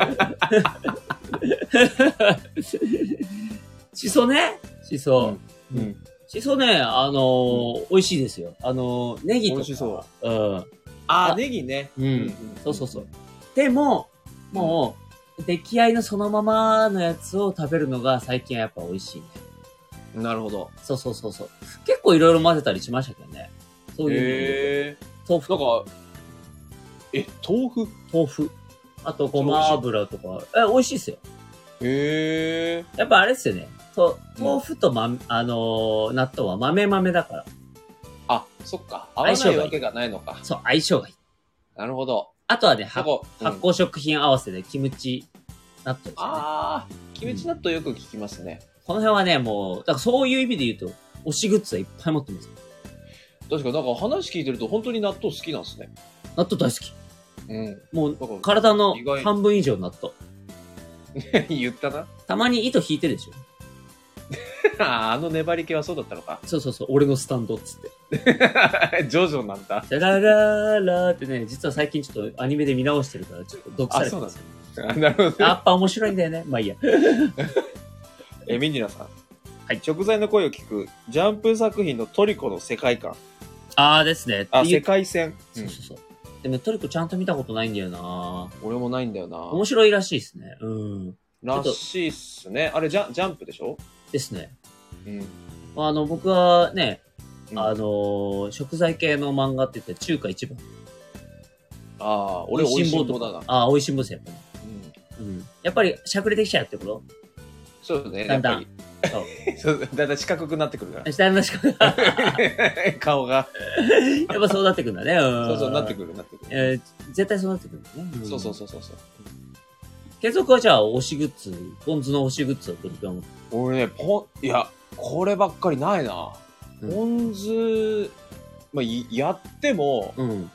Speaker 1: しそねしそ。
Speaker 2: うん。
Speaker 1: しそね、あのー美味しいですよ。あのーネギとか。。
Speaker 2: 美味しそ
Speaker 1: う
Speaker 2: う
Speaker 1: ん。
Speaker 2: あ
Speaker 1: あ
Speaker 2: ー、ネギね。
Speaker 1: うんそうそうそう。。でも、もう、出来合いのそのままのやつを食べるのが最近はやっぱ美味しいね。
Speaker 2: なるほど。
Speaker 1: そうそうそうそう。結構いろいろ混ぜたりしましたけどね。そういう
Speaker 2: へえ。
Speaker 1: の豆腐と
Speaker 2: なん
Speaker 1: か、
Speaker 2: か、え、豆腐
Speaker 1: 豆腐。あと、ごま油とか。え、美味しいですよ。
Speaker 2: へえ。
Speaker 1: やっぱあれっすよね。と
Speaker 2: うん
Speaker 1: 豆腐と、まあのー納豆は豆豆だから。
Speaker 2: あ、そっか。合わ
Speaker 1: 相性
Speaker 2: ない
Speaker 1: がいい
Speaker 2: わけがないのか。
Speaker 1: そう、相性がいい。
Speaker 2: なるほど。
Speaker 1: あとはね、は
Speaker 2: なんかうん
Speaker 1: 発酵食品合わせでキムチ納豆ですよね。
Speaker 2: ああ、キムチ納豆よく聞きますね。
Speaker 1: この辺はね、もう、だからそういう意味で言うと、推しグッズはいっぱい持ってます。
Speaker 2: 確かなんか話聞いてると本当に納豆好きなんですね。
Speaker 1: 納豆大好き。
Speaker 2: うん。
Speaker 1: もう、
Speaker 2: なんか
Speaker 1: 体の
Speaker 2: 意外
Speaker 1: 半分以上納豆。
Speaker 2: 言ったな。
Speaker 1: たまに糸引いてるでしょ
Speaker 2: あの粘り気はそうだったのか。
Speaker 1: そうそうそう、俺のスタンドっつって。
Speaker 2: ジョジョなんだ。
Speaker 1: ララララーってね、実は最近ちょっとアニメで見直してるから、ちょっと毒されてます。
Speaker 2: あなるほどね。
Speaker 1: やっぱ面白いんだよね。まあいいや。
Speaker 2: え、ミニラさん。
Speaker 1: はい
Speaker 2: 食材の声を聞く、ジャンプ作品のトリコの世界観。
Speaker 1: あーですね。
Speaker 2: あ、
Speaker 1: ってい
Speaker 2: 世
Speaker 1: う
Speaker 2: 界線。う
Speaker 1: そうんそうそう。でもねトリコちゃんと見たことないんだよな
Speaker 2: 俺もないんだよな。
Speaker 1: 面白いらしいですね。うん。
Speaker 2: らしいっすね。あれ、ジャンジャンプでしょ
Speaker 1: ですね。
Speaker 2: うん。
Speaker 1: まああの、僕はね、あの
Speaker 2: あ
Speaker 1: ー食材系の漫画って言ったら中華一番。
Speaker 2: あー、俺、おいしんぼだな。
Speaker 1: ああ、美味しんぼですよ、やっぱり。
Speaker 2: うん
Speaker 1: うん。やっぱり、しゃくれてきちゃうってこ
Speaker 2: そうね。
Speaker 1: だんだん
Speaker 2: やっぱり そうだんだん四角くなって くるから
Speaker 1: と。下のしか、 やっ
Speaker 2: 顔が。
Speaker 1: ぱそうなってくんだね。うん。
Speaker 2: そうそう、なって
Speaker 1: く
Speaker 2: くる、なってくる。
Speaker 1: えー絶対そうなってくるんだね。ん
Speaker 2: そうそうそうそうそう。
Speaker 1: 継続はじゃあ、推しグッズ、ポン酢の推しグッズはどれくらい持って
Speaker 2: 俺ね、ポン、いや、こればっかりないな。
Speaker 1: うん
Speaker 2: ポン酢、まあ、いやっても、
Speaker 1: るうん。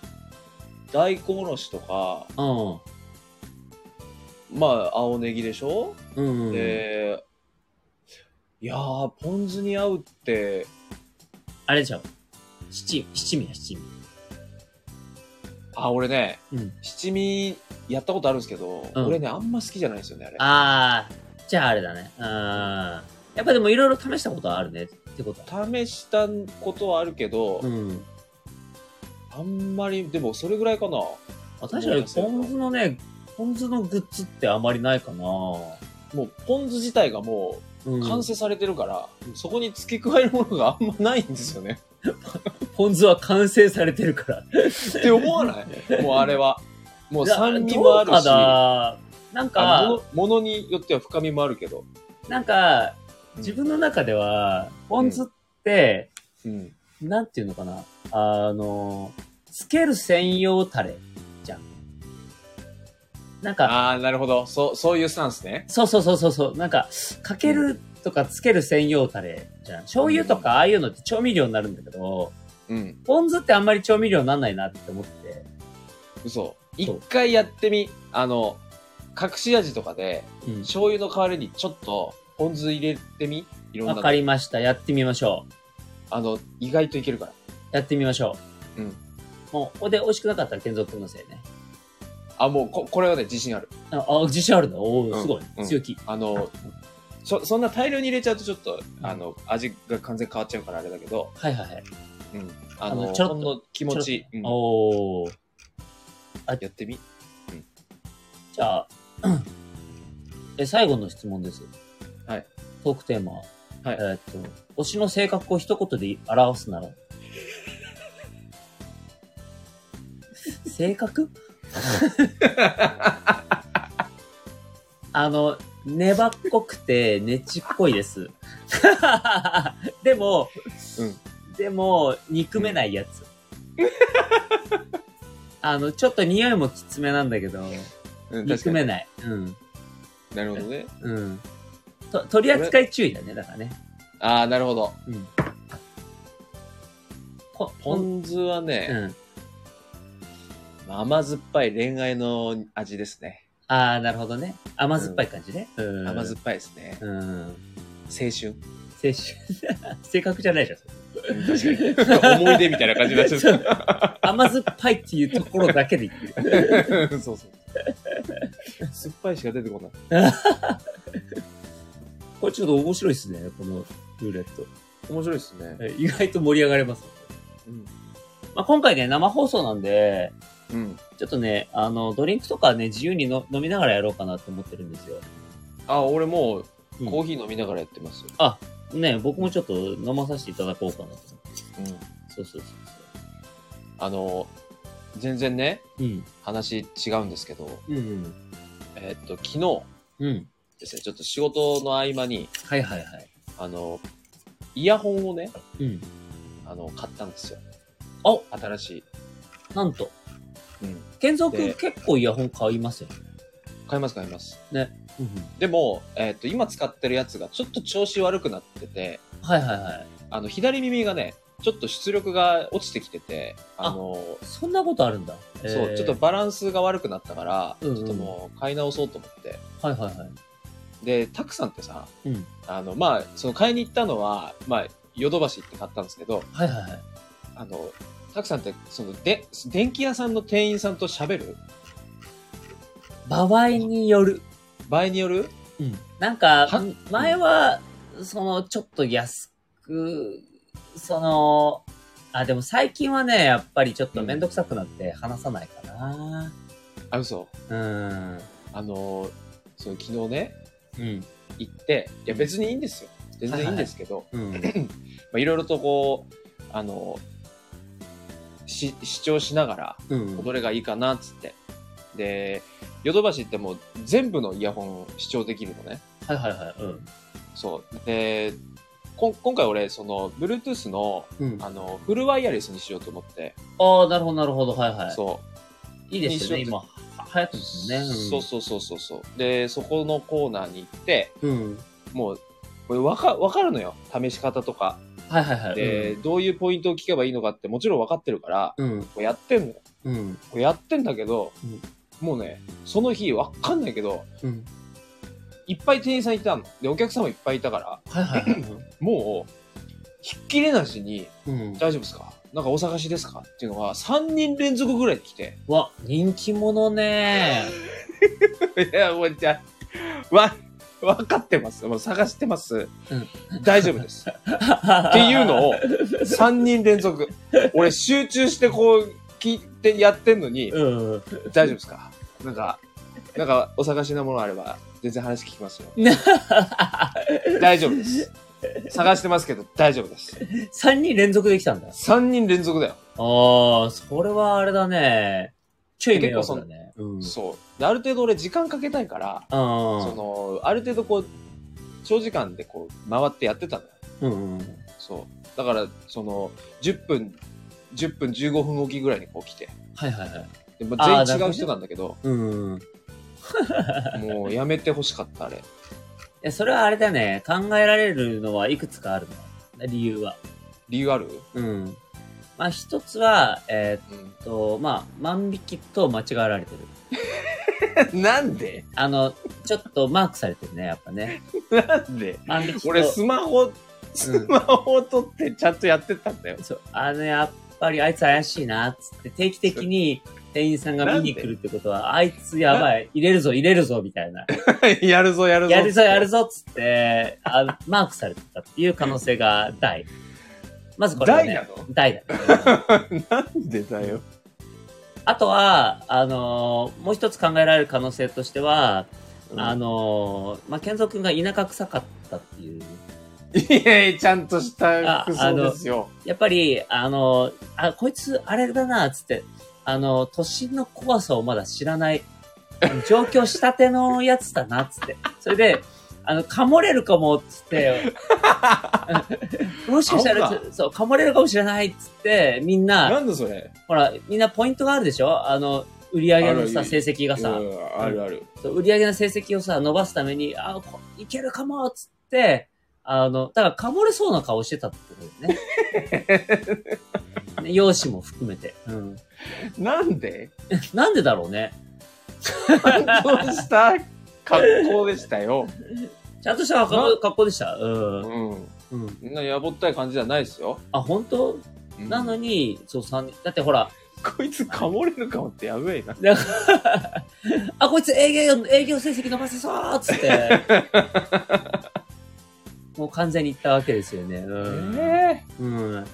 Speaker 2: 大根おろしとか、
Speaker 1: あ
Speaker 2: まあ、青ネギでしょ、
Speaker 1: あ。うん。
Speaker 2: で、いやー、ポン酢に合うって、
Speaker 1: あれでしょ。七、七味や七味。
Speaker 2: あ、俺ね、
Speaker 1: うん
Speaker 2: 七味やったことあるんですけど、
Speaker 1: うん
Speaker 2: 俺ね、あんま好きじゃないんですよね、あれ。
Speaker 1: ああ、じゃああれだね。あーやっぱでもいろいろ試したことはあるねってことは。
Speaker 2: 試したことはあるけど、
Speaker 1: うん。
Speaker 2: あんまり、でもそれぐらいかな。
Speaker 1: あ確かにポン酢のね、ポン酢のグッズってあまりないかな。
Speaker 2: もう、ポン酢自体がもう、
Speaker 1: うん、
Speaker 2: 完成されてるから、そこに付け加えるものがあんまないんですよね。
Speaker 1: ポン酢は完成されてるから。
Speaker 2: って思わないもうあれは。もう酸味もある
Speaker 1: どうか
Speaker 2: し、あ
Speaker 1: ななん
Speaker 2: の
Speaker 1: か、
Speaker 2: ものものによっては深みもあるけど。
Speaker 1: なんか、自分の中では、ポン酢って、
Speaker 2: うん。
Speaker 1: なんていうのかな。あの、つける専用タレじゃん。なんか、
Speaker 2: ああ、なるほど。そう、そういうスタンスね。
Speaker 1: そうそうそうそうそう。なんか、かけるとかつける専用タレじゃん。醤油とかああいうのって調味料になるんだけど、
Speaker 2: うん。
Speaker 1: ポン酢ってあんまり調味料になんないなって思って。
Speaker 2: 嘘。一回やってみ。あの、隠し味とかで、
Speaker 1: うん
Speaker 2: 醤油の代わりにちょっと、ポン酢入れてみいろんな
Speaker 1: わ
Speaker 2: の
Speaker 1: かりました。やってみましょ
Speaker 2: あの、意外といけるから。
Speaker 1: う。やってみましょう。
Speaker 2: うん
Speaker 1: もう、で、美味しくなかったら健三君のせいね。
Speaker 2: あ、もうこ、これはね、自信ある。
Speaker 1: あ、あ自信あるのお
Speaker 2: う
Speaker 1: お、
Speaker 2: ん
Speaker 1: すごい。
Speaker 2: うん
Speaker 1: 強気。
Speaker 2: あの、そ、そんな大量に入れちゃうとちょっと、あの、味が完全に変わっちゃうからあれだけど、
Speaker 1: はいはいはい。
Speaker 2: うん。あ
Speaker 1: あ
Speaker 2: の、
Speaker 1: のちょろっと
Speaker 2: ほんの気持ち、うん
Speaker 1: おお。
Speaker 2: やってみ。
Speaker 1: じゃあ、え、最後の質問です。
Speaker 2: はい。
Speaker 1: トークテーマ。はいえーっと、推しの性格を一言で表すなら 性格あの、粘っこくて、ねちっこいです。 でも、
Speaker 2: うん
Speaker 1: でも、憎めないやつ。あの、ちょっと匂いもきつめなんだけど、
Speaker 2: うん、確
Speaker 1: 憎
Speaker 2: かに。
Speaker 1: めない。うん。
Speaker 2: なるほどね。
Speaker 1: うん。と取り扱い注意だね、だからね。
Speaker 2: ああ、なるほど。
Speaker 1: うん。ポ
Speaker 2: ポン酢は
Speaker 1: う
Speaker 2: ね、
Speaker 1: ん。
Speaker 2: 甘酸っぱい恋愛の味ですね。
Speaker 1: ああ、なるほどね。甘酸っぱい感じね。うん。
Speaker 2: 甘酸っぱいですね。
Speaker 1: うん。
Speaker 2: 青春。
Speaker 1: 青春。 性格じゃないじゃん。
Speaker 2: 確かに。思い出みたいな感じになっちゃ
Speaker 1: そう甘酸っぱいっていうところだけで言ってる。
Speaker 2: う。 そうそう。酸っぱいしか出てこない。
Speaker 1: これちょっと面白いですね、このルーレット。
Speaker 2: 面白いですね。
Speaker 1: え意外と盛り上がれます。
Speaker 2: うん。
Speaker 1: まあ、今回ね、生放送なんで、
Speaker 2: うん。
Speaker 1: ちょっとね、あの、ドリンクとかね、自由にの飲みながらやろうかなと思ってるんですよ。
Speaker 2: あ、俺も
Speaker 1: う
Speaker 2: うんコーヒー飲みながらやってます。
Speaker 1: ね、僕もちょっと飲まさせていただこうかなと思って。
Speaker 2: うん。
Speaker 1: そうそうそう
Speaker 2: あの、全然ね、
Speaker 1: そう。うん。
Speaker 2: 話違うんですけど、
Speaker 1: うん。
Speaker 2: えっと、昨日
Speaker 1: うん。
Speaker 2: ですね、ちょっと仕事の合間に、
Speaker 1: はいはいはい。
Speaker 2: あの、イヤホンをね、
Speaker 1: うん。
Speaker 2: あの、買ったんですよ。
Speaker 1: お
Speaker 2: 新しい。
Speaker 1: なんと、
Speaker 2: うん。
Speaker 1: 健三君
Speaker 2: で
Speaker 1: 結構イヤホン買いますよね。
Speaker 2: 買います、買います。
Speaker 1: うん。
Speaker 2: でも、えっと、今使ってるやつがちょっと調子悪くなってて、
Speaker 1: はいはいはい。
Speaker 2: あの、左耳がね、ちょっと出力が落ちてきてて、あの、
Speaker 1: そんなことあるんだ。
Speaker 2: そう、ちょっとバランスが悪くなったから、
Speaker 1: うんうん
Speaker 2: ちょっともう買い直そうと思って。
Speaker 1: と。はいはいはい。
Speaker 2: で、タクさんってさ、
Speaker 1: うん。
Speaker 2: あの、まあ、その買いに行ったのは、まあ、ヨドバシ行って買ったんですけど、
Speaker 1: はいはいはい。
Speaker 2: あの、タクさんって、その、で、電気屋さんの店員さんと喋る
Speaker 1: 場合による。
Speaker 2: 場合による
Speaker 1: うん。なんか
Speaker 2: は、
Speaker 1: 前は、その、ちょっと安く、その、あ、でも最近はね、やっぱりちょっとめんどくさくなって話さないかな。
Speaker 2: あ、嘘。
Speaker 1: うん。
Speaker 2: あの、その、昨日ね、
Speaker 1: うん。
Speaker 2: 行って、いや、別にいいんですよ。全然いいんですけど、
Speaker 1: うん。
Speaker 2: まあ、いろいろとこう、あの、し、主張しながら、
Speaker 1: うん。
Speaker 2: どれがいいかなっつって。で、ヨドバシってもう全部のイヤホンを視聴できるのね。
Speaker 1: はいはいはい。うん。
Speaker 2: そう。で、こん今回俺、その、Bluetooth の、
Speaker 1: うん。
Speaker 2: あの、フルワイヤレスにしようと思って。
Speaker 1: ああ、なるほど、なるほど。はいはい。
Speaker 2: そ
Speaker 1: いいですよね、
Speaker 2: 一緒
Speaker 1: 今。は流行って
Speaker 2: う。
Speaker 1: ますもんね。ん
Speaker 2: そうそうそうそうそう。で、そこのコーナーに行って、
Speaker 1: うん。
Speaker 2: もう、これわか、わかるのよ。試し方とか。
Speaker 1: はいはいはい。
Speaker 2: で、どういうポイントを聞けばいいのかってもちろんわかってるから、
Speaker 1: うん。
Speaker 2: こうやってんのよ。
Speaker 1: うん。
Speaker 2: こうやってんだけど、
Speaker 1: うん
Speaker 2: もうね、その日わかんないけど、
Speaker 1: うん。
Speaker 2: いっぱい店員さんいたの。で、お客さんもいっぱいいたから、
Speaker 1: はいはいはい。
Speaker 2: もう、ひっきりなしに、
Speaker 1: うん。
Speaker 2: 大丈夫ですかなんかお探しですかっていうのが、3人連続ぐらい来て。
Speaker 1: わ、人気者ね。
Speaker 2: いや、もうじゃあわ、わかってます。もう探してます。大丈夫 です。っ
Speaker 1: って
Speaker 2: いうのを、3人連続。俺、集中してこう、聞いてやってんのに、
Speaker 1: うん。
Speaker 2: 大丈夫ですかなんか、なんか、お探しのものあれば、全然話聞きますよ。大丈夫です。探してますけど、大丈夫です。
Speaker 1: 三人連続できたんだ。あ
Speaker 2: 3人連続だよ。
Speaker 1: あ、それはあれだね。ちょい迷惑だね。うん。
Speaker 2: そう。である程度俺時間かけたいから、そ
Speaker 1: あ
Speaker 2: の、ある程度こう、長時間でこう、回ってやってたのよ。
Speaker 1: あ。うん。うん。
Speaker 2: そう。だから、その、10分、10分15分おきぐらいにこう来て。
Speaker 1: はいはいはい。
Speaker 2: でも
Speaker 1: あー
Speaker 2: 全
Speaker 1: なるほど
Speaker 2: 員違う
Speaker 1: ね
Speaker 2: 人なんだけど、
Speaker 1: うん。い
Speaker 2: もうやめてほしかった、あれ。
Speaker 1: や、それはあれだね。考えられるのはいくつかあるね。理由は。
Speaker 2: 理由ある
Speaker 1: うん。まあ、一つは、え
Speaker 2: う
Speaker 1: ーっと、まあ、万引きと間違えられてる。
Speaker 2: ん。 なんで
Speaker 1: あの、ちょっとマークされてるね、やっぱね。
Speaker 2: なんで
Speaker 1: 万引きと
Speaker 2: 俺スマホ、スマホを撮ってちゃんとやってたんだよ。
Speaker 1: そう、あの、やっぱりあいつ怪しいな、つって定期的に店員さんが見に来るってことは、あいつやばい、入れるぞ、入れるぞ、みたいな。
Speaker 2: やるぞやるぞ。
Speaker 1: やるぞ、やるぞ、つって、あマークされてたっていう可能性が大。まずこれは、
Speaker 2: 大
Speaker 1: ね
Speaker 2: な。の
Speaker 1: 大だ、 ね。
Speaker 2: なんでだよ。
Speaker 1: あとは、あのーもう一つ考えられる可能性としては、あ
Speaker 2: の、
Speaker 1: のーまあ、健三君が田舎臭かったっていう。
Speaker 2: いやいや、ちゃんとした服
Speaker 1: ああ
Speaker 2: 装
Speaker 1: の
Speaker 2: ですよ。
Speaker 1: やっぱり、あの、あ、こいつ、あれだな、つって、あの、都心の怖さをまだ知らない、上京したてのやつだな、つって。それで、あの、かもれるかも、つ って、もしかしたら
Speaker 2: あほん、
Speaker 1: そう、かもれるかもしれない、つって、みんな、
Speaker 2: なんだそれ。
Speaker 1: ほら、みんなポイントがあるでしょあの、売り上げの
Speaker 2: あ
Speaker 1: さ、
Speaker 2: る
Speaker 1: 成績がさ、
Speaker 2: うんあるある。
Speaker 1: そう売り上げの成績をさ、伸ばすために、あ、こいけるかも、つって、あの、だから、かもれそうな顔してたってことだよ ね。ね容姿も含めて。うん。
Speaker 2: なんで
Speaker 1: なんでだろうね。
Speaker 2: ちゃんとした格好でしたよ。
Speaker 1: ちゃんとした格好
Speaker 2: な
Speaker 1: 格好でした。うん。
Speaker 2: うん。
Speaker 1: うん。
Speaker 2: みんなやぼったい感じじゃないですよ。
Speaker 1: あ、本当
Speaker 2: うん
Speaker 1: なのに、そう、三人。だってほら、
Speaker 2: こいつかもれるかもってやべえな。
Speaker 1: だから あ、こいつ営業、営業成績伸ばせそうっつ って。もう完全に行ったわけですよね。うん。
Speaker 2: え
Speaker 1: うん。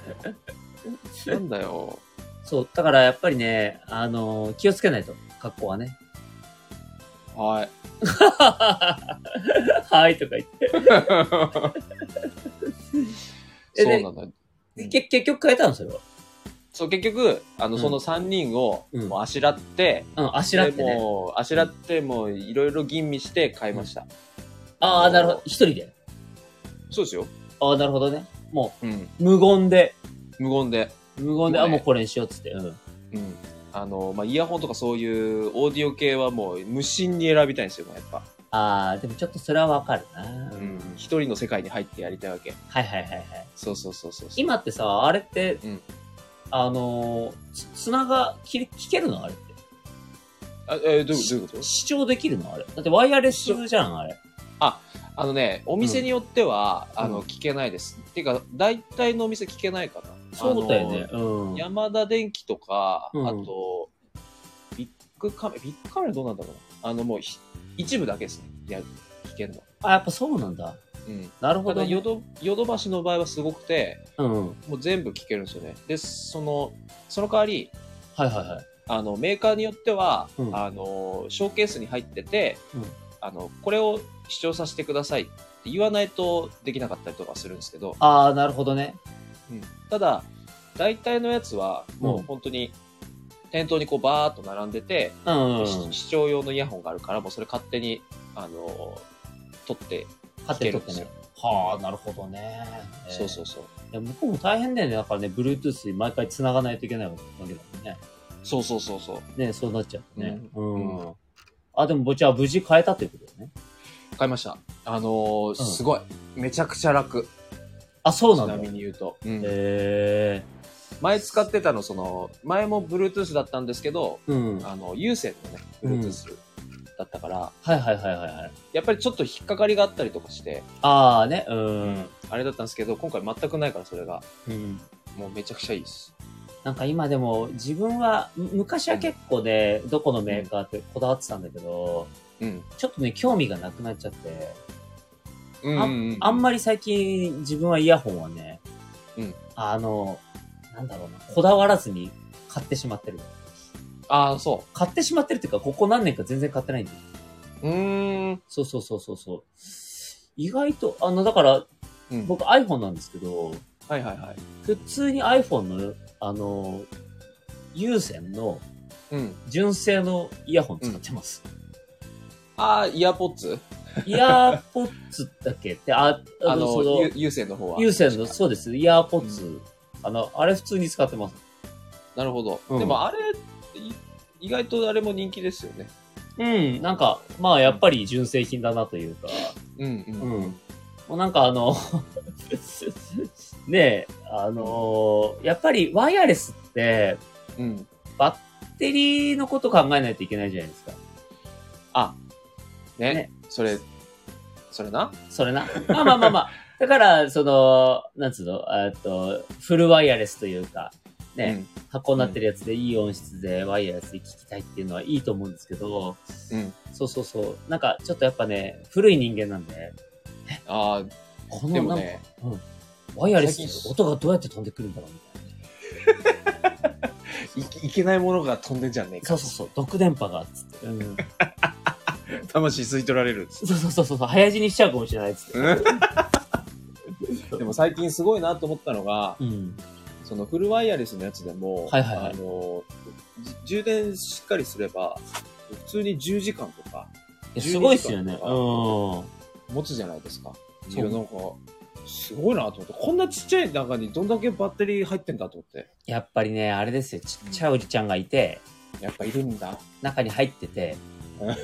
Speaker 2: えなんだよ。
Speaker 1: そう、だからやっぱりね、あの気をつけないと、格好はね。
Speaker 2: はい。
Speaker 1: はい、とか言って。え
Speaker 2: そうなんだ。
Speaker 1: でけ結局変えたの、それは。
Speaker 2: そう、結局、あの、
Speaker 1: うん
Speaker 2: その3人を、
Speaker 1: うん
Speaker 2: もうあしらって、
Speaker 1: うん、あしらって
Speaker 2: で
Speaker 1: ね。
Speaker 2: もう、あしらって、もう、いろいろ吟味して買いました。
Speaker 1: ああ、なるほど。一人で。
Speaker 2: そうですよ。
Speaker 1: ああ、なるほどね。も
Speaker 2: うん。
Speaker 1: う、無言で。
Speaker 2: 無言で。
Speaker 1: 無言で、
Speaker 2: もうね
Speaker 1: あ、もうこれにしようっつって。うん。
Speaker 2: うん。あの、まあ、イヤホンとかそういうオーディオ系はもう、無心に選びたいんですよ、やっぱ。
Speaker 1: ああ、でもちょっとそれはわかるな。う
Speaker 2: うん。一人の世界に入ってやりたいわけ。
Speaker 1: はいはいはいはい。
Speaker 2: そうそうそうそう。
Speaker 1: 今ってさ、あれって、
Speaker 2: うん
Speaker 1: あのーつ、つなが、き聞けるのあれって。
Speaker 2: あ、えーどういうどういうこと
Speaker 1: 視聴できるのあれ。だってワイヤレスじゃん、あれ。
Speaker 2: あのね、お店によっては、
Speaker 1: うん
Speaker 2: あの、聞けないです。っていうか、大体のお店聞けないかな。
Speaker 1: そうだよね。う
Speaker 2: あの。
Speaker 1: ん。
Speaker 2: 山田電機とか、
Speaker 1: うん
Speaker 2: あと、ビッグカメラ、ビッグカメラどうなんだろうな。あの、もうひ、一部だけですね。いや、聞けるの。
Speaker 1: あ、やっぱそうなんだ。
Speaker 2: うん。
Speaker 1: なるほ
Speaker 2: た
Speaker 1: ど
Speaker 2: だ、
Speaker 1: ね、
Speaker 2: ヨド、ヨドバシの場合はすごくて、
Speaker 1: うん。はい
Speaker 2: もう全部聞けるんですよね。で、その、その代わり、
Speaker 1: はいはい。
Speaker 2: あの、メーカーによっては、
Speaker 1: うん
Speaker 2: あの、ショーケースに入ってて、
Speaker 1: うん
Speaker 2: あの、これを視聴させてくださいって言わないとできなかったりとかするんですけど、
Speaker 1: ああ、なるほどね。
Speaker 2: ただ大体のやつはも
Speaker 1: うん
Speaker 2: う本当に店頭にこうバーっと並んでて、
Speaker 1: うん。
Speaker 2: し視聴用のイヤホンがあるからもうそれ勝手にあの取って、
Speaker 1: 勝手に取ってね。はあ、なるほどね。
Speaker 2: そうそうう。そう
Speaker 1: いや、向こうも大変だよね。だからね、Bluetooth に毎回繋がないといけないわけだもんね。
Speaker 2: そうそうそうそう
Speaker 1: ね、そうなっちゃうね。うん。
Speaker 2: う
Speaker 1: あ、でも、ぼちは無事変えたということだよね。
Speaker 2: 買いましたあのーすごいめちゃくちゃ楽
Speaker 1: あ、そう
Speaker 2: ち
Speaker 1: なんだ。
Speaker 2: なみ
Speaker 1: へ
Speaker 2: に言うと、うん
Speaker 1: え
Speaker 2: 前使ってたのその前も Bluetooth だったんですけど
Speaker 1: うん。はい
Speaker 2: あの有線のね
Speaker 1: うん
Speaker 2: Bluetooth だったから、
Speaker 1: はいはいはいはい。
Speaker 2: やっぱりちょっと引っかかりがあったりとかして、
Speaker 1: ああね、うん。
Speaker 2: あれだったんですけど今回全くないからそれが
Speaker 1: うん。
Speaker 2: もうめちゃくちゃいいです
Speaker 1: なんか今でも自分は、む昔は結構ね、どこのメーカーってこだわってたんだけど、
Speaker 2: うん
Speaker 1: ちょっとね、興味がなくなっちゃって、
Speaker 2: うんうんうん
Speaker 1: あんまり最近自分はイヤホンはね、
Speaker 2: うん
Speaker 1: あの、なんだろうな、こだわらずに買ってしまってる。
Speaker 2: ああ、そ
Speaker 1: 買ってしまってるっていうか、ここ何年か全然買ってないんだよ。
Speaker 2: う。うーん。
Speaker 1: そうそうそうそうそう。意外と、あの、だから、
Speaker 2: うん
Speaker 1: 僕 iPhone なんですけど、
Speaker 2: はいはいはい。
Speaker 1: 普通に iPhone の、あの、有線の
Speaker 2: うん。
Speaker 1: 純正のイヤホン使ってます。
Speaker 2: ああ、イヤーポッツ
Speaker 1: イヤーポッツだっけって、あ、あ
Speaker 2: あ
Speaker 1: の、そ
Speaker 2: の、
Speaker 1: の
Speaker 2: ゆ、有線の方は。
Speaker 1: 有線の、
Speaker 2: 確か
Speaker 1: そうです、イヤーポッツ。あの、あれ普通に使ってます。
Speaker 2: なるほど。
Speaker 1: うん
Speaker 2: でもあれ、い意外とあれも人気ですよね。
Speaker 1: うん、なんか、まあやっぱり純正品だなというか、
Speaker 2: うんうん。
Speaker 1: うん。もうなんかあの、 ねえ、あのやっぱりワイヤレスって
Speaker 2: うん。
Speaker 1: バッテリーのこと考えないといけないじゃないですか。
Speaker 2: あ、ね
Speaker 1: ね
Speaker 2: それ、それな。
Speaker 1: それな。まあまあ まあまあ。だから、その、なんつうの、えっと、フルワイヤレスというか、ね、箱になってるやつでいい音質でワイヤレスで聞きたいっていうのはいいと思うんですけど、
Speaker 2: うん
Speaker 1: そうそうそう。なんかちょっとやっぱね、古い人間なんで、
Speaker 2: あ
Speaker 1: こ
Speaker 2: あ、
Speaker 1: の
Speaker 2: で
Speaker 1: なん
Speaker 2: も
Speaker 1: か、
Speaker 2: ね、
Speaker 1: うん、ワイヤレスの音がどうやって飛んでくるんだろうみたいな。
Speaker 2: いいけないものが飛んでんじゃねえ
Speaker 1: そ
Speaker 2: か
Speaker 1: う。そうそう、毒電波が、つって。 うん、
Speaker 2: 魂吸い取られるっつっ。
Speaker 1: そうそうそうそう、早死にしちゃうかもしれないっつって
Speaker 2: でも最近すごいなと思ったのが、
Speaker 1: て。うん。
Speaker 2: そのフルワイヤレスのやつでも、
Speaker 1: はいはいはい
Speaker 2: あの、じ充電しっかりすれば、普通に10時間とか
Speaker 1: いやすごいっすよね。
Speaker 2: 12
Speaker 1: う
Speaker 2: 持つじゃないですか。
Speaker 1: そう
Speaker 2: いや、なんか、すごいなと思って、こんなちっちゃい中にどんだけバッテリー入ってんだと思って。
Speaker 1: ん。やっぱりね、あれですよ、ちっちゃいおじちゃんがいて、
Speaker 2: やっぱいるんだ。
Speaker 1: 中に入ってて
Speaker 2: うん、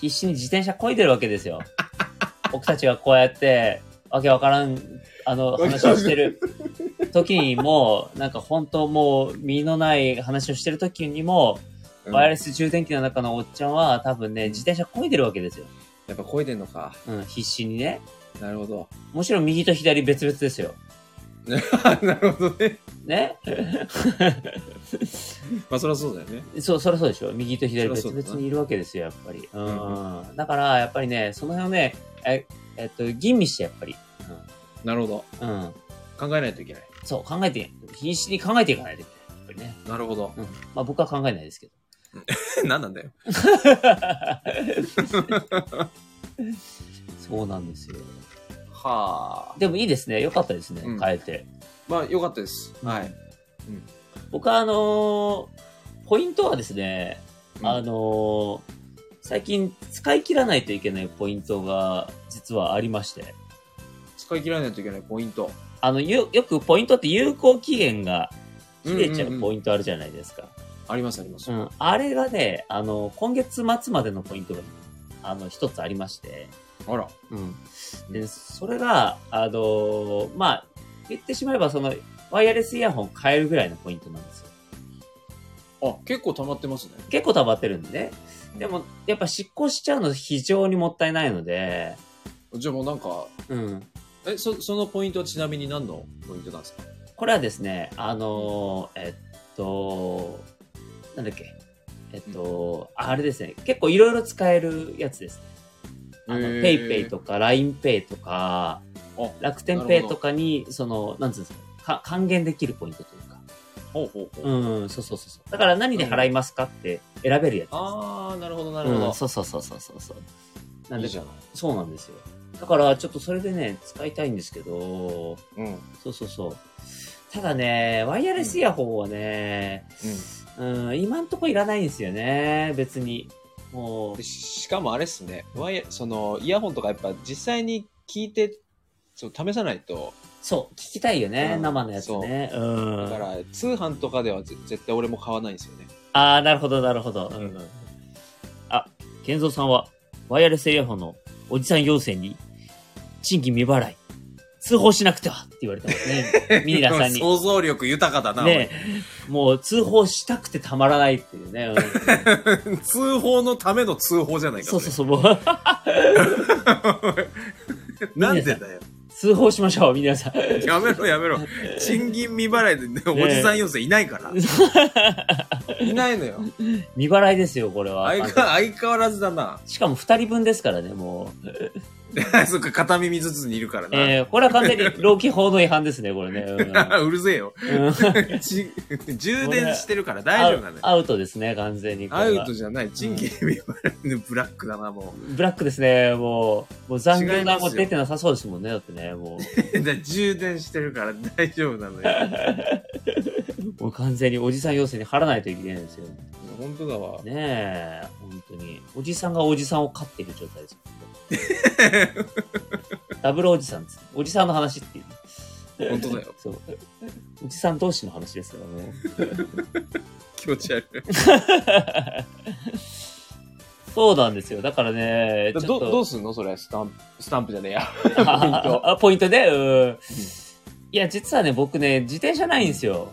Speaker 1: 必死に自転車漕いでるわけですよ。 僕たちがこうやって、わけわからん、あの、話をしてる時にも、なんか本当もう、身のない話をしてる時にも、
Speaker 2: うん
Speaker 1: ワイヤレス充電器の中のおっちゃんは、多分ね、自転車漕いでるわけですよ。
Speaker 2: やっぱ声出んのか。
Speaker 1: うん、必死にね。
Speaker 2: なるほど。
Speaker 1: もちろん右と左別々ですよ。
Speaker 2: なるほどね。
Speaker 1: ね
Speaker 2: まあ、そりゃそうだよね。
Speaker 1: そう、そりゃそうでしょ。右と左
Speaker 2: そりゃ
Speaker 1: 別
Speaker 2: そうだな
Speaker 1: 々にいるわけですよ、やっぱり。うん。だから、やっぱりね、その辺をね、え、えっと、吟味して、やっぱり。
Speaker 2: なるほ
Speaker 1: う
Speaker 2: ど。
Speaker 1: ん。うん。
Speaker 2: 考えないといけない。
Speaker 1: そう、考えて、必死に考えていかないといけない。やっぱりね。
Speaker 2: なるほど。
Speaker 1: うん。まあ僕は考えないですけど。
Speaker 2: 何なんだよ。
Speaker 1: そうなんですよ。
Speaker 2: はあ。
Speaker 1: でもいいですね。よかったですね。
Speaker 2: うん
Speaker 1: 変えて。
Speaker 2: まあ、よかったです。はい。
Speaker 1: 僕は、あのーポイントはですね、あのー最近使い切らないといけないポイントが実はありまして。
Speaker 2: 使い切らないといけないポイント。
Speaker 1: あの、よ、よくポイントって有効期限が切れちゃ
Speaker 2: うんうんう
Speaker 1: うんポイントあるじゃないですか。
Speaker 2: あります、ありま
Speaker 1: う
Speaker 2: す。
Speaker 1: んあれがね、あの、今月末までのポイントが、あの、一つありまして。
Speaker 2: あら。
Speaker 1: で、それが、あの、まあ、言ってしまえば、その、ワイヤレスイヤホン変えるぐらいのポイントなんですよ。
Speaker 2: あ、結構溜まってますね。
Speaker 1: 結構溜まってるんでね。でも、やっぱ執行しちゃうの非常にもったいないので、
Speaker 2: じゃあもうなんか、
Speaker 1: うん。
Speaker 2: え、そ、そのポイントはちなみに何のポイントなんですか
Speaker 1: これはですね、あのー、えっと、なんだっけ、えっと、あれですね、結構いろいろ使えるやつですね。あの、
Speaker 2: へー
Speaker 1: ペイペイとか、LINEPay とか
Speaker 2: あ、
Speaker 1: 楽天ペイとかに、その、なんつうんですか、か還元できるポイントというか。
Speaker 2: ほうほうほう。
Speaker 1: うん、そうそうそうそう。だから何で払いますかって選べるやつです。
Speaker 2: あー、なるほど、な
Speaker 1: な
Speaker 2: るほど。
Speaker 1: そうそうそうそうそうそう。なん
Speaker 2: い
Speaker 1: で
Speaker 2: いじゃない。
Speaker 1: そうなんですよ。だから、ちょっとそれでね、使いたいんですけど、
Speaker 2: うん。うん。
Speaker 1: そうそうそう。ただね、ワイヤレスイヤホンはね、うん、今んとこいらないんですよね、別に。もう
Speaker 2: で、ししかもあれっすね。ワイヤ、その、イヤホンとかやっぱ実際に聞いて、そう、試さないと。
Speaker 1: そう、聞きたいよね、
Speaker 2: うん
Speaker 1: 生のやつね。う
Speaker 2: だか
Speaker 1: ん。
Speaker 2: ら、通販とかではぜ絶対俺も買わないんですよね。
Speaker 1: ああ、なるほど、なるほど。うんうん。あ、健三さんは、ワイヤレスイヤホンのおじさん要請に、賃金未払い、通報しなくてはって言われてますね。ミイラさんに。
Speaker 2: 想像力豊かだな。
Speaker 1: ねもう通報したくてたまらないっていう ね。うん
Speaker 2: 俺通報のための通報じゃないか。
Speaker 1: そうそうそう、もう
Speaker 2: う。 なんでだよ。
Speaker 1: 通報しましょう、皆さん。
Speaker 2: やめろやめろ。賃金未払いで、ね、
Speaker 1: ね
Speaker 2: おじさん要請いな いから。いないのよ。
Speaker 1: 未払いですよ、これは。
Speaker 2: 相変相変わらずだな。
Speaker 1: しかも2人分ですからね、もう。
Speaker 2: そっか、片耳ずつにいる からな。
Speaker 1: えー、これは完全に労基法の違反ですね、これね。う
Speaker 2: うるせえよ。
Speaker 1: んうん
Speaker 2: ち充電してるから 大丈夫なのよ。
Speaker 1: アウトですね、完全に。こ
Speaker 2: ア
Speaker 1: れ
Speaker 2: ウ
Speaker 1: は
Speaker 2: トじゃない。賃金未払いのブラックだな、も
Speaker 1: ブラックですね、もう。もう残業
Speaker 2: 違いま
Speaker 1: 代
Speaker 2: すよ
Speaker 1: も出てなさそうですもんね、だってね、もう。
Speaker 2: う。 だ充電してるから大丈夫な のよ。
Speaker 1: もう完全におじさん要請に払わないといけないんですよ。ね
Speaker 2: 本当だわ。
Speaker 1: え、本当に。おじさんがおじさんを飼っている状態です もんね。ダブルおじさんです。おじさんの話っていう。
Speaker 2: 本当だよ。
Speaker 1: そう。おじさん同士の話ですからね。
Speaker 2: 気持ち悪い。
Speaker 1: そうなんですよ。だからね、ちょ
Speaker 2: ど
Speaker 1: っと
Speaker 2: どうすんのそれ、スタンプ、スタンプじゃねえや。
Speaker 1: ああポイントね。うん。いや、実はね、僕ね、自転車ないんですよ。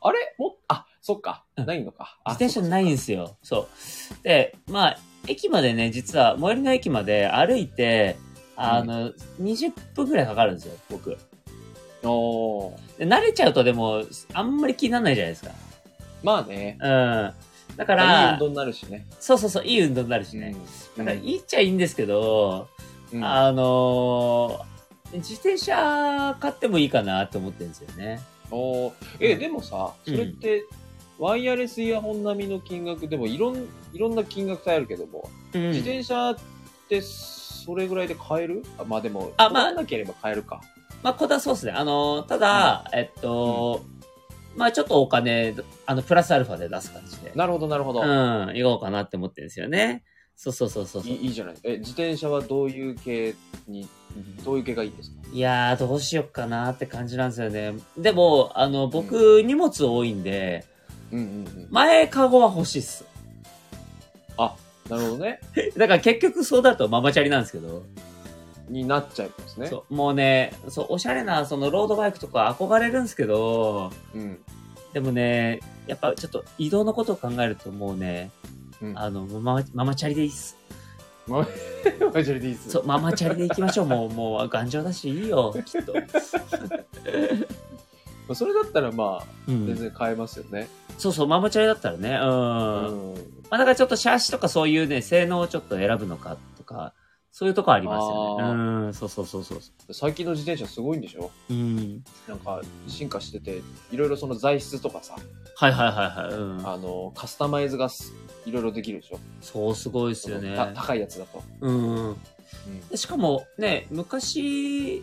Speaker 2: あれもあ、そっか。
Speaker 1: うん
Speaker 2: ないのか。あ
Speaker 1: 自転車ないんですよ。そう。で、まあ、駅までね、実は、最寄りの駅まで歩いて、あの、20分ぐらいかかるんですよ、僕。
Speaker 2: おー
Speaker 1: で慣れちゃうとでも、あんまり気にならないじゃないですか。
Speaker 2: まあね。
Speaker 1: うん。だか
Speaker 2: いい
Speaker 1: ら
Speaker 2: 運、動になるしね。
Speaker 1: そうそうそう、いい運動になるしね。だから、いいっちゃいいんですけど、
Speaker 2: うん
Speaker 1: あのー自転車買ってもいいかなと思ってるんですよね。
Speaker 2: おーえ、
Speaker 1: うん
Speaker 2: でもさ、それって、ワイヤレスイヤホン並みの金額でもいろん、いろんな金額帯あるけども、自転車ってそれぐらいで買えるあ、まあでも、
Speaker 1: あまあ
Speaker 2: 取らなければ買えるか。
Speaker 1: まあ、これはそうですね。あのーただ、えっと、まあ、ちょっとお金、あの、プラスアルファで出す感じで、
Speaker 2: なるほど、なるほど。
Speaker 1: うん、いこうかなって思ってるんですよね。そうそうそうそうそう
Speaker 2: い。いいじゃない。え、自転車はどういう系に、どういう系がいいんですか
Speaker 1: いやー、どうしよっかなって感じなんですよね。でも、あの、僕、荷物多いんで、
Speaker 2: うんうんうん。
Speaker 1: 前カゴは欲しいっす。
Speaker 2: なるほどね。
Speaker 1: だから結局そうだとママチャリなんですけど、
Speaker 2: になっちゃいますね。
Speaker 1: そうもうね、そう、おしゃれな、そのロードバイクとか憧れるんですけど、
Speaker 2: うん。
Speaker 1: でもね、やっぱちょっと移動のことを考えるともうね、
Speaker 2: うん
Speaker 1: あの、ママママチャリでいいっす。
Speaker 2: マジでいいっす
Speaker 1: そう、ママチャリで行き ましょう。もう、もう、頑丈だし、いいよ、きっと。
Speaker 2: まあそれだったらまあ、
Speaker 1: う
Speaker 2: 全
Speaker 1: ん、
Speaker 2: 然買えますよね。
Speaker 1: そうそう、ママチャリだったらね、
Speaker 2: う
Speaker 1: うん。
Speaker 2: ん。
Speaker 1: まあ、だからちょっとシャーシとかそういうね、性能をちょっと選ぶのかとか、そういうとこありますよね
Speaker 2: あ。
Speaker 1: うん、そうそうそうそうそ
Speaker 2: 最近の自転車すごいんでしょ
Speaker 1: う。うん。
Speaker 2: なんか進化してて、いろいろその材質とかさ、
Speaker 1: はいはいはいはい。うん。
Speaker 2: あの、カスタマイズがすいろいろできるでしょ
Speaker 1: そう、すごいですよね。
Speaker 2: た高いやつだと。
Speaker 1: うん。でしかもね、昔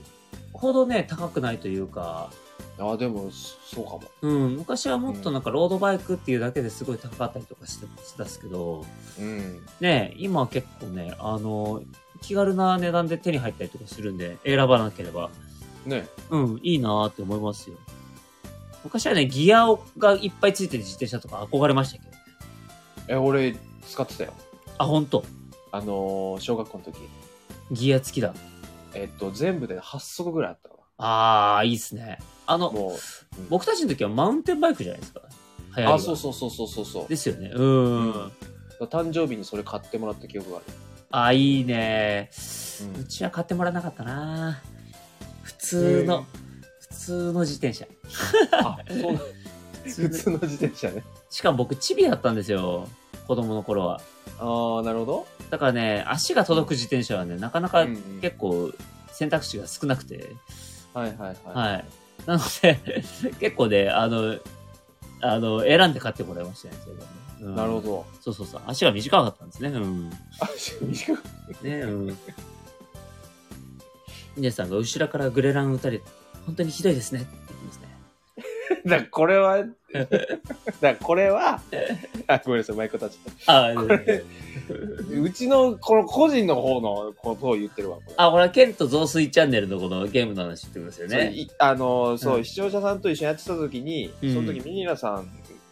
Speaker 1: ほどね、高くないというか、
Speaker 2: ああ、でも、そうかも。
Speaker 1: うん、昔はもっとなんかロードバイクっていうだけですごい高かったりとかしてしてたんですけど、
Speaker 2: うん。
Speaker 1: ね、今は結構ね、あの、気軽な値段で手に入ったりとかするんで、選ばなければ、
Speaker 2: ね。
Speaker 1: うん、いいなーって思いますよ。昔はね、ギアをがいっぱいついてる自転車とか憧れましたけど。
Speaker 2: え、俺、使ってたよ。
Speaker 1: あ、ほんと。
Speaker 2: あのー小学校の時。
Speaker 1: ギア付きだ。
Speaker 2: えっと、全部で8足ぐらいあったか
Speaker 1: あー、いいっすね。あ
Speaker 2: な。
Speaker 1: の、
Speaker 2: もう、うん
Speaker 1: 僕たちの時はマウンテンバイクじゃないですか。流行りは
Speaker 2: あ、そうそうそうそうそうそう。
Speaker 1: ですよね。うん。
Speaker 2: うん誕生日にそれ買ってもらった記憶がある。
Speaker 1: あ、いいね、
Speaker 2: う
Speaker 1: うんちは買ってもらえなかったな普通の、普通の自転車。
Speaker 2: あ、そうなん
Speaker 1: 普通の
Speaker 2: 普通の自転車ね。
Speaker 1: しかも僕、チビだったんですよ。子供の頃は。
Speaker 2: ああ、なるほど。
Speaker 1: だからね、足が届く自転車はね、なかなか
Speaker 2: うんうん
Speaker 1: 結構選択肢が少なくて。
Speaker 2: はいはいは
Speaker 1: はい。なので、 結構ね、あの、あの、選んで買ってもらいましたね。それはねう
Speaker 2: い。
Speaker 1: ん
Speaker 2: なるほど。
Speaker 1: そうそうそう。足が短かったんですね。うん。ね、
Speaker 2: あ、短く。
Speaker 1: うん。皆さんが後ろからグレラン打たれて、本当にひどいですね。って言ってますね。
Speaker 2: だからこれ は、だからこれは、 あ、ごめんなさい、マイク立ちゃ
Speaker 1: あ、
Speaker 2: っ た。うちの、この個人の方のことを言ってるわ、これ。
Speaker 1: あ、ほら、ケント増水チャンネルのこのゲームの話ってことですよ
Speaker 2: そう
Speaker 1: ね。
Speaker 2: いあのーそう、
Speaker 1: うん
Speaker 2: 視聴者さんと一緒にやってた時に、
Speaker 1: うん
Speaker 2: その時ミニラさん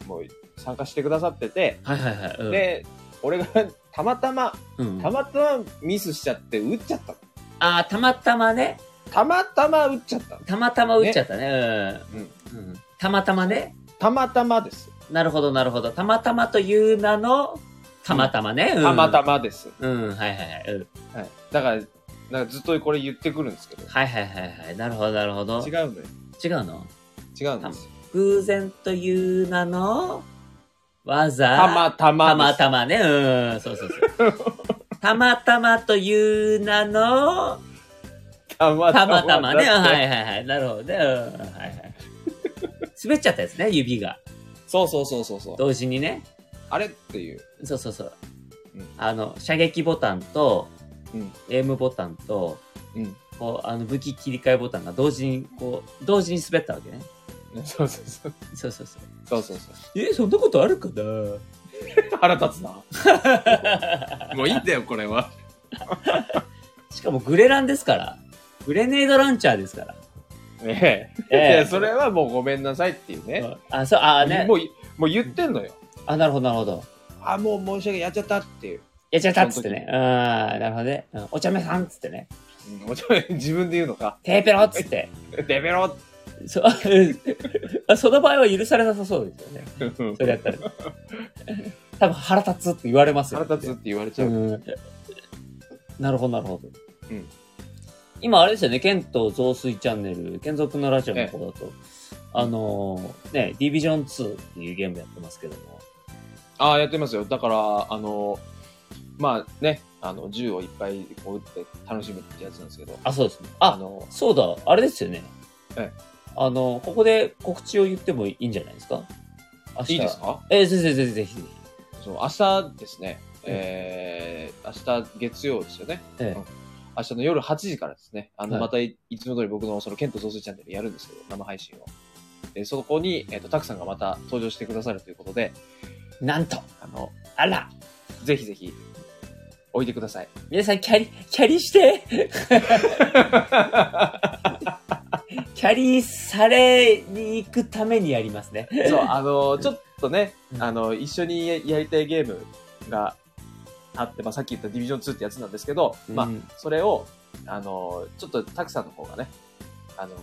Speaker 2: も参加してくださってて、
Speaker 1: はいはいはい。うん、
Speaker 2: で、俺がたまたま、
Speaker 1: うん、
Speaker 2: たまたまミスしちゃって打っちゃったの。
Speaker 1: あー、たまたまね。
Speaker 2: たまたま打っちゃったの。
Speaker 1: たまたま打っちゃったね。
Speaker 2: うん
Speaker 1: うん。うん。たまたまね。
Speaker 2: たまたまです。
Speaker 1: なるほど、なるほど。たまたまという名の、たまたまね。うん
Speaker 2: たまた。まです。
Speaker 1: うん、はいはいはい。うん
Speaker 2: はい。だから、なんかずっとこれ言ってくるんですけど、
Speaker 1: はいはいはいはい。なるほど、なるほど。
Speaker 2: 違うのよ。
Speaker 1: 違うの
Speaker 2: 違うんですよ。
Speaker 1: 偶然という名の、わざ。
Speaker 2: たまた
Speaker 1: た
Speaker 2: まで。
Speaker 1: ますたまね。うん、そうそう そう。たまたまという名の、
Speaker 2: たま
Speaker 1: たまたまね。
Speaker 2: だって
Speaker 1: はいはいはい。なるほどね。うん、はい はい。滑っちゃったやつね、指が。
Speaker 2: そうそうそうそうそう。
Speaker 1: 同時にね。
Speaker 2: あれっていう。
Speaker 1: そうそうそう
Speaker 2: うん。
Speaker 1: あの、射撃ボタンと、
Speaker 2: うん
Speaker 1: エイムボタンと、
Speaker 2: うん。
Speaker 1: こう、あの、武器切り替えボタンが同時に、こう、同時に滑ったわけね。
Speaker 2: そうそうそう。
Speaker 1: そうそうそう。
Speaker 2: そうそうそう。
Speaker 1: え、そんなことあるかな
Speaker 2: 腹立つな。 もういいんだよ、これは。
Speaker 1: しかもグレランですから。グレネードランチャーですから。
Speaker 2: ねえ。いや、それはもうごめんなさいっていうね。
Speaker 1: あ、そう、あね。
Speaker 2: もう、もう言ってんのよ。
Speaker 1: あ、なるほど、なるほど。
Speaker 2: あ、もう申し訳やっちゃったっていう。
Speaker 1: やっちゃったっつってね。うん、なるほどね。うんお茶目さんっつってね。
Speaker 2: うんもちろん自分で言うのか。
Speaker 1: テーペロっつって。
Speaker 2: デベロ
Speaker 1: そう、あ その場合は許されなさそうですよね。それや ったら。多分腹立つって言われますよ。
Speaker 2: 腹立つって言われちゃう。
Speaker 1: うん。なるほど、なるほど。
Speaker 2: うん。
Speaker 1: 今あれですよね、ケント増水チャンネル、ケンゾくんのラジオの方だと、あのーね、ディビジョン2っていうゲームやってますけども、
Speaker 2: ああ、やってますよ。だから、あの、まあね、あの、銃をいっぱいこう撃って楽しむってやつなんですけど、
Speaker 1: あ、そうですね。
Speaker 2: あ
Speaker 1: あ、
Speaker 2: の、
Speaker 1: そうだ、あれですよね。
Speaker 2: え
Speaker 1: あの、ここで告知を言ってもいいんじゃないですか明日
Speaker 2: いいですか
Speaker 1: えー、ぜひぜひぜひぜひ。
Speaker 2: そう、明日ですね、えー、明日月曜ですよね。
Speaker 1: ええ
Speaker 2: 明日の夜8時からですね、あの、
Speaker 1: はい
Speaker 2: またいいつも通り僕のその、ケント総帥チャンネルやるんですけど、生配信を。で、そこに、えっ、と、たくさんがまた登場してくださるということで、
Speaker 1: なんと、
Speaker 2: あの、
Speaker 1: あら、
Speaker 2: ぜひぜひ、おいでくだ さい。
Speaker 1: 皆さんキャリ、キャリして、キャリされに行くためにやりますね。
Speaker 2: そう、あの、ちょっとね、
Speaker 1: うん
Speaker 2: あの、一緒にややりたいゲームがあって、まあ、さっき言ったディビジョン2ってやつなんですけど、まあ
Speaker 1: う、ん
Speaker 2: それを、あの、ちょっとたくさんの方がね、あの、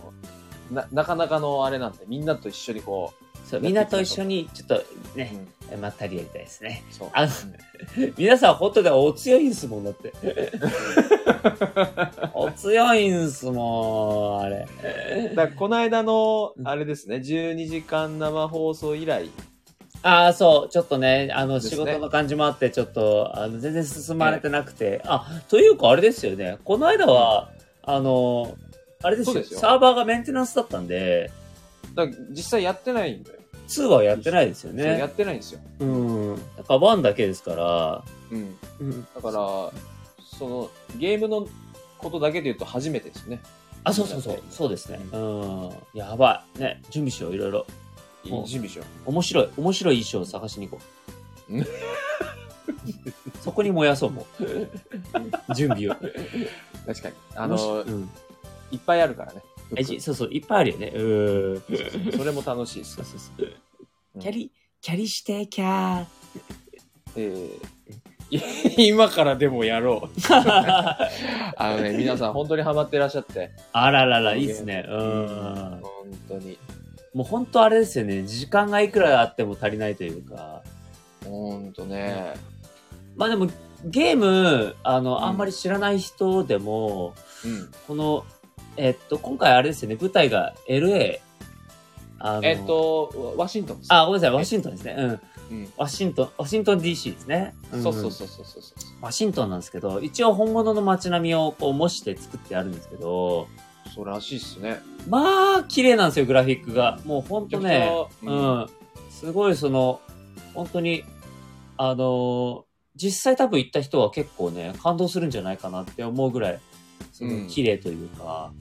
Speaker 2: な、なかなかのあれなんで、みんなと一緒にこ
Speaker 1: そう、みんなと一緒に、ちょっと
Speaker 2: う、う
Speaker 1: ね、
Speaker 2: ん、
Speaker 1: まったりやりたいですね。
Speaker 2: そう。
Speaker 1: あの皆さん、ホットでお強いんすもんだ って。お強いんすもん、あれ。
Speaker 2: だからこの間の
Speaker 1: う、ん
Speaker 2: あれですね、12時間生放送以来、
Speaker 1: ああ、そう、ちょっとね、あの、
Speaker 2: です
Speaker 1: 仕
Speaker 2: ね
Speaker 1: 事の感じもあって、ちょっと、あの、全然進まれてなくて、あ、というか、あれですよね、この間は、あの、あれです
Speaker 2: そう
Speaker 1: よ、
Speaker 2: ですよ
Speaker 1: サーバーがメンテナンスだったんで、
Speaker 2: だから実際やってないんだよ。
Speaker 1: 2はやってないですよ
Speaker 2: そうや
Speaker 1: ね
Speaker 2: っ。てないんですよ。
Speaker 1: うん。だから、1だけですから、
Speaker 2: うん。
Speaker 1: うん。
Speaker 2: だから、その、ゲームのことだけで言うと初めてですね。
Speaker 1: あ、そうそうそう、そうですね。うん。やばい。ね、準備しよう、いろいろ。
Speaker 2: いい
Speaker 1: お
Speaker 2: 準備しよ
Speaker 1: 面白い、面白い衣装を探しに行こ
Speaker 2: う。
Speaker 1: うん そこに燃やそう、もう。準備を。
Speaker 2: う。確かに。あ
Speaker 1: もし
Speaker 2: の
Speaker 1: う、ん
Speaker 2: いっぱいあるからね。
Speaker 1: えじそうそう、いっぱいあるよね。うん。
Speaker 2: それも楽しいです
Speaker 1: そう。そうそう
Speaker 2: うん
Speaker 1: キャリ、キャリして、キャ
Speaker 2: えー、い 今からでもやろ う。
Speaker 1: ー。
Speaker 2: あのね、皆さん本当にハマってらっしゃって。
Speaker 1: あららら、いいっすね。う
Speaker 2: 本
Speaker 1: ん。
Speaker 2: 当に。
Speaker 1: もう本当あれですよね。時間がいくらあっても足りないというか。
Speaker 2: 本当ね。
Speaker 1: まあでも、ゲーム、あ
Speaker 2: ん
Speaker 1: の、あんまり知らない人でも、
Speaker 2: うん。
Speaker 1: この、えっと、今回あれですよね。舞台が LA。あの
Speaker 2: えっ。と、ワシントンです。
Speaker 1: あ、ごめんなさい。ワシントンですね。うん。
Speaker 2: うん。
Speaker 1: ワシントン、ワシントン DC ですね。ん
Speaker 2: そうそうそうそうそうそう。
Speaker 1: ワシントンなんですけど、一応本物の街並みをこう模して作ってあるんですけど、
Speaker 2: そうらしいっすね。
Speaker 1: まあ、綺麗なんですよ、グラフィックが。もうほんとね、
Speaker 2: めちゃくち
Speaker 1: う
Speaker 2: ゃうん
Speaker 1: ん。すごいその、本当に、あのー実際多分行った人は結構ね、感動するんじゃないかなって思うぐらい、すご
Speaker 2: うん
Speaker 1: い綺麗というか、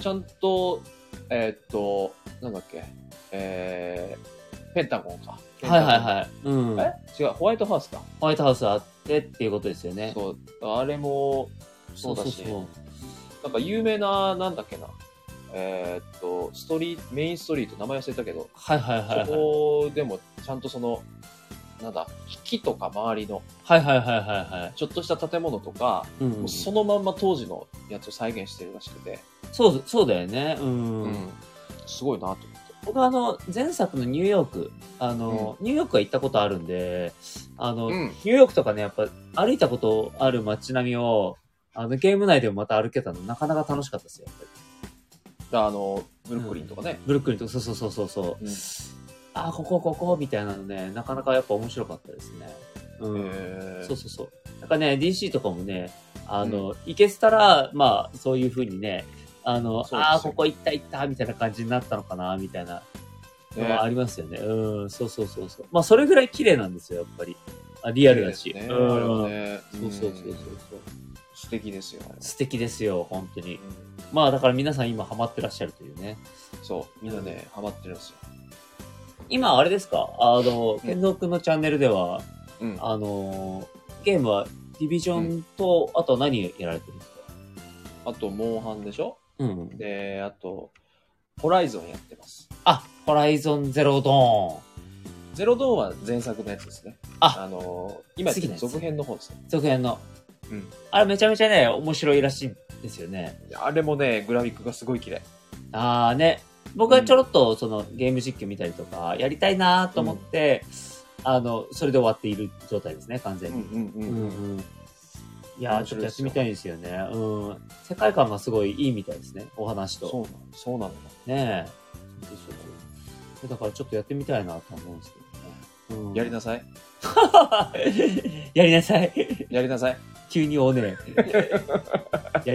Speaker 2: ちゃんと、えーっと、なんだっけ、えー、ペンタゴンか。
Speaker 1: はいはいはい。うん。ホ
Speaker 2: い。え違う、ホワイトハウスか。
Speaker 1: ワイトハウスあってっていうことですよね。
Speaker 2: そう、あれも、そうだし、
Speaker 1: そう
Speaker 2: なんか有名な、なんだっけな、えーっと、ストーリー、メインストリート、名前忘れたけど、
Speaker 1: はいはいはいは
Speaker 2: そ
Speaker 1: い。
Speaker 2: こでもちゃんとその、なんだ、木とか周りの、
Speaker 1: はいはいはいはいはい。
Speaker 2: ちょっとした建物とか、
Speaker 1: うん
Speaker 2: も
Speaker 1: うん
Speaker 2: うそのまんま当時のやつを再現してるらしくて、
Speaker 1: そう、そうだよね。うん。
Speaker 2: うんすごいなと思って。
Speaker 1: 僕はあの、前作のニューヨーク、あの、ニューヨークは行ったことあるんで、あの、
Speaker 2: う
Speaker 1: ニ
Speaker 2: ん
Speaker 1: ューヨークとかね、やっぱ歩いたことある街並みを、あの、ゲーム内でもまた歩けたの、なかなか楽しかったですよ、やっぱり
Speaker 2: だからあの、ブルックリンとかね。
Speaker 1: ブルックリンとか、そうそうそうそうそう。
Speaker 2: うん
Speaker 1: あー、ここ、ここ、みたいなのね、なかなかやっぱ面白かったですね。うん。
Speaker 2: へー
Speaker 1: そうそうそう。なんかね、DC とかもね、あの、行けせたら、まあ、そういう風にね、あの、
Speaker 2: そうですよ
Speaker 1: ああ、ここ行った行った、みたいな感じになったのかな、みたいなの
Speaker 2: ね
Speaker 1: はありますよね。うん、そうそうそうそう。まあ、それぐらい綺麗なんですよ、やっぱり。あリアルだし。
Speaker 2: ね、あれ
Speaker 1: うん
Speaker 2: はね。
Speaker 1: そうそうそうそう
Speaker 2: うん。素敵ですよ、あれ
Speaker 1: 素敵ですよ、本当に。
Speaker 2: うん
Speaker 1: まあ、だから皆さん今ハマってらっしゃるというね。
Speaker 2: そう、みんなね、ハマってるんですよ。
Speaker 1: 今、あれですかあの、健三くんのチャンネルでは、
Speaker 2: うん。
Speaker 1: あの、ゲームはディビジョンと、あとは何やられてるんですか
Speaker 2: あと、モンハンでしょ
Speaker 1: うん。
Speaker 2: で、あと、ホライゾンやってます。
Speaker 1: あ、ホライゾンゼロドーン。
Speaker 2: ゼロドーンは前作のやつですね。
Speaker 1: あ
Speaker 2: のー、今やってる続編の方ですね。
Speaker 1: 続編の。
Speaker 2: うん
Speaker 1: あれめちゃめちゃね、面白いらしいんですよね。
Speaker 2: あれもね、グラフィックがすごい綺麗。
Speaker 1: ああね、僕はちょろっとそのゲーム実況見たりとか、やりたいなーと思って、あの、それで終わっている状態ですね、完全に。
Speaker 2: うんう
Speaker 1: うんう
Speaker 2: ん
Speaker 1: んいやー、ちょっとやってみたいんですよね。うん。世界観がすごいいいみたいですね。お話
Speaker 2: そう
Speaker 1: と。
Speaker 2: なのそうなの
Speaker 1: ねえ。そうそうそうだからちょっとやってみたいなと思うんですけどね。うん、
Speaker 2: やりなさい
Speaker 1: やりなさい。
Speaker 2: やりなさい
Speaker 1: 急におねえ。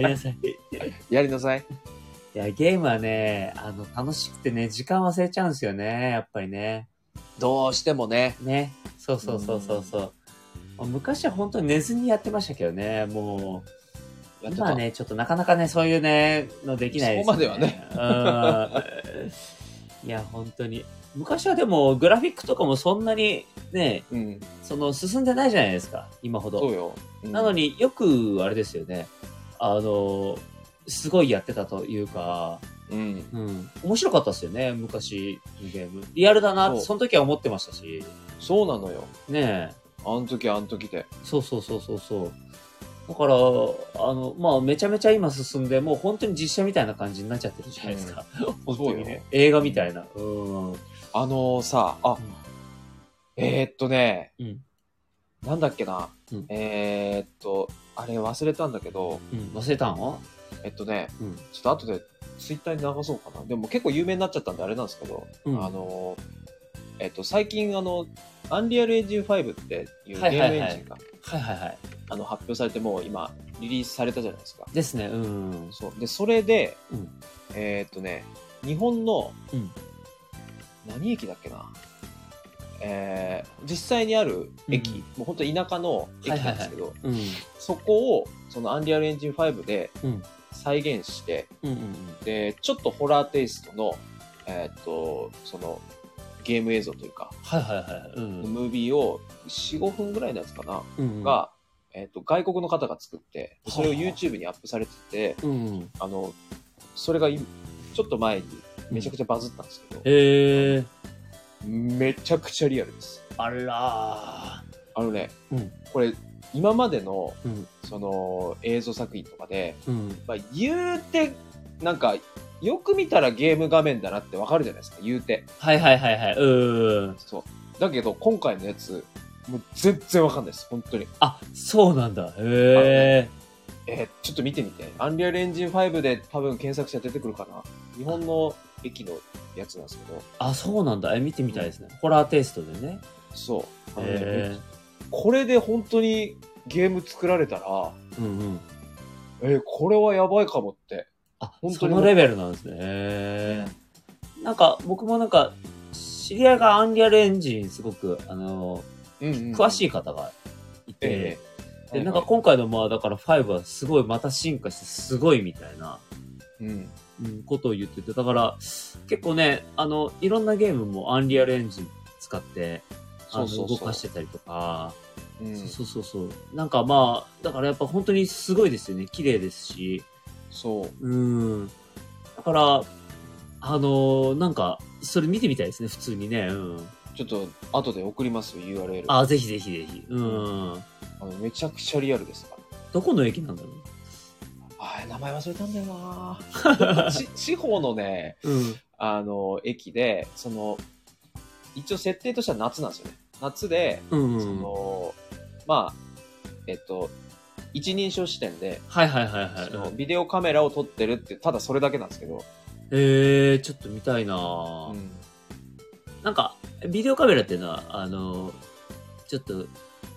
Speaker 1: やりなさい。い
Speaker 2: やりなさい
Speaker 1: や、ゲームはね、あの、楽しくてね、時間忘れちゃうんですよね、やっぱりね。
Speaker 2: どうしてもね
Speaker 1: ね。そうそうそうそうそう。昔は本当に寝ずにやってましたけどね、もう。
Speaker 2: やってた
Speaker 1: 今ね、ちょっとなかなかね、そういうね、のできないです、
Speaker 2: そこまではね。
Speaker 1: うん。いや、本当に。昔はでも、グラフィックとかもそんなにね、
Speaker 2: うん
Speaker 1: その、進んでないじゃないですか、今ほど。
Speaker 2: そうようん
Speaker 1: なのによく、あれですよね、あの、すごいやってたというか、
Speaker 2: うん
Speaker 1: うん、面白かったですよね、昔のゲーム。リアルだなって、
Speaker 2: そう
Speaker 1: その時は思ってましたし、
Speaker 2: そうなのよ
Speaker 1: ねえ、
Speaker 2: あの時あの時で
Speaker 1: そうそうそうそうそう。だから、あの、まあ、めちゃめちゃ今進んで、もう本当に実写みたいな感じになっちゃってるじゃないですか。 本当に
Speaker 2: そうよ
Speaker 1: ね。映画みたいな。うん。うん。
Speaker 2: あのさあえー、っとね
Speaker 1: うん。
Speaker 2: なんだっけな、
Speaker 1: うん
Speaker 2: えー、っとあれ忘れたんだけど
Speaker 1: うん、忘れたん
Speaker 2: えっとね
Speaker 1: うん。
Speaker 2: ちょっと後でツイッターに流そうかなでも結構有名になっちゃったんであれなんですけど、
Speaker 1: うん
Speaker 2: あのえっと最近あのアンリアルエンジン5っていうゲ
Speaker 1: はいは
Speaker 2: ーム
Speaker 1: いはい
Speaker 2: エンジンが
Speaker 1: はいはいはい。
Speaker 2: あの発表されてもう今リリースされたじゃないですか
Speaker 1: ですね。うん。
Speaker 2: そうでそれで、
Speaker 1: うん
Speaker 2: えーっとね日本の、
Speaker 1: うん
Speaker 2: 何駅だっけなえー実際にある駅、
Speaker 1: うん
Speaker 2: もう本当田舎の駅なんですけど、
Speaker 1: うん。
Speaker 2: そこをそのアンリアルエンジン5で
Speaker 1: うん
Speaker 2: 再現して、
Speaker 1: うんうん
Speaker 2: でちょっとホラーテイストの,、えーっとそのゲーム映像というか、
Speaker 1: はいはいはい。うん。
Speaker 2: ムービーを45分ぐらいのやつかな、
Speaker 1: うん。、
Speaker 2: が、えーっと外国の方が作ってそれを YouTube にアップされてて、
Speaker 1: うん。
Speaker 2: あのそれがいちょっと前にめちゃくちゃバズったんですけど、
Speaker 1: へえー。
Speaker 2: めちゃくちゃリアルです
Speaker 1: あら
Speaker 2: あのね、
Speaker 1: うん
Speaker 2: これ今までの
Speaker 1: ー。うん。
Speaker 2: その映像作品とかで、
Speaker 1: うん。
Speaker 2: まあ、言うてなんかよく見たらゲーム画面だなってわかるじゃないですか言うて
Speaker 1: はいはいはいはい。うん。
Speaker 2: そうだけど今回のやつもう全然わかんないです本当に
Speaker 1: あ、そうなんだ。へえ
Speaker 2: えーちょっと見てみて「アンリアルエンジン5」で多分検索したら出てくるかな日本の駅のやつなんですけど
Speaker 1: ー。あ、そうなんだ。え、見てみたいですね。ホラーテイストでね。
Speaker 2: そうあのね
Speaker 1: へ
Speaker 2: これで本当にゲーム作られたら
Speaker 1: えー。うんうん。
Speaker 2: えーこれはやばいかもって
Speaker 1: あ、
Speaker 2: 本当に
Speaker 1: そのレベルなんですね。へーなんか、僕もなんか、知り合いがアンリアルエンジンすごく、あの、詳
Speaker 2: 詳
Speaker 1: し
Speaker 2: い
Speaker 1: い方がい
Speaker 2: え
Speaker 1: て、
Speaker 2: え
Speaker 1: で、なんか今回のまあ、だから5はすごいまた進化してすごいみたいな、
Speaker 2: うん
Speaker 1: うん、ことを言ってて、だから、結構ね、あの、いろんなゲームもアンリアルエンジン使って、あ
Speaker 2: そ
Speaker 1: の
Speaker 2: うそうそう
Speaker 1: 動かしてたりとか、
Speaker 2: うん
Speaker 1: そうそうそうそう。なんかまあ、だからやっぱ本当にすごいですよね。綺麗ですし。
Speaker 2: そう
Speaker 1: うん。だから、あのーなんか、それ見てみたいですね、普通にね。うん。
Speaker 2: ちょっと後で送りますよ URL
Speaker 1: あ、ぜひぜひぜひ。うん。
Speaker 2: あのめちゃくちゃリアルですから
Speaker 1: どこの駅なんだろ
Speaker 2: あー名前忘れたんだよ なち地方のね
Speaker 1: う。うん。
Speaker 2: あの駅でその一応設定としては夏なんですよね夏で、
Speaker 1: うん、
Speaker 2: そ
Speaker 1: うん。
Speaker 2: のまあえっと一人称視点で、
Speaker 1: はいはいはい
Speaker 2: そ
Speaker 1: は
Speaker 2: の
Speaker 1: い。
Speaker 2: ビデオカメラを撮ってるってただそれだけなんですけど、
Speaker 1: えー、ちょっと見たいな、
Speaker 2: うん
Speaker 1: なんか、ビデオカメラっていうのは、あのーちょっと、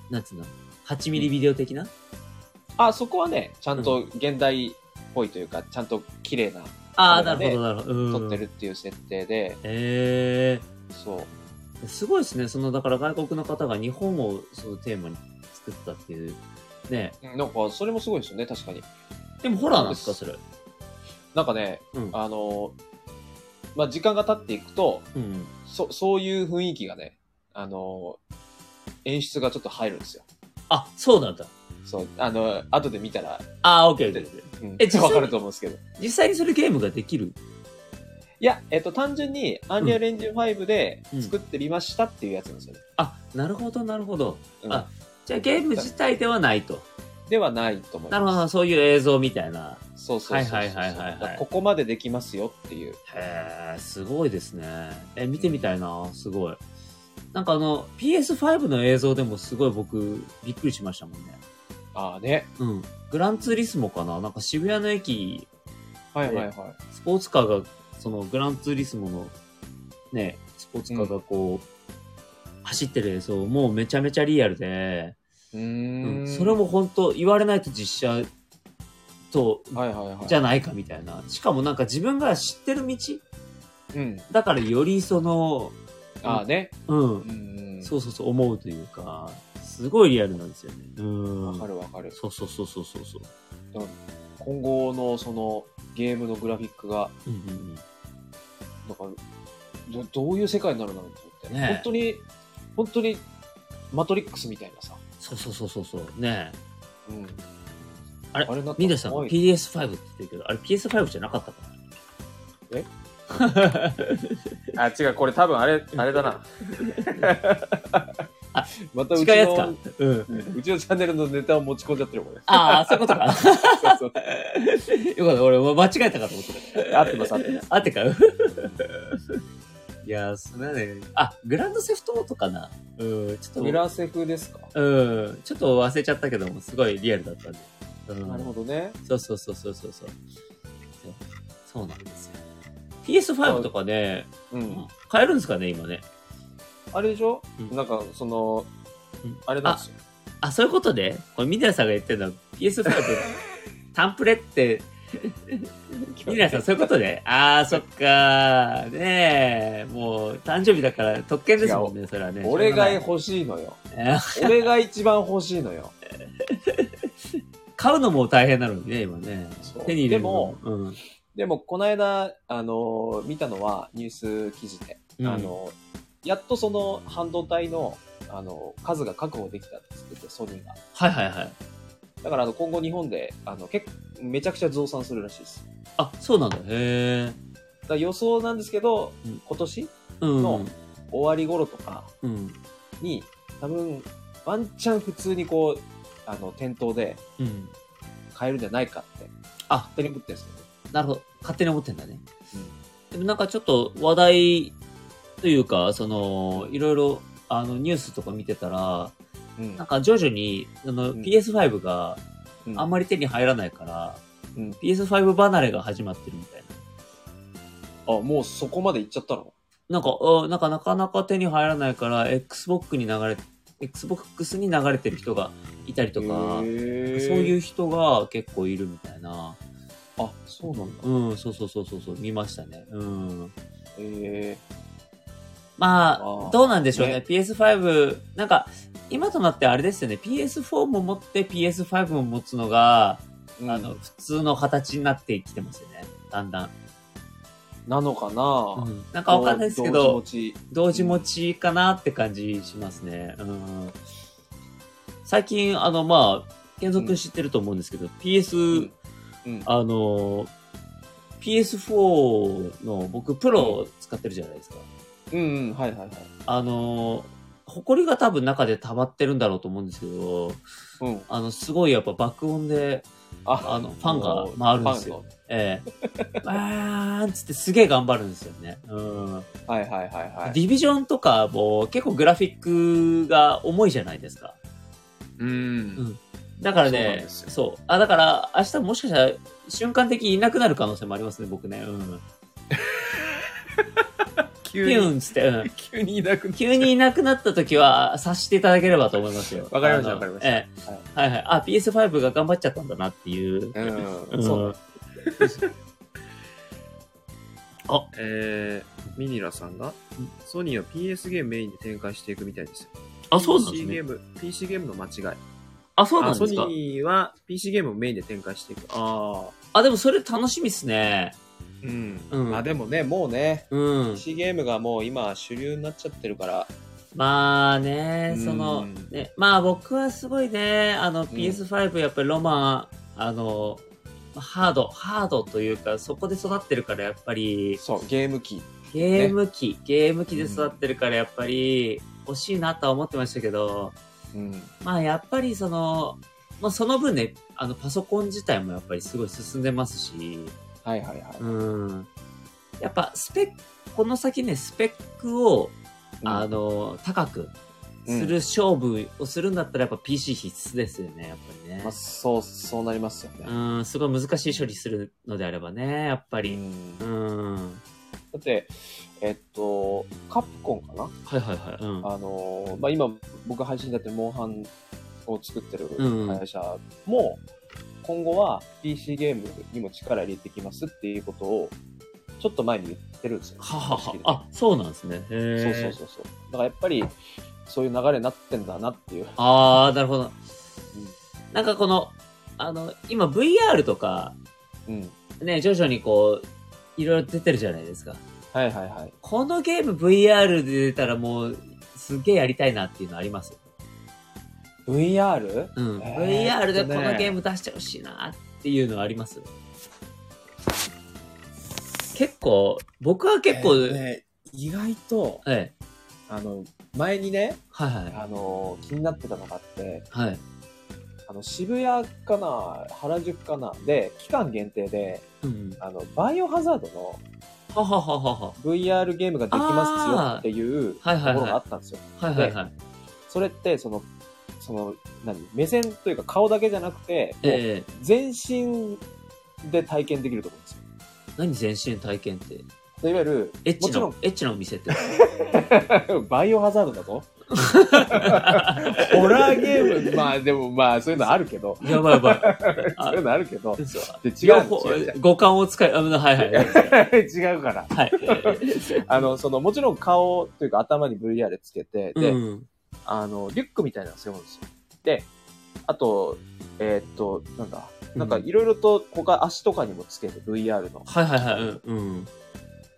Speaker 1: なんつうの ?8 ミリビデオ的な、
Speaker 2: あそこはねちゃんと現代っぽいというか、ちゃんと綺麗な
Speaker 1: ああ、
Speaker 2: カ
Speaker 1: なる
Speaker 2: メラで
Speaker 1: ほどなるほど。うん。
Speaker 2: 撮ってるっていう設定で、
Speaker 1: えー。
Speaker 2: そう
Speaker 1: すごいですね。その、だから外国の方が日本をそのテーマに作ったっていう。ね
Speaker 2: なんか、それもすごいですよね、確かに。
Speaker 1: でもホラーなんですか、それ。
Speaker 2: なんかね、
Speaker 1: うん
Speaker 2: あの、まあ、時間が経っていくと、
Speaker 1: うん。
Speaker 2: そ、そういう雰囲気がね、あの、演出がちょっと入るんですよ。
Speaker 1: あ、そうなんだ。
Speaker 2: そう、あの、後で見たら、
Speaker 1: あー、オッケーオッケーオッケー。
Speaker 2: うん、
Speaker 1: え実際に
Speaker 2: わかると思うんですけど。
Speaker 1: 実際にそれゲームができる。
Speaker 2: いや、えっと、単純に、アンリアルエンジン5で
Speaker 1: うん
Speaker 2: 作ってみましたっていうやつなんですよね。
Speaker 1: あ、なるほど、なるほど。
Speaker 2: うん
Speaker 1: あじゃあゲーム自体ではないと。
Speaker 2: ではないと思い
Speaker 1: なるほ
Speaker 2: ま
Speaker 1: ど、そういう映像みたいな。
Speaker 2: す。そうそうそうそう。
Speaker 1: はいはいはいはいはい
Speaker 2: だからここまでできますよっていう。
Speaker 1: へえ、すごいですね。え、見てみたいな、すごい。なんかあの、PS5 の映像でもすごい僕、びっくりしましたもんね。
Speaker 2: ああね。
Speaker 1: うん。グランツーリスモかななんか渋谷の駅、
Speaker 2: はいはいはい。
Speaker 1: スポーツカーが、そのグランツーリスモの、ね、スポーツカーがこう、走ってる映像、もうめちゃめちゃリアルで、
Speaker 2: う
Speaker 1: う
Speaker 2: ーん。
Speaker 1: ん、それも本当言われないと実写と、
Speaker 2: はいはいはい。
Speaker 1: じゃ
Speaker 2: あ、
Speaker 1: ないかみたいな。しかもなんか自分が知ってる道
Speaker 2: うん。
Speaker 1: だからよりその、
Speaker 2: ああね。
Speaker 1: うん
Speaker 2: う、ん。
Speaker 1: そうそうそう思うというか、すごいリアルなんですよね。うん。
Speaker 2: わかるわかる。
Speaker 1: そうそうそうそうそうそう。
Speaker 2: 今後のそのゲームのグラフィックが、
Speaker 1: うんうん
Speaker 2: なんか、どどういう世界になるんだろうと思って。
Speaker 1: ねえ
Speaker 2: 本当に、本当に、マトリックスみたいなさ。
Speaker 1: そうそうそうそうそう。ねえ。
Speaker 2: うん。
Speaker 1: あれ
Speaker 2: あれな
Speaker 1: ミネさんが
Speaker 2: 怖い
Speaker 1: PS5 って言ってるけど、あれ PS5 じゃなかったか
Speaker 2: え
Speaker 1: な
Speaker 4: あ、違う、これ多分あれ、あれだ な。
Speaker 2: またう
Speaker 1: 違
Speaker 2: ち
Speaker 1: うやつか
Speaker 2: の、。
Speaker 1: うん。
Speaker 2: うちのチャンネルのネタを持ち込んじゃってるよ、これ。
Speaker 1: ああ、そういうことか。
Speaker 2: そうそう
Speaker 1: よかった。俺、間違えたかと思って
Speaker 2: 合ってます、合ってます。
Speaker 1: た。あってか。いやー、それはね。あ、グランドセフトオートかな。うん、ちょっと。
Speaker 2: グラセフですか、
Speaker 1: うん、ちょっと忘れちゃったけども、すごいリアルだったんで。うん、
Speaker 2: なるほどね。
Speaker 1: そうそうそうそうそうそう。そうそうなんですよ。PS5 とかね、
Speaker 2: うん。
Speaker 1: 買えるんですかね、今ね。
Speaker 2: あれでしょ、
Speaker 1: うん
Speaker 2: なんか、その
Speaker 1: うん、
Speaker 2: あれなんですよ。
Speaker 1: あ、そういうことで、これ、ミネラさんが言ってるのは PS5、タンプレって、ミネラさん、そういうことで。あー、そっかー。ねえ、もう、誕生日だから特権ですもんね、それはね。
Speaker 2: 俺が
Speaker 1: しょう
Speaker 2: 欲しいのよ。
Speaker 1: が ない
Speaker 2: 俺が一番欲しいのよ。
Speaker 1: 買うのも大変なのにね、今ね。
Speaker 2: そう
Speaker 1: 手に入れ
Speaker 2: で
Speaker 1: るの
Speaker 2: も、
Speaker 1: うん。
Speaker 2: でも、この間、あの、見たのは、ニュース記事で、
Speaker 1: うん
Speaker 2: あの、やっとその半導体の、あの、数が確保できたって言ってて、ソニーが。
Speaker 1: はいはいはい。
Speaker 2: だから、あの、今後日本で、あの、結構、めちゃくちゃ増産するらしいです。
Speaker 1: あ、そうなんだ。へえ。
Speaker 2: だから予想なんですけど、
Speaker 1: うん
Speaker 2: 今年
Speaker 1: うん。
Speaker 2: の終わり頃とか
Speaker 1: うん。
Speaker 2: に、多分、ワンチャン普通にこう、あの、店頭で
Speaker 1: うん。
Speaker 2: 買えるんじゃないかって、
Speaker 1: あ、
Speaker 2: 勝手に思ってるんですよね。
Speaker 1: なるほど。勝手に思ってんだね。
Speaker 2: う
Speaker 1: でもなんかちょっと話題というか、その、いろいろ、あの、ニュースとか見てたら、
Speaker 2: うん
Speaker 1: なんか徐々に、あの、
Speaker 2: うん
Speaker 1: PS5 が
Speaker 2: うん
Speaker 1: あんまり手に入らないから、
Speaker 2: うん
Speaker 1: PS5 離れが始まってるみたいな。
Speaker 2: あ、もうそこまで行っちゃったの。
Speaker 1: なんか、あなんかなかなか手に入らないから、Xbox に流れ、Xbox に流れてる人がいたりとか、そういうう人が結構いるみたいな。
Speaker 2: あ、そうなんだ。
Speaker 1: うん、そうそうそうそうそう、見ましたね。うん。
Speaker 2: え
Speaker 1: ま
Speaker 2: あ
Speaker 1: あ、
Speaker 2: ー
Speaker 1: どうなんでしょうね。
Speaker 2: ね
Speaker 1: PS5、なんか、今となってあれですよね。PS4 も持って PS5 も持つのが、
Speaker 2: え
Speaker 1: あの、、普通の形になってきてますよね。だんだん。
Speaker 2: なのかな、
Speaker 1: なんかわかんないですけ
Speaker 2: 同
Speaker 1: ど、
Speaker 2: 時持ち
Speaker 1: 同時持ちかなって感じしますね。うん。最近、あの、まあ、健三君知ってると思うんですけど、PS、
Speaker 2: うんうん
Speaker 1: あの、PS4 の僕、プロを使ってるじゃないですか。
Speaker 2: うんうん、はいはいはい。
Speaker 1: あのー、埃が多分中で溜まってるんだろうと思うんですけど、
Speaker 2: うん。
Speaker 1: あの、すごいやっぱ爆音で、
Speaker 2: あ
Speaker 1: あの、ファンが回るんですよ。。ええ。バーンっ つってすげえ頑張るんですよね。うん。
Speaker 2: ファンのはいはいはいはい。
Speaker 1: ディビジョンとかも結構グラフィックが重いじゃないですか。
Speaker 2: うん。
Speaker 1: だから
Speaker 2: そうなん
Speaker 1: ね、
Speaker 2: です
Speaker 1: そう
Speaker 2: よ
Speaker 1: あ、だから明日もしかしたら瞬間的にいなくなる可能性もありますね、僕ね。うん。ピ
Speaker 4: 急
Speaker 1: ューンっつって、うん。
Speaker 4: 急にいなくなっちゃう
Speaker 1: 急にいなくなった時は察していただければと思いますよ。
Speaker 4: わかりました
Speaker 1: あの
Speaker 4: わかりました
Speaker 1: ええはいはい。あ、PS5 が頑張っちゃったんだなっていう。
Speaker 2: う。
Speaker 1: うんん
Speaker 2: そう。
Speaker 4: えー、ミニラさんが
Speaker 1: うん、
Speaker 4: ソニーは PS ゲームメインに展開していくみたいですよ。
Speaker 1: あ、そうなんです
Speaker 4: PC ゲ
Speaker 1: ね。
Speaker 4: ーム、PC ゲームの間違い。
Speaker 1: あ、そうな
Speaker 4: あ
Speaker 1: ん
Speaker 4: ソ
Speaker 1: です
Speaker 4: ニ
Speaker 1: か。
Speaker 4: ーは PC ゲームをメインで展開していく。ああ。
Speaker 1: あ、でもそれ楽しみっすね。
Speaker 2: うん。
Speaker 1: うん
Speaker 2: まあでもね、もうね、
Speaker 1: うん。
Speaker 2: PC ゲームがもう今主流になっちゃってるから。
Speaker 1: まあね、その、
Speaker 2: うん
Speaker 1: ね、まあ僕はすごいね、あの
Speaker 2: ん
Speaker 1: PS5 やっぱりロマン、あの、ハード、ハードというか、そこで育ってるからやっぱり、
Speaker 2: そう、ゲーム機。
Speaker 1: ゲーム機、ゲーム機で育ってるからやっぱり、欲しいなとは思ってましたけど、
Speaker 2: うん。
Speaker 1: まあやっぱりその、まあその分ね、あのパソコン自体もやっぱりすごい進んでますし、
Speaker 2: はいはいはい。
Speaker 1: うん。やっぱスペック、この先ね、スペックを、
Speaker 2: うん
Speaker 1: あの、高く、
Speaker 2: うん
Speaker 1: する勝負をするんだったらやっぱ PC 必須ですよね、やっぱりね
Speaker 2: まあ、。そう、そうなりますよね。
Speaker 1: うん、すごい難しい処理するのであればね、やっぱり。
Speaker 2: う
Speaker 1: う
Speaker 2: んだ
Speaker 1: ん。はい
Speaker 2: って、えっと、カプコンかな
Speaker 1: はいはい。うん。
Speaker 2: あのーまあ、今、僕配信だってモンハンを作ってる
Speaker 1: うん
Speaker 2: 会社も、今後は PC ゲームにも力入れてきますっていうことを、ちょっと前に言ってるんですよ。
Speaker 1: ははは。あ、そうなんですね。へ
Speaker 2: そう
Speaker 1: ー
Speaker 2: そうそうそう。だからやっぱり、そういう流れになってんだなっていう。
Speaker 1: あー、なるほど。なんかこの、あの、今 VR とか、
Speaker 2: うん。
Speaker 1: ね、徐々にこう、いろいろ出てるじゃないですか。
Speaker 2: はいはいはい。
Speaker 1: このゲーム VR で出たらもう、すげえやりたいなっていうのあります。
Speaker 2: VR?
Speaker 1: うん。
Speaker 2: えー
Speaker 1: VR でこ
Speaker 2: えっと
Speaker 1: の
Speaker 2: ね
Speaker 1: ゲーム出してほしいなっていうのはあります。結構、僕は結構、
Speaker 2: えーね、意外と、
Speaker 1: はい、
Speaker 2: あの、前にね、
Speaker 1: はいは
Speaker 2: あの、気になってたのがあって、
Speaker 1: い。はい。
Speaker 2: あの、渋谷かな、原宿かな、で、期間限定で、
Speaker 1: うん。
Speaker 2: あの、バイオハザードの
Speaker 1: ははははは。
Speaker 2: VR ゲームができますよっていうとこ
Speaker 1: あーはいはいはい
Speaker 2: ろがあったんですよ。
Speaker 1: はいはいはい。
Speaker 2: それって、その、その、何目線というか顔だけじゃなくて、もう
Speaker 1: ええ
Speaker 2: 全身で体験できると思うんですよ。
Speaker 1: 何全身体験って。
Speaker 2: でいわゆる、
Speaker 1: エッ
Speaker 2: も
Speaker 1: チ
Speaker 2: ちろ
Speaker 1: の
Speaker 2: ん、、
Speaker 1: エッチのお店って。
Speaker 2: バイオハザードだぞ。ホラーゲーム、まあでもまあそういうのあるけど、
Speaker 1: やばいやばい。
Speaker 2: そういうのあるけど、
Speaker 1: あ嘘
Speaker 2: で違
Speaker 1: 両
Speaker 2: う
Speaker 1: 方
Speaker 2: 違う違う
Speaker 1: 五感を使い、あのはいはい。はい。
Speaker 2: 違う から。
Speaker 1: はい
Speaker 2: あの、その、もちろん顔というか頭に VR でつけて、で、
Speaker 1: うん。
Speaker 2: あの、リュックみたいなの背負うんですよ。で、あと、えーっと、なんだ、なんか
Speaker 1: うん
Speaker 2: いろいろと他足とかにもつけて VR の。
Speaker 1: はいはいはい。うんうん。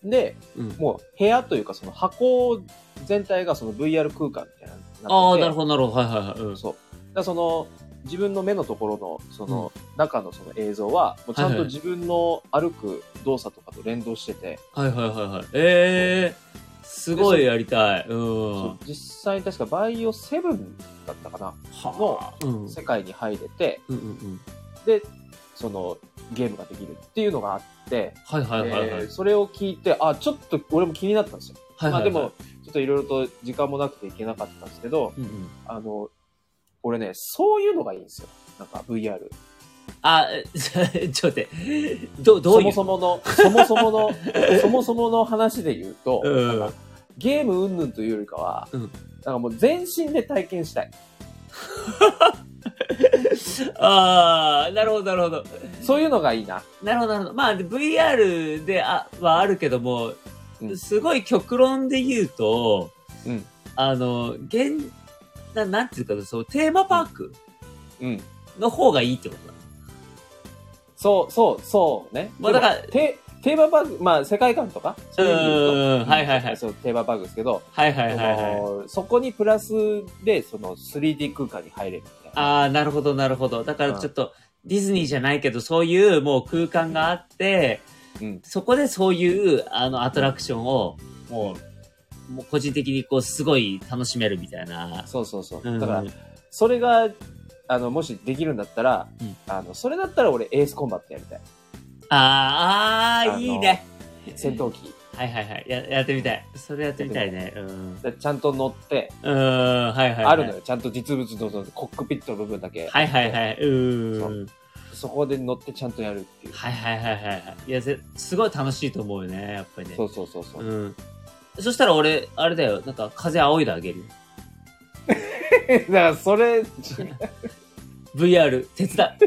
Speaker 2: で、
Speaker 1: うん。
Speaker 2: もう部屋というかその箱全体がその VR 空間みたいなのになってて。
Speaker 1: ああ、なるほどなるほど。はいはいはい。うん
Speaker 2: そう。だからその、自分の目のところの、その、中のその映像は、もうちゃんと自分の歩く動作とかと連動してて、
Speaker 1: はいはいはいはい。ええー、すごいやりたい。うん。
Speaker 2: そう実際に確かバイオセブンだったかな、
Speaker 1: はあ。うん。うん
Speaker 2: 世界に入れて、
Speaker 1: うんうん。
Speaker 2: で、その、ゲームができるっていうのがあって、
Speaker 1: はいはいはいはい
Speaker 2: で。それを聞いて、あ、ちょっと俺も気になったんですよ。
Speaker 1: はいはいはい
Speaker 2: まあでも、、ちょっといろいろと時間もなくていけなかったんですけど、
Speaker 1: うんうん、
Speaker 2: あの、俺ね、そういうのがいいんですよ。なんか VR。
Speaker 1: あ、えちょっと待って。ど、どういう
Speaker 2: そもそもの、そも そもの、そもそもの話で言うと、
Speaker 1: うん
Speaker 2: なんかゲーム云々というよりかは、
Speaker 1: うん
Speaker 2: なんかもう全身で体験したい。
Speaker 1: ああ、なるほどなるほど。
Speaker 2: そういうのがいいな。
Speaker 1: なるほど、なるほど。まあ、で VR であはあるけども、
Speaker 2: うん
Speaker 1: すごい極論で言うと、
Speaker 2: うん
Speaker 1: あの、現、ななんていうか、そう、テーマパーク
Speaker 2: うん。
Speaker 1: の方がいいってことだ。
Speaker 2: そう、そう、そうね。
Speaker 1: まあだから
Speaker 2: でもテテーマバグ、まあ世界観とか、そういう意味で言う
Speaker 1: うん、
Speaker 2: と
Speaker 1: はいはいはい。
Speaker 2: そう、テーマバグですけど、
Speaker 1: はいはいはい
Speaker 2: そ
Speaker 1: はい。
Speaker 2: のそこにプラスで、その 3D 空間に入れるみたいな。
Speaker 1: ああ、なるほどなるほど。だからちょっと、ディズニーじゃないけど、そういうもう空間があって、
Speaker 2: うん。
Speaker 1: そこでそういう、あの、アトラクションを、もう、もう個人的にこう、すごい楽しめるみたいな。
Speaker 2: そうそうそう。
Speaker 1: うん
Speaker 2: だから、それが、あの、もしできるんだったら、
Speaker 1: うん
Speaker 2: あの、それだったら俺エースコンバットやりたい。
Speaker 1: あーあ
Speaker 2: あの
Speaker 1: ー、いいね。
Speaker 2: 戦闘機。
Speaker 1: はいはいはい。ややってみたい。それやってみたいね。うん。
Speaker 2: でちゃんと乗って、
Speaker 1: うーん、はいはい、はい。
Speaker 2: あるのよ。ちゃんと実物のそのコックピットの部分だけ。
Speaker 1: はいはいはい。う
Speaker 2: そ
Speaker 1: ーん
Speaker 2: う。そこで乗ってちゃんとやるっていう。
Speaker 1: はいはいはいはい。いや、ぜすごい楽しいと思うよね、やっぱりね。
Speaker 2: そうそうそうそう。
Speaker 1: うん。そしたら俺、あれだよ、なんか風仰いであげるよ。
Speaker 2: だからそれ、
Speaker 1: VR、手伝う。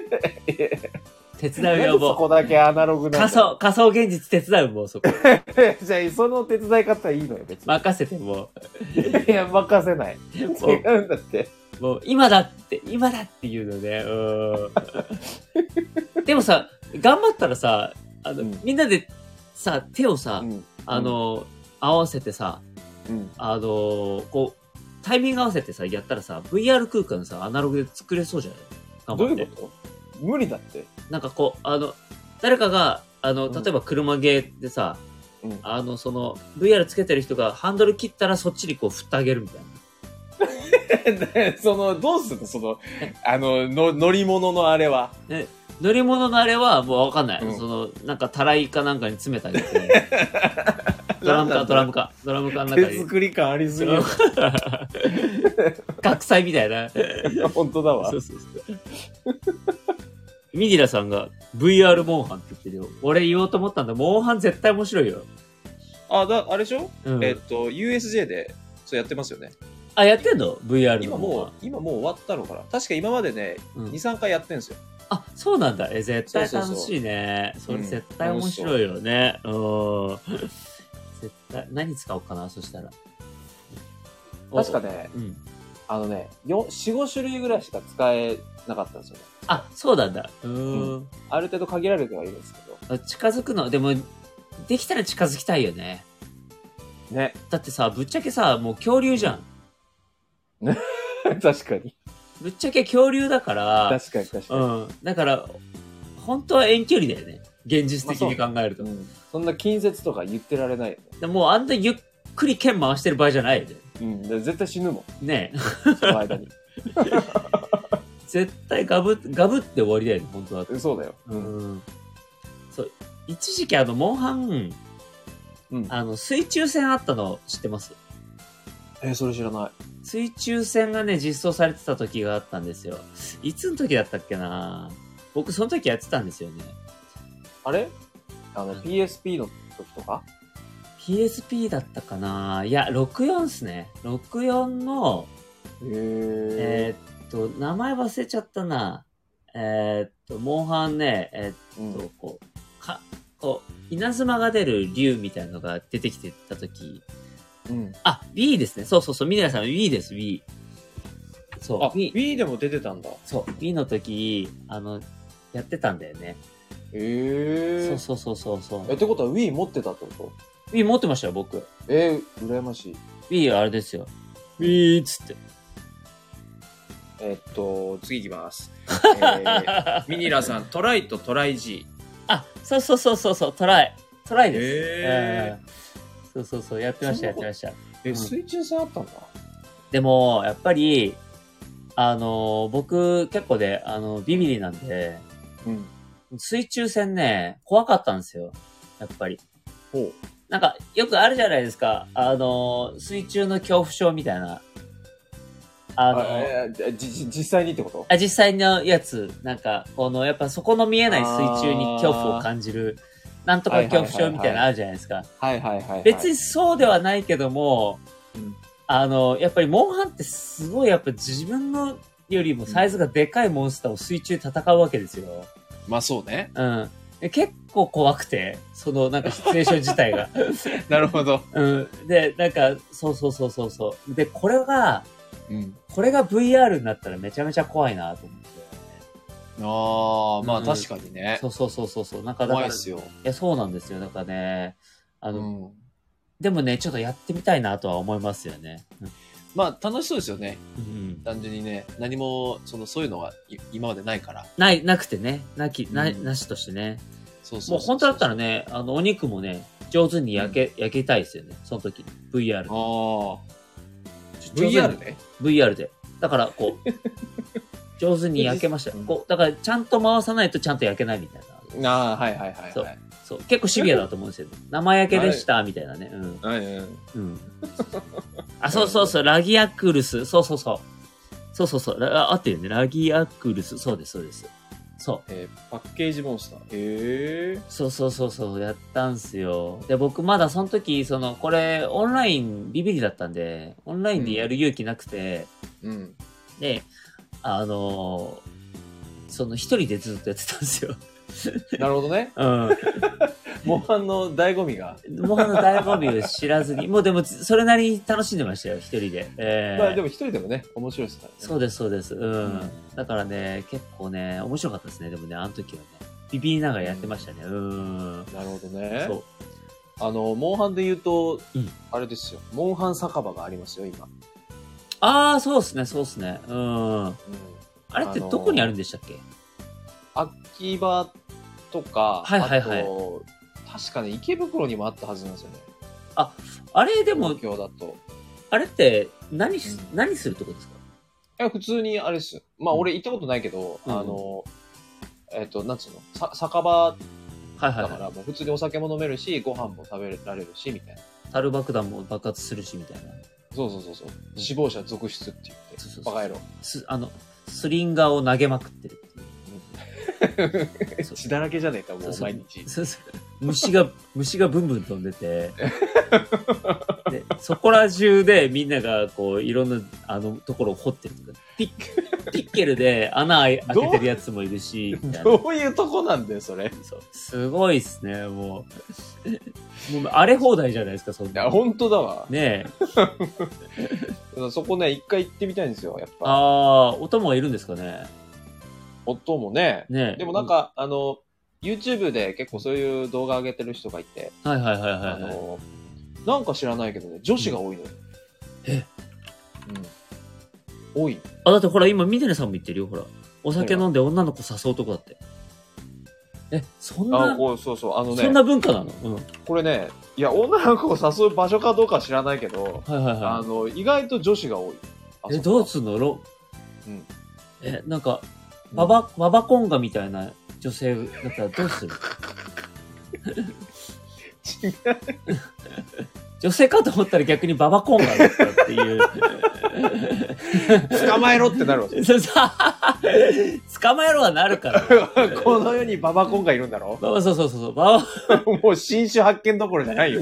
Speaker 1: 手伝う
Speaker 2: なん
Speaker 1: よ、
Speaker 2: でそ
Speaker 1: もう。
Speaker 2: こだけアナログなの
Speaker 1: 仮想、仮想現実手伝う、もうそこ。
Speaker 2: じゃあ、その手伝い方いいのよ、別に。
Speaker 1: 任せて、も
Speaker 2: いや、任せない。 違うんだって。
Speaker 1: う。もう、今だって、今だっていうのね。うーん。でもさ、頑張ったらさ、あの、
Speaker 2: うん
Speaker 1: みんなでさ、手をさ、
Speaker 2: うん。
Speaker 1: あの、合わせてさ、
Speaker 2: うん。
Speaker 1: あの、こう、タイミング合わせてさ、やったらさ、VR 空間さ、アナログで作れそうじゃない頑
Speaker 2: ど
Speaker 1: 張
Speaker 2: う
Speaker 1: って
Speaker 2: いうこと無理だって。
Speaker 1: なんかこう、あの、誰かが、あの、
Speaker 2: うん
Speaker 1: 例えば車ゲーでさ、
Speaker 2: うん
Speaker 1: あの、その、VR つけてる人がハンドル切ったらそっちにこう振ってあげるみたいな。
Speaker 2: その、どうするのその、あのの、乗り物のあれは。
Speaker 1: 乗り物のあれはもうわかんない。
Speaker 2: うん
Speaker 1: その、なんかたらいかなんかに詰めてあげ て。ドラム
Speaker 2: な
Speaker 1: か、
Speaker 2: んだ
Speaker 1: ドラムか、ドラムかの中
Speaker 2: 手
Speaker 1: に。
Speaker 2: 作り感ありすぎる。
Speaker 1: そう 学祭みたいな。
Speaker 2: 本当だわ
Speaker 1: そう。そうそう。ミニラさんが VR モンハンって言ってるよ。俺言おうと思ったんだ。モンハン絶対面白いよ。
Speaker 2: あ、だ、あれでしょ
Speaker 1: うん。
Speaker 2: えっと、USJ で、そうやってますよね。
Speaker 1: あ、やってんの ?VR
Speaker 2: 今
Speaker 1: の
Speaker 2: もう、今もう終わったのかな確か今までね、
Speaker 1: う、
Speaker 2: 2、
Speaker 1: ん。
Speaker 2: 3回やってんですよ。
Speaker 1: あ、そうなんだ。え、絶対
Speaker 2: そうそうそ
Speaker 1: 楽
Speaker 2: う
Speaker 1: しいね。それ
Speaker 2: うん
Speaker 1: 絶対面白いよね。うん。絶対、何使おうかな、そしたら。
Speaker 2: 確かね、
Speaker 1: お。うん。
Speaker 2: あのね、よ4、5種類ぐらいしか使えなかったんですよね。
Speaker 1: あ、そうなんだ。うー。
Speaker 2: うんある程度限られてはいるんですけど。
Speaker 1: あ近づくの、でも、できたら近づきたいよね。
Speaker 2: ね。
Speaker 1: だってさ、ぶっちゃけさ、もう恐竜じゃん。
Speaker 2: 確かに。
Speaker 1: ぶっちゃけ恐竜だから、
Speaker 2: 確かに確かに。
Speaker 1: うん。だから、本当は遠距離だよね。現実的に考えると。
Speaker 2: うんそんな近接とか言ってられないよね。
Speaker 1: でもうあんなゆっくり剣回してる場合じゃないよね。
Speaker 2: うん。で絶対死ぬもん。
Speaker 1: ねえ。
Speaker 2: その間に。
Speaker 1: 絶対ガブ、ガブって終わりだよね、本当だと。
Speaker 2: そうだよ。う。
Speaker 1: うんん。そう。一時期あの、モンハン、
Speaker 2: うん
Speaker 1: あの、水中戦あったの知ってます
Speaker 2: えー、それ知らない。
Speaker 1: 水中戦がね、実装されてた時があったんですよ。いつの時だったっけな僕、その時やってたんですよね。
Speaker 2: あれあの、
Speaker 1: うん
Speaker 2: PSP の時とか
Speaker 1: PSP だったかないや、64っすね。64の、え
Speaker 2: へ
Speaker 1: ーっと、名前忘れちゃったな。えーっと、モンハンね、え
Speaker 2: う
Speaker 1: ーっと
Speaker 2: ん。、
Speaker 1: こう、か、こう、稲妻が出る竜みたいのが出てきてた時。
Speaker 2: うん。
Speaker 1: あ、B ですね。そうそうそう、ミネラさん B です、B。そう。
Speaker 2: あ、
Speaker 1: Wii
Speaker 2: B でも出てたんだ。へ
Speaker 1: そう、B の時、あの、やってたんだよね。
Speaker 2: え
Speaker 1: そうそうそうそうそ
Speaker 2: え、
Speaker 1: う
Speaker 2: っ。てことは Wii 持ってたってこと
Speaker 1: B 持ってましたよ、僕。
Speaker 2: えー、羨ましい。
Speaker 1: B あれですよ。B っつって。
Speaker 2: えっと、次いきます。 えーミニラさん、トライとトライ G。
Speaker 1: あ、そうそうそうそうそう、トライ。トライです。
Speaker 2: へ
Speaker 1: うんそうそうそう、やってました、やってました。
Speaker 2: え、
Speaker 1: うん
Speaker 2: 水中戦あったんだ。
Speaker 1: でも、やっぱり、あのー僕、結構で、あの、ビビリなんで、
Speaker 2: うん。
Speaker 1: 水中戦ね、怖かったんですよ。やっぱり。
Speaker 2: ほ
Speaker 1: なんか、よくあるじゃないですか。あのー水中の恐怖症みたいな。あ
Speaker 2: う。
Speaker 1: のー
Speaker 2: あえーじじ実際にってこと
Speaker 1: あ、実際のやつ、なんか、この、やっぱそこの見えない水中に恐怖を感じる、なんとか恐怖症みたいなのあるじゃないですか。
Speaker 2: はいはいはい、はい。
Speaker 1: 別にそうではないけども、
Speaker 2: うん
Speaker 1: あの、やっぱりモンハンってすごい、やっぱ自分のよりもサイズがでかいモンスターを水中で戦うわけですよ。
Speaker 2: まあそう ね。
Speaker 1: うん。で結構怖くて、その、なんかシチュエーション自体 が。
Speaker 2: なるほど。
Speaker 1: うん。で、なんか、そうそうそうそうそう。で、これが、
Speaker 2: うん。
Speaker 1: これが VR になったらめちゃめちゃ怖いなと思って。
Speaker 2: ああ、ま
Speaker 1: う
Speaker 2: あ
Speaker 1: ん
Speaker 2: 確かにね。
Speaker 1: そうそうそうそうそう。なんかだか
Speaker 2: 怖い
Speaker 1: ら
Speaker 2: っ、すよ。
Speaker 1: いや、そうなんですよ。だからね、あ
Speaker 2: う
Speaker 1: の、
Speaker 2: ん。
Speaker 1: でもね、ちょっとやってみたいなとは思いますよね。
Speaker 2: まあ楽しそうですよね。
Speaker 1: うん。
Speaker 2: 単純にね、何も、その、そういうのはい今までないから。
Speaker 1: ない、なくてね、なき、な、
Speaker 2: うん
Speaker 1: なしとしてね。
Speaker 2: そうそ
Speaker 1: も
Speaker 2: う
Speaker 1: う
Speaker 2: そ
Speaker 1: 本
Speaker 2: うそう
Speaker 1: 当だったら。ね、あの、お肉もね、上手に焼け、焼けたいですよね。その時、VR で
Speaker 2: あ。あ。
Speaker 1: 上手に
Speaker 2: VR ね。
Speaker 1: VR で。だから、こう、 上手に焼けましたよ。
Speaker 2: うん
Speaker 1: こう、だから、ちゃんと回さないとちゃんと焼けないみたいな。
Speaker 2: ああ、はいはいはい、
Speaker 1: そう
Speaker 2: はい。
Speaker 1: そう、結構シビアだと思うんですよね。生焼けでした、みたいなね。うん。
Speaker 2: はいはい。
Speaker 1: うん。あ、そうそうそう、ラギアクルス。そうそうそう。そうそうそう。ラあ合ってるよね。ラギアクルス。そうです、そうです。そう。
Speaker 2: えーパッケージモンスター。ええ
Speaker 1: そうそうそうそう、やったんすよ。で、僕まだその時、その、これ、オンラインビビリだったんで、オンラインでやる勇気なくて、
Speaker 2: うん。
Speaker 1: で、あのーその一人でずっとやってたんですよ。
Speaker 2: なるほどね。
Speaker 1: うん。
Speaker 2: モンハンの醍醐味が。
Speaker 1: モハの醍醐味を知らずに、もうでも、それなりに楽しんでましたよ、一人で。えー
Speaker 2: まあでも一人でもね、面白いですからね。
Speaker 1: そうです、そうです。うん。
Speaker 2: うん
Speaker 1: だからね、結構ね、面白かったですね。でもね、あの時はね、ビビりながらやってましたね。うん。
Speaker 2: なるほどね。
Speaker 1: そう。
Speaker 2: あの、モンハンで言うと、
Speaker 1: うん
Speaker 2: あれですよ。モンハン酒場がありますよ、今。
Speaker 1: ああ、そうですね、そうですね。うん。あ
Speaker 2: う
Speaker 1: れ
Speaker 2: ん。
Speaker 1: って
Speaker 2: あのー
Speaker 1: どこにあるんでしたっけ、
Speaker 2: 秋葉とか、
Speaker 1: はいはいはい
Speaker 2: あと、確かね、池袋にもあったはずなんですよね。
Speaker 1: あれ、でも
Speaker 2: 東、京だと。
Speaker 1: あれって何し、
Speaker 2: う
Speaker 1: 何するとこですか
Speaker 2: いや、普通にあれですよ。まあ、俺行ったことないけど、
Speaker 1: うん
Speaker 2: あの、えっ、と、なんつうのさ酒場
Speaker 1: はいは
Speaker 2: だ
Speaker 1: い
Speaker 2: か
Speaker 1: は
Speaker 2: ら、もう普通にお酒も飲めるし、ご飯も食べられるし、みたいな。
Speaker 1: い。樽爆弾も爆発するし、みたいな。
Speaker 2: そうそうそうそう。死亡者続出って言って、
Speaker 1: そうそうそう
Speaker 2: バカ野郎。
Speaker 1: すあのスリンガーを投げまくってるっていうそう
Speaker 2: 血だらけじゃねえか、も
Speaker 1: そう
Speaker 2: う
Speaker 1: そう
Speaker 2: 毎日。
Speaker 1: そうそう虫が 虫がブンブン飛んで てでそこら中でみんながこういろんなあのところを掘ってるとかピッピッケルで穴あい開けてるやつもいるしみたいな
Speaker 2: どういうとこなんだよ、それ。い
Speaker 1: そうすごいっすねもうもう荒れ放題じゃないですかそんな
Speaker 2: や、本当だわ。
Speaker 1: ねえ
Speaker 2: そこね、一回行ってみたいんですよ、やっぱ。
Speaker 1: ああーお供はいるんですかね
Speaker 2: 夫もね。
Speaker 1: ねえ
Speaker 2: でもなんか、あの、YouTube で結構そういう動画上げてる人がいて、
Speaker 1: はいはいはいは
Speaker 2: あ
Speaker 1: いはい
Speaker 2: の、なんか知らないけどね、女子が多いのよ。
Speaker 1: え
Speaker 2: うん。多い。
Speaker 1: あ、だってほら、今、ミネネさんも言ってるよ、ほら。お酒飲んで女の子誘うとこだって。え、そん
Speaker 2: あ
Speaker 1: な、
Speaker 2: こうそうそう、あの
Speaker 1: そん
Speaker 2: ね、
Speaker 1: な文化なのうん。はい
Speaker 2: これね、いや、女の子を誘う場所かどうかは知らないけど、
Speaker 1: はい
Speaker 2: あ
Speaker 1: は
Speaker 2: の、意外と女子が多い。あ
Speaker 1: い。え、
Speaker 2: そこ
Speaker 1: どうすんのロ、
Speaker 2: うん
Speaker 1: え、なんか、ババ、ババコンガみたいな女性だったらどうする
Speaker 2: 違う
Speaker 1: 女性かと思ったら逆にババコンガだったって いう。
Speaker 2: 捕まえろってなるわけ。
Speaker 1: そう さ、捕まえろはなるから。
Speaker 2: この世にババコンがいるんだろ
Speaker 1: ババ、そうそうそうそう、ババ、
Speaker 2: もう新種発見どころじ ゃないよ。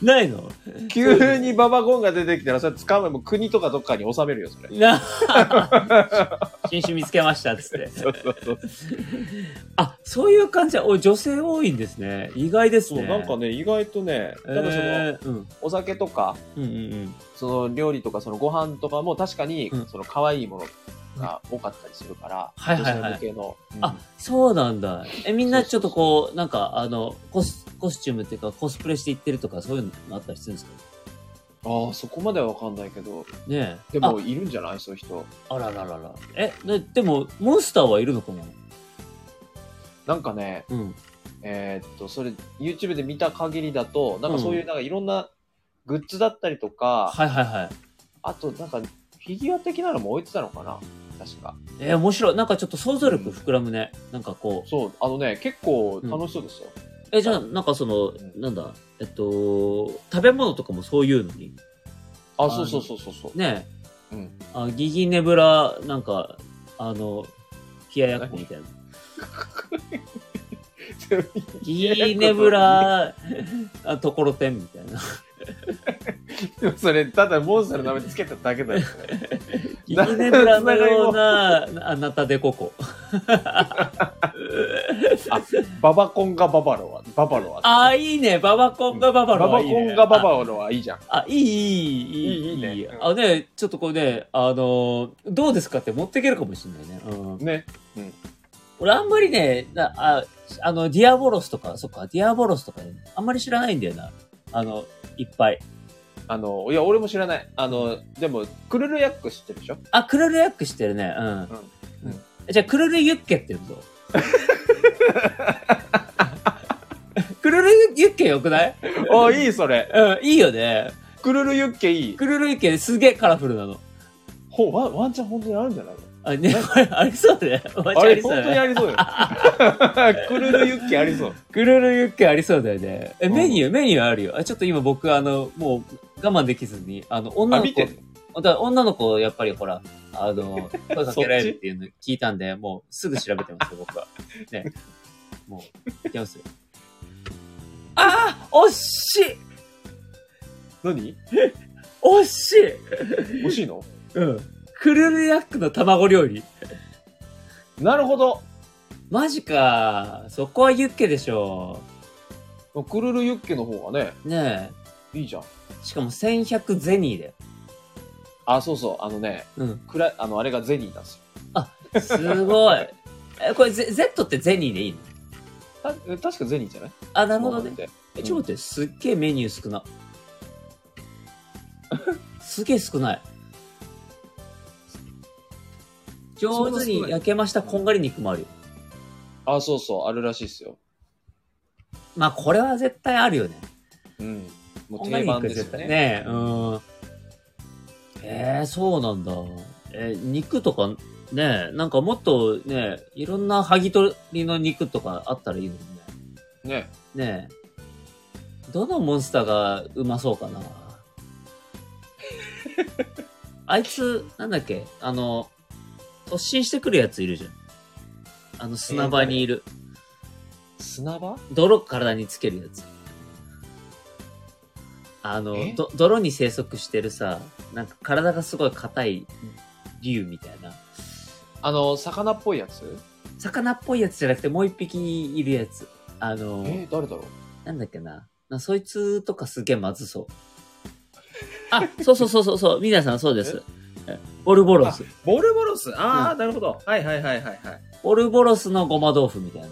Speaker 1: ないの
Speaker 2: 急にババコンが出てきたら、それ捕まえ、もう国とかどっかに収めるよ、それ。
Speaker 1: な 新種見つけましたっつって。
Speaker 2: そうそうそう。
Speaker 1: あ、そういう感じは、お女性多いんですね。意外です
Speaker 2: そう、
Speaker 1: ね。
Speaker 2: なんかね、意外とね、
Speaker 1: えー、
Speaker 2: なんかその、
Speaker 1: うん、
Speaker 2: お酒とか、
Speaker 1: うんうんうん。
Speaker 2: その料理とか、そのご飯とかも確かに
Speaker 1: うん、
Speaker 2: その可愛いものが多かったりするから、
Speaker 1: はいはいはい
Speaker 2: 女性向けの。
Speaker 1: あ、そうなんだ。え、みんなちょっとこう、なんか、あの、コス、コスチュームっていうか、コスプレしていってるとか、そういうのあったりするんですか
Speaker 2: うんあーそこまではわかんないけど、
Speaker 1: ねえ。
Speaker 2: でもいるんじゃないそういう人。
Speaker 1: あ、あらららら。え、ででも、モンスターはいるのかな
Speaker 2: なんかね、
Speaker 1: うん。
Speaker 2: えーっと、それ、YouTube で見た限りだと、なんかそういう、なんかいろんなグッズだったりとか、
Speaker 1: はいはいはい。
Speaker 2: あと、なんか、フィギュア的なのも置いてたのかな確か。
Speaker 1: えー面白い。なんかちょっと想像力膨らむね。なんかこう。
Speaker 2: そう、あのね、結構楽しそうですよ。
Speaker 1: え、じゃあ、なんかその、
Speaker 2: ん
Speaker 1: なんだ、えっと、食べ物とかもそういうのに。
Speaker 2: あ、そうそうそうそうそう。
Speaker 1: ねえ、
Speaker 2: うん
Speaker 1: あギギネブラなんかあの冷ややっこ みたいなギギネブラ あところてんみたい な
Speaker 2: それ、ただモンスターの名前つけただけだ よ。
Speaker 1: ギギネブラのような あなたでここ
Speaker 2: あ、ババコンガババロア。ババロア。
Speaker 1: あいいねババコンがババロ
Speaker 2: ババ
Speaker 1: はいい
Speaker 2: コ
Speaker 1: ね
Speaker 2: ンガババロアいいじゃん。
Speaker 1: あいいいいいい
Speaker 2: いいいいねうん
Speaker 1: あねちょっとこれねあのどうですかって持っていけるかもしれないね、うん、
Speaker 2: ね。
Speaker 1: 俺あんまりね、なああの、ディアボロスとか、そっか、ディアボロスとかね、あんまり知らないんだよな。あの、いっぱい。
Speaker 2: あの、いや、俺も知らない。あの、でも、クルルヤック知ってるでしょ
Speaker 1: あ、クルルヤック知ってるね。うん。
Speaker 2: うん
Speaker 1: うんじゃあ、クルルユッケって言うぞ。クルルユッケよくない
Speaker 2: あ、いい、それ。
Speaker 1: うん、いいよね。
Speaker 2: クルルユッケいい。
Speaker 1: クルルユッケすげえカラフルなの。
Speaker 2: ほう、ワンワンチャン本当にあるんじゃないの
Speaker 1: あ、ね、これ、ありそうだね。
Speaker 2: あ
Speaker 1: あ
Speaker 2: れ、
Speaker 1: りそう
Speaker 2: 本当に
Speaker 1: だね。
Speaker 2: あ りそうよ。クルルユッケありそう。
Speaker 1: クルルユッケありそうだよね。え、メニュー、メニューあるよ。あちょっと今僕、あの、もう我慢できずに、あの、女
Speaker 2: あ、
Speaker 1: の
Speaker 2: 見
Speaker 1: 子
Speaker 2: て。
Speaker 1: だから女の子、やっぱりほら、あ の、声かけられるっていうの聞いたんで、もうすぐ調べてますよ、僕は。ね。もう、いきますよ。ああ惜しい
Speaker 2: 何
Speaker 1: 惜しい
Speaker 2: 欲しいの
Speaker 1: うん。クルルヤックの卵料理。
Speaker 2: なるほど。
Speaker 1: マジか。そこはユッケでしょ
Speaker 2: クルルユッケの方がね、
Speaker 1: う。ね
Speaker 2: いいじゃん。
Speaker 1: え。しかも1100ゼニーだよ。
Speaker 2: あ、そうそう、あのね、
Speaker 1: うん。
Speaker 2: くらあの、あれがゼニーなんですよ。
Speaker 1: すごい。え、これ、ゼ Z ってゼニーでいいの
Speaker 2: た確かゼニーじゃない
Speaker 1: あ、な
Speaker 2: な
Speaker 1: るほどね。。え、ちょっと待って、すっげえメニュー少な。 すげえ少ない。上手に焼けましたこんがり肉もあるよ。
Speaker 2: あ、そうそう、あるらしいっすよ。
Speaker 1: まあ、これは絶対あるよね。
Speaker 2: うん。も
Speaker 1: こ
Speaker 2: うん
Speaker 1: がり
Speaker 2: 定
Speaker 1: 肉
Speaker 2: 番
Speaker 1: は
Speaker 2: です
Speaker 1: 絶
Speaker 2: よ
Speaker 1: 対
Speaker 2: ね。
Speaker 1: ね。うん。えー、そうなんだ。えー肉とかね、なんかもっとね、いろんな剥ぎ取りの肉とかあったらいいのにね。
Speaker 2: ね。
Speaker 1: ねえ。どのモンスターがうまそうかなあいつ、なんだっけあの、突進してくるやついるじゃん。あの砂場にいる。
Speaker 2: 砂場
Speaker 1: 泥体につけるやつ。あの
Speaker 2: え、
Speaker 1: ど泥に生息してるさ、なんか体がすごい硬い竜みたいな。
Speaker 2: あの、魚っぽいやつ
Speaker 1: 魚っぽいやつじゃなくてもう一匹いるやつ。あの、
Speaker 2: え、誰だろう
Speaker 1: なんだっけな。なそいつとかすげえまずそう。あ、そうそうそうそうそう、皆さんそうです。えボルボロス。
Speaker 6: ボルボロスああ、なるほど。はいはいはいはいはい。
Speaker 1: ボルボロスのごま豆腐み たいな。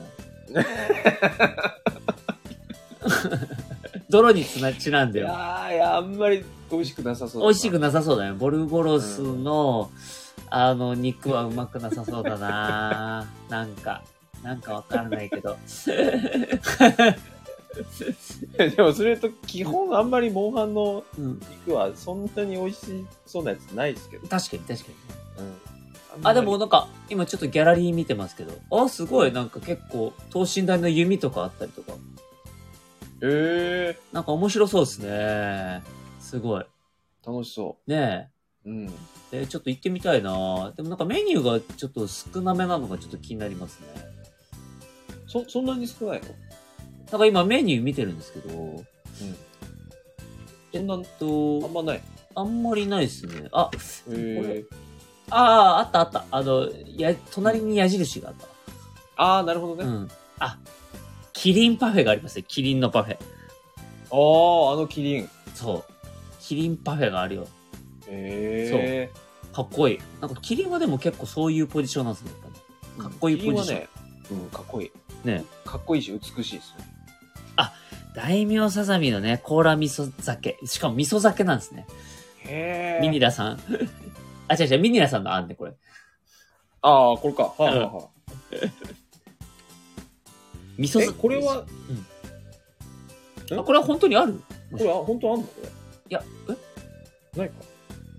Speaker 1: 泥につなちなん
Speaker 2: い
Speaker 1: でよ。
Speaker 2: やーいや、あんまり美味しくなさそうだ
Speaker 1: 美
Speaker 2: な。
Speaker 1: 味しくなさそうだね。ボルボロスの、あの、肉はうまくなさそうだななんか、なんかわからないけど。
Speaker 2: でもそれと基本あんまりモンハンの
Speaker 1: うん、
Speaker 2: 肉はそんなに美味しそうなやつないですけど。
Speaker 1: 確かに確かに。
Speaker 2: うん
Speaker 1: あ、でも、なんか、今ちょっとギャラリー見てますけど、あ、すごい、なんか結構、等身大の弓とかあったりとか、
Speaker 2: ええ
Speaker 1: なんか面白そうですね。すごい。
Speaker 2: ー、楽しそ
Speaker 1: ね
Speaker 2: う。うん。
Speaker 1: え。えちょっと行ってみたいなでもなんかメニューがちょっと少なめなのがちょっと気になりますね。
Speaker 2: そ、そんなに少ないの
Speaker 1: なんか今メニュー見てるんですけど、
Speaker 2: そんな、
Speaker 1: えっと
Speaker 2: あん、まない。
Speaker 1: あんまりないですね。あ、
Speaker 2: えー、
Speaker 1: ああ、あったあった。あの、や、隣に矢印があった。
Speaker 2: あー、なるほどね。
Speaker 1: う
Speaker 2: あ
Speaker 1: ん。あ、キリンパフェがありますね。キリンのパフェ。
Speaker 2: あ、あのキリン。
Speaker 1: そう。キリンパフェがあるよ。
Speaker 2: ええ
Speaker 1: かっこいい。なんかキリンはでも結構そういうポジションなんですね。やっぱね
Speaker 2: ー、
Speaker 1: かっこいい
Speaker 2: キリンは
Speaker 1: ポジシ
Speaker 2: ね、うん、かっこいい。
Speaker 1: ね
Speaker 2: かっこいいし、美しいですね。
Speaker 1: 大名さざみのね、甲羅味噌酒。しかも味噌酒なんですね。
Speaker 2: へ
Speaker 1: ミニラさん。 あ、違う違う、ミニラさんの案ね、これ。
Speaker 2: ああ、これか。はいはいはい。
Speaker 1: 味噌
Speaker 2: え、これは、
Speaker 1: あ、これは本当にある
Speaker 2: これ、あ、本当あんのこれ。
Speaker 1: いや、
Speaker 2: ないか。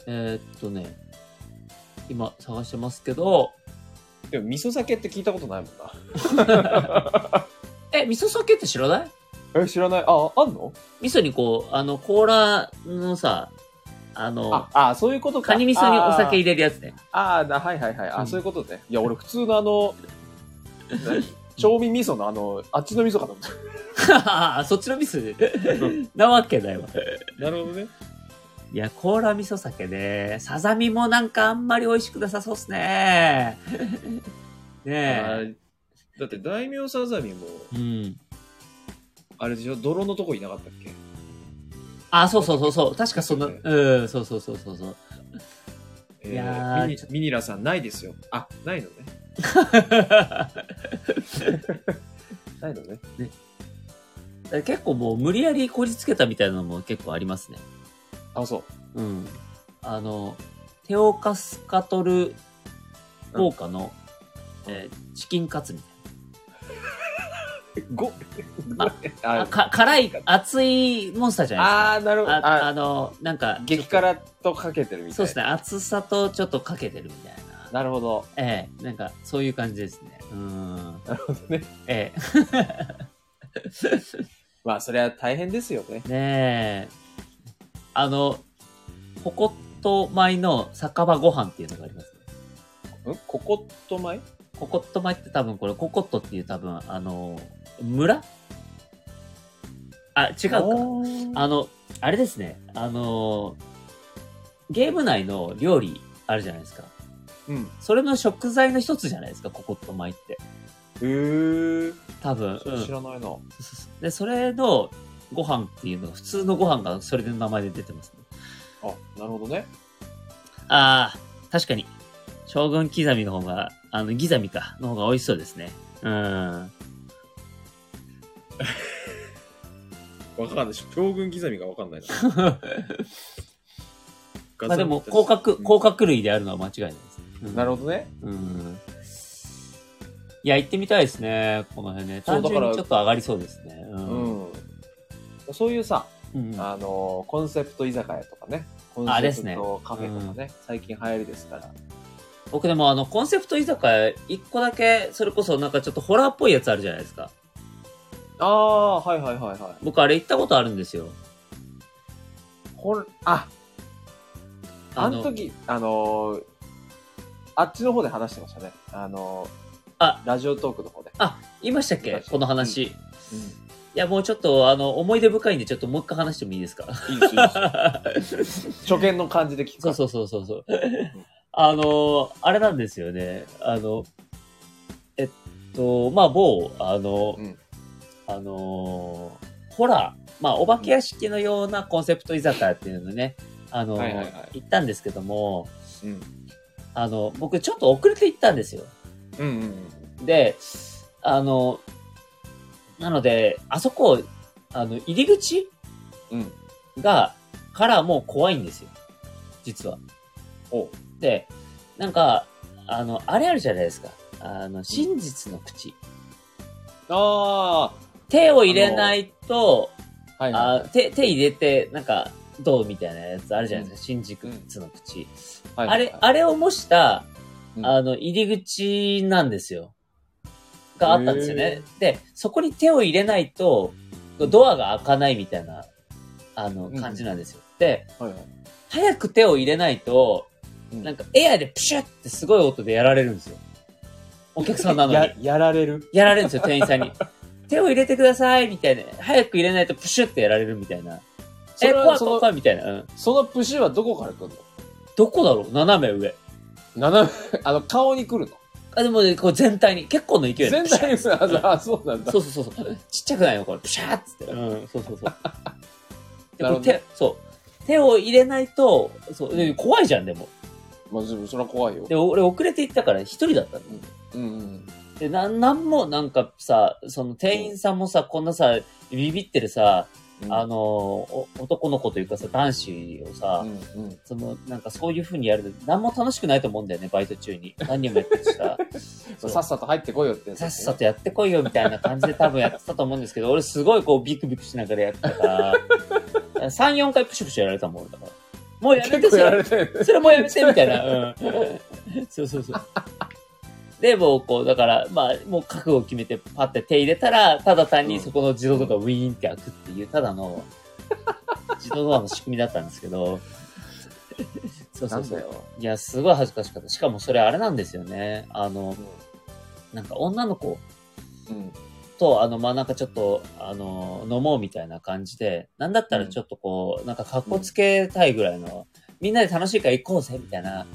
Speaker 1: えーっとね、今探してますけど、
Speaker 2: でも、味噌酒って聞いたことないもんな。
Speaker 1: え、味噌酒って知らない
Speaker 2: え、知らない。あ、あんの
Speaker 1: 味噌にこう、あの、甲羅のさ、あの
Speaker 2: あ、、あ、そういうことか。
Speaker 1: カニ味噌にお酒入れるやつね。
Speaker 2: あーあー、なはいはいはい。あ、
Speaker 1: うん
Speaker 2: そういうことね。いや、俺、普通のあの、 何調味味噌のあの、あっちの味噌かと思 った。
Speaker 1: そっちのミス なわけだよ。
Speaker 2: なるほどね。
Speaker 1: いや、甲羅味噌酒ね。さざみもなんかあんまり美味しくなさそうっすね。ね
Speaker 2: だって、大名さざみも、
Speaker 1: え。うん。
Speaker 2: あれでしょ、泥のとこいなかったっけ
Speaker 1: あ、そうそうそうそう。確かそんな、
Speaker 2: そう
Speaker 1: うん、そうそうそうそう そう。
Speaker 2: えー
Speaker 1: いやー
Speaker 2: ミニミニラさん、ないですよ。あ、ないのね。ないのね。
Speaker 1: 結構もう無理やりこじつけたみたいなのも結構ありますね。
Speaker 2: あ、そ
Speaker 1: う
Speaker 2: う。
Speaker 1: ん。あの、テオカスカトル効果の、えーチキンカツみたい
Speaker 2: ご、
Speaker 1: な。あ
Speaker 2: あ
Speaker 1: か辛い、熱いモンスターじゃないですか。
Speaker 2: あー、なるほど。
Speaker 1: あ
Speaker 2: あ
Speaker 1: あの、なんか、
Speaker 2: 激辛とかけてるみたいな。
Speaker 1: そうですね、厚さとちょっとかけてるみたいな。
Speaker 2: なるほど。
Speaker 1: ええなんか、そういう感じですね。うん。
Speaker 2: なるほどね。
Speaker 1: え
Speaker 2: まあ、それは大変ですよね。
Speaker 1: えねえ。あの、ここと米の酒場ご飯っていうのがあります、ね。
Speaker 2: んココット米
Speaker 1: ココット米って多分これ、ココットっていう多分、あの、村あ、違うか。あの、あれですね。あの、ゲーム内の料理あるじゃないですか。
Speaker 2: うん。
Speaker 1: それの食材の一つじゃないですか、ココット米って。
Speaker 2: へえ。
Speaker 1: 多分。
Speaker 2: それ知らないな。
Speaker 1: うんで、それのご飯っていうのが、普通のご飯がそれで名前で出てますね。
Speaker 2: あ、なるほどね。
Speaker 1: ああ、確かに。将軍刻みの方が、あの、ギザミか、の方が美味しそうですね。うん。
Speaker 6: わかんない。将軍刻みがわかん ないな。
Speaker 1: まあでも、甲殻、甲殻類であるのは間違いないです、
Speaker 2: なる
Speaker 1: ほ
Speaker 2: ほどね。
Speaker 1: ど。うん。いや、行ってみたいですね、この辺ね。
Speaker 2: そ
Speaker 1: 単
Speaker 2: うだから
Speaker 1: 純にちょっと上がりそうですね。う。
Speaker 2: うんん。そういうさ、
Speaker 1: うん
Speaker 2: あのー、コンセプト居酒屋とかね。コン
Speaker 1: あで
Speaker 2: セ
Speaker 1: す
Speaker 2: プ
Speaker 1: ね
Speaker 2: トカフェとかね。最近流行りですから。
Speaker 1: 僕でも、あの、コンセプト居酒屋、一個だけ、それこそなんかちょっとホラーっぽいやつあるじゃないですか。
Speaker 2: ああ、はいはいはいはい。
Speaker 1: 僕、あれ行ったことあるんですよ。
Speaker 2: ほん、あ、
Speaker 1: あ
Speaker 2: あ
Speaker 1: の
Speaker 2: の時、あのーあっちの方で話してましたね。あのー
Speaker 1: あ
Speaker 2: ラジオトークの方で。
Speaker 1: あ、言いましたっけこの話。い
Speaker 2: うん
Speaker 1: や、もうちょっと、あの、思い出深いんで、ちょっともう一回話してもいいですか
Speaker 2: いいですよ、いいですよ 初見の感じで聞くか
Speaker 1: そう
Speaker 2: ら。
Speaker 1: そうそうそうそう。あの、あれなんですよね。あの、えっと、まあ、某、あの、
Speaker 2: うん
Speaker 1: あの、ホラー、まあ、お化け屋敷のようなコンセプト居酒屋っていうのね、あの、
Speaker 2: はいはいは
Speaker 1: 行ったんですけども、
Speaker 2: うん
Speaker 1: あの、僕ちょっと遅れて行ったんですよ。
Speaker 6: うんうん
Speaker 1: で、あの、なので、あそこ、あの、入り口
Speaker 2: うん
Speaker 1: が、からもう怖いんですよ。実は。
Speaker 2: おう
Speaker 1: で、なんか、あの、あれあるじゃないですか。あの、真実の口。
Speaker 2: あ
Speaker 1: 手を入れないと、
Speaker 2: あ、はいは
Speaker 1: あ
Speaker 2: い
Speaker 1: 手、手入れて、なんか、どうみたいなやつあるじゃないですか。真実の口。
Speaker 2: はい。
Speaker 1: あれ、あれを模した、
Speaker 2: うん
Speaker 1: あの、入り口なんですよ。があったんですよね。で、そこに手を入れないと、ドアが開かないみたいな、あの、
Speaker 2: うん
Speaker 1: 感じなんですよ。で、
Speaker 2: はいはい
Speaker 1: 早く手を入れないと、
Speaker 2: うん
Speaker 1: なんかエアでプシュってすごい音でやられるんですよ。お客さんなのに
Speaker 2: や。やられる。
Speaker 1: やられるんですよ、店員さん に。手を入れてください、みたいな。早く入れないとプシュってやられるみたいな。
Speaker 2: そ
Speaker 1: え、
Speaker 2: れ
Speaker 1: 怖
Speaker 2: は
Speaker 1: 怖
Speaker 2: い
Speaker 1: い
Speaker 2: そ
Speaker 1: 怖
Speaker 2: の、
Speaker 1: いみたいな。うん。
Speaker 2: そのプシュはどこから来るの
Speaker 1: どこだろう斜め上。
Speaker 2: 斜め、 あの、顔に来るの
Speaker 1: あ、でもね、こう全体に、結構の勢いで。
Speaker 2: 全体に来るあそうあ、そうなんだ。
Speaker 1: そうそうそうそう。ちっちゃくないのこれ。プシャーっつって。うん、そうそうそう。で
Speaker 2: な
Speaker 1: こ
Speaker 2: るほど
Speaker 1: う手、そう。手を入れないと、そう、で怖いじゃん、でも。
Speaker 2: まあ、でもそれは怖いよ
Speaker 1: で、。俺遅れて行ったから一人だったの。
Speaker 2: うんうん。
Speaker 1: で、なん、なんもなんかさ、その店員さんもさ、こんなさ、ビビってるさ、
Speaker 2: うん
Speaker 1: あの、お男の子というかさ、男子をさ、
Speaker 2: うんうん。
Speaker 1: その、なんかそういう風にやると、なんも楽しくないと思うんだよね、バイト中に。何人もやってるし さ。そう
Speaker 2: さっさと入ってこいよってやつ
Speaker 1: さ
Speaker 2: ね。
Speaker 1: っさとやってこいよみたいな感じで多分やってたと思うんですけど、俺すごいこうビクビクしながらやってたから、3、4回プシュ プシュやられたもん、俺だから。もうやめて、
Speaker 2: 結
Speaker 1: そ
Speaker 2: 構やら
Speaker 1: れ
Speaker 2: れてる ね。
Speaker 1: それもやめて、みたいな。うん。そうそうそう。で、もうこう、だから、まあ、もう覚悟を決めてパッて手入れたら、ただ単にそこの自動ドアがウィーンって開くっていう、ただの、自動ドアの仕組みだったんですけど、そう
Speaker 2: な
Speaker 1: そうんそ
Speaker 2: だ
Speaker 1: う。
Speaker 2: よ。
Speaker 1: いや、すごい恥ずかしかった。しかもそれあれなんですよね。あの、なんか女の子
Speaker 2: うん。
Speaker 1: と、あの、まあ、なんかちょっと、あの、飲もうみたいな感じで、なんだったらちょっとこう、なんか格好つけたいぐらいの、みんなで楽しいから行こうぜみたいな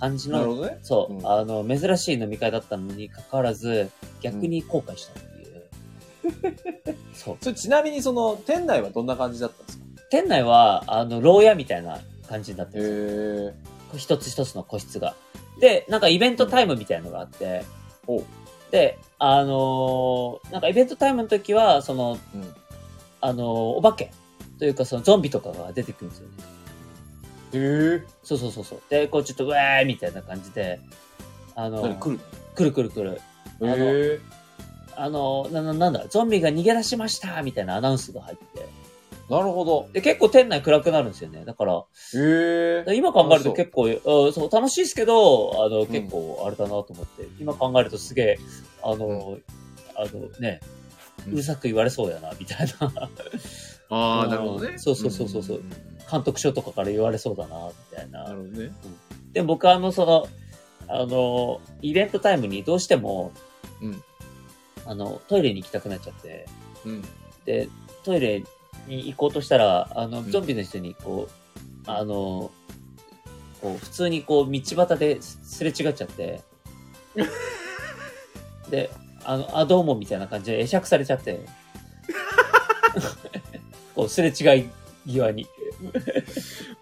Speaker 1: 感じ
Speaker 2: なる
Speaker 1: の、
Speaker 2: ほどね。
Speaker 1: そう、
Speaker 2: うん
Speaker 1: あの、珍しい飲み会だったのにかかわらず、逆に後悔したっていう。そう。
Speaker 2: それちなみにその、店内はどんな感じだったんですか
Speaker 1: 店内は、あの、牢屋みたいな感じになってるんですよ。
Speaker 2: へ
Speaker 1: 一つ一つの個室が。で、なんかイベントタイムみたいのがあって、
Speaker 2: おう
Speaker 1: で、あのーなんかイベントタイムの時は、その、
Speaker 2: うん
Speaker 1: あのーお化けというかそのゾンビとかが出てくるんですよね。
Speaker 2: え。へえ。
Speaker 1: そうそうそうそう。で、こうちょっと、うわーみたいな感じで、あの
Speaker 2: 何
Speaker 1: ー
Speaker 2: 来る
Speaker 1: くるくるくる。
Speaker 2: の
Speaker 1: あの
Speaker 2: へえ。
Speaker 1: あのーな、ななんだ、ゾンビが逃げ出しましたみたいなアナウンスが入って。
Speaker 2: なるほど。
Speaker 1: で、結構店内暗くなるんですよね。だから、
Speaker 2: へ
Speaker 1: だから
Speaker 2: え。
Speaker 1: 今考える
Speaker 2: あそ
Speaker 1: と
Speaker 2: う
Speaker 1: 結構、うんそう、楽しいですけど、あの、
Speaker 2: ん
Speaker 1: 結構あれだなと思って、今考えるとすげえ、あの、あのね、
Speaker 6: うん
Speaker 1: うるさく言われそうやな、みたいな。
Speaker 6: ああ、なるほどね。
Speaker 1: そうそうそうそうそうん
Speaker 6: んんん
Speaker 1: 監督署とかから言われそうだな、みたい
Speaker 6: な
Speaker 1: な
Speaker 6: る。ほどね。
Speaker 1: で、僕はあの、その、あの、イベントタイムにどうしても、
Speaker 6: うん
Speaker 1: あの、トイレに行きたくなっちゃって、
Speaker 6: うん。
Speaker 1: で、トイレに行こうとしたら、あの、
Speaker 6: ん
Speaker 1: ゾンビの人に、こう、あの、こう、普通にこう、道端ですすれ違っちゃって、で、あの、あ、どうもみたいな感じで会釈されちゃって、こう、すれ違い際に。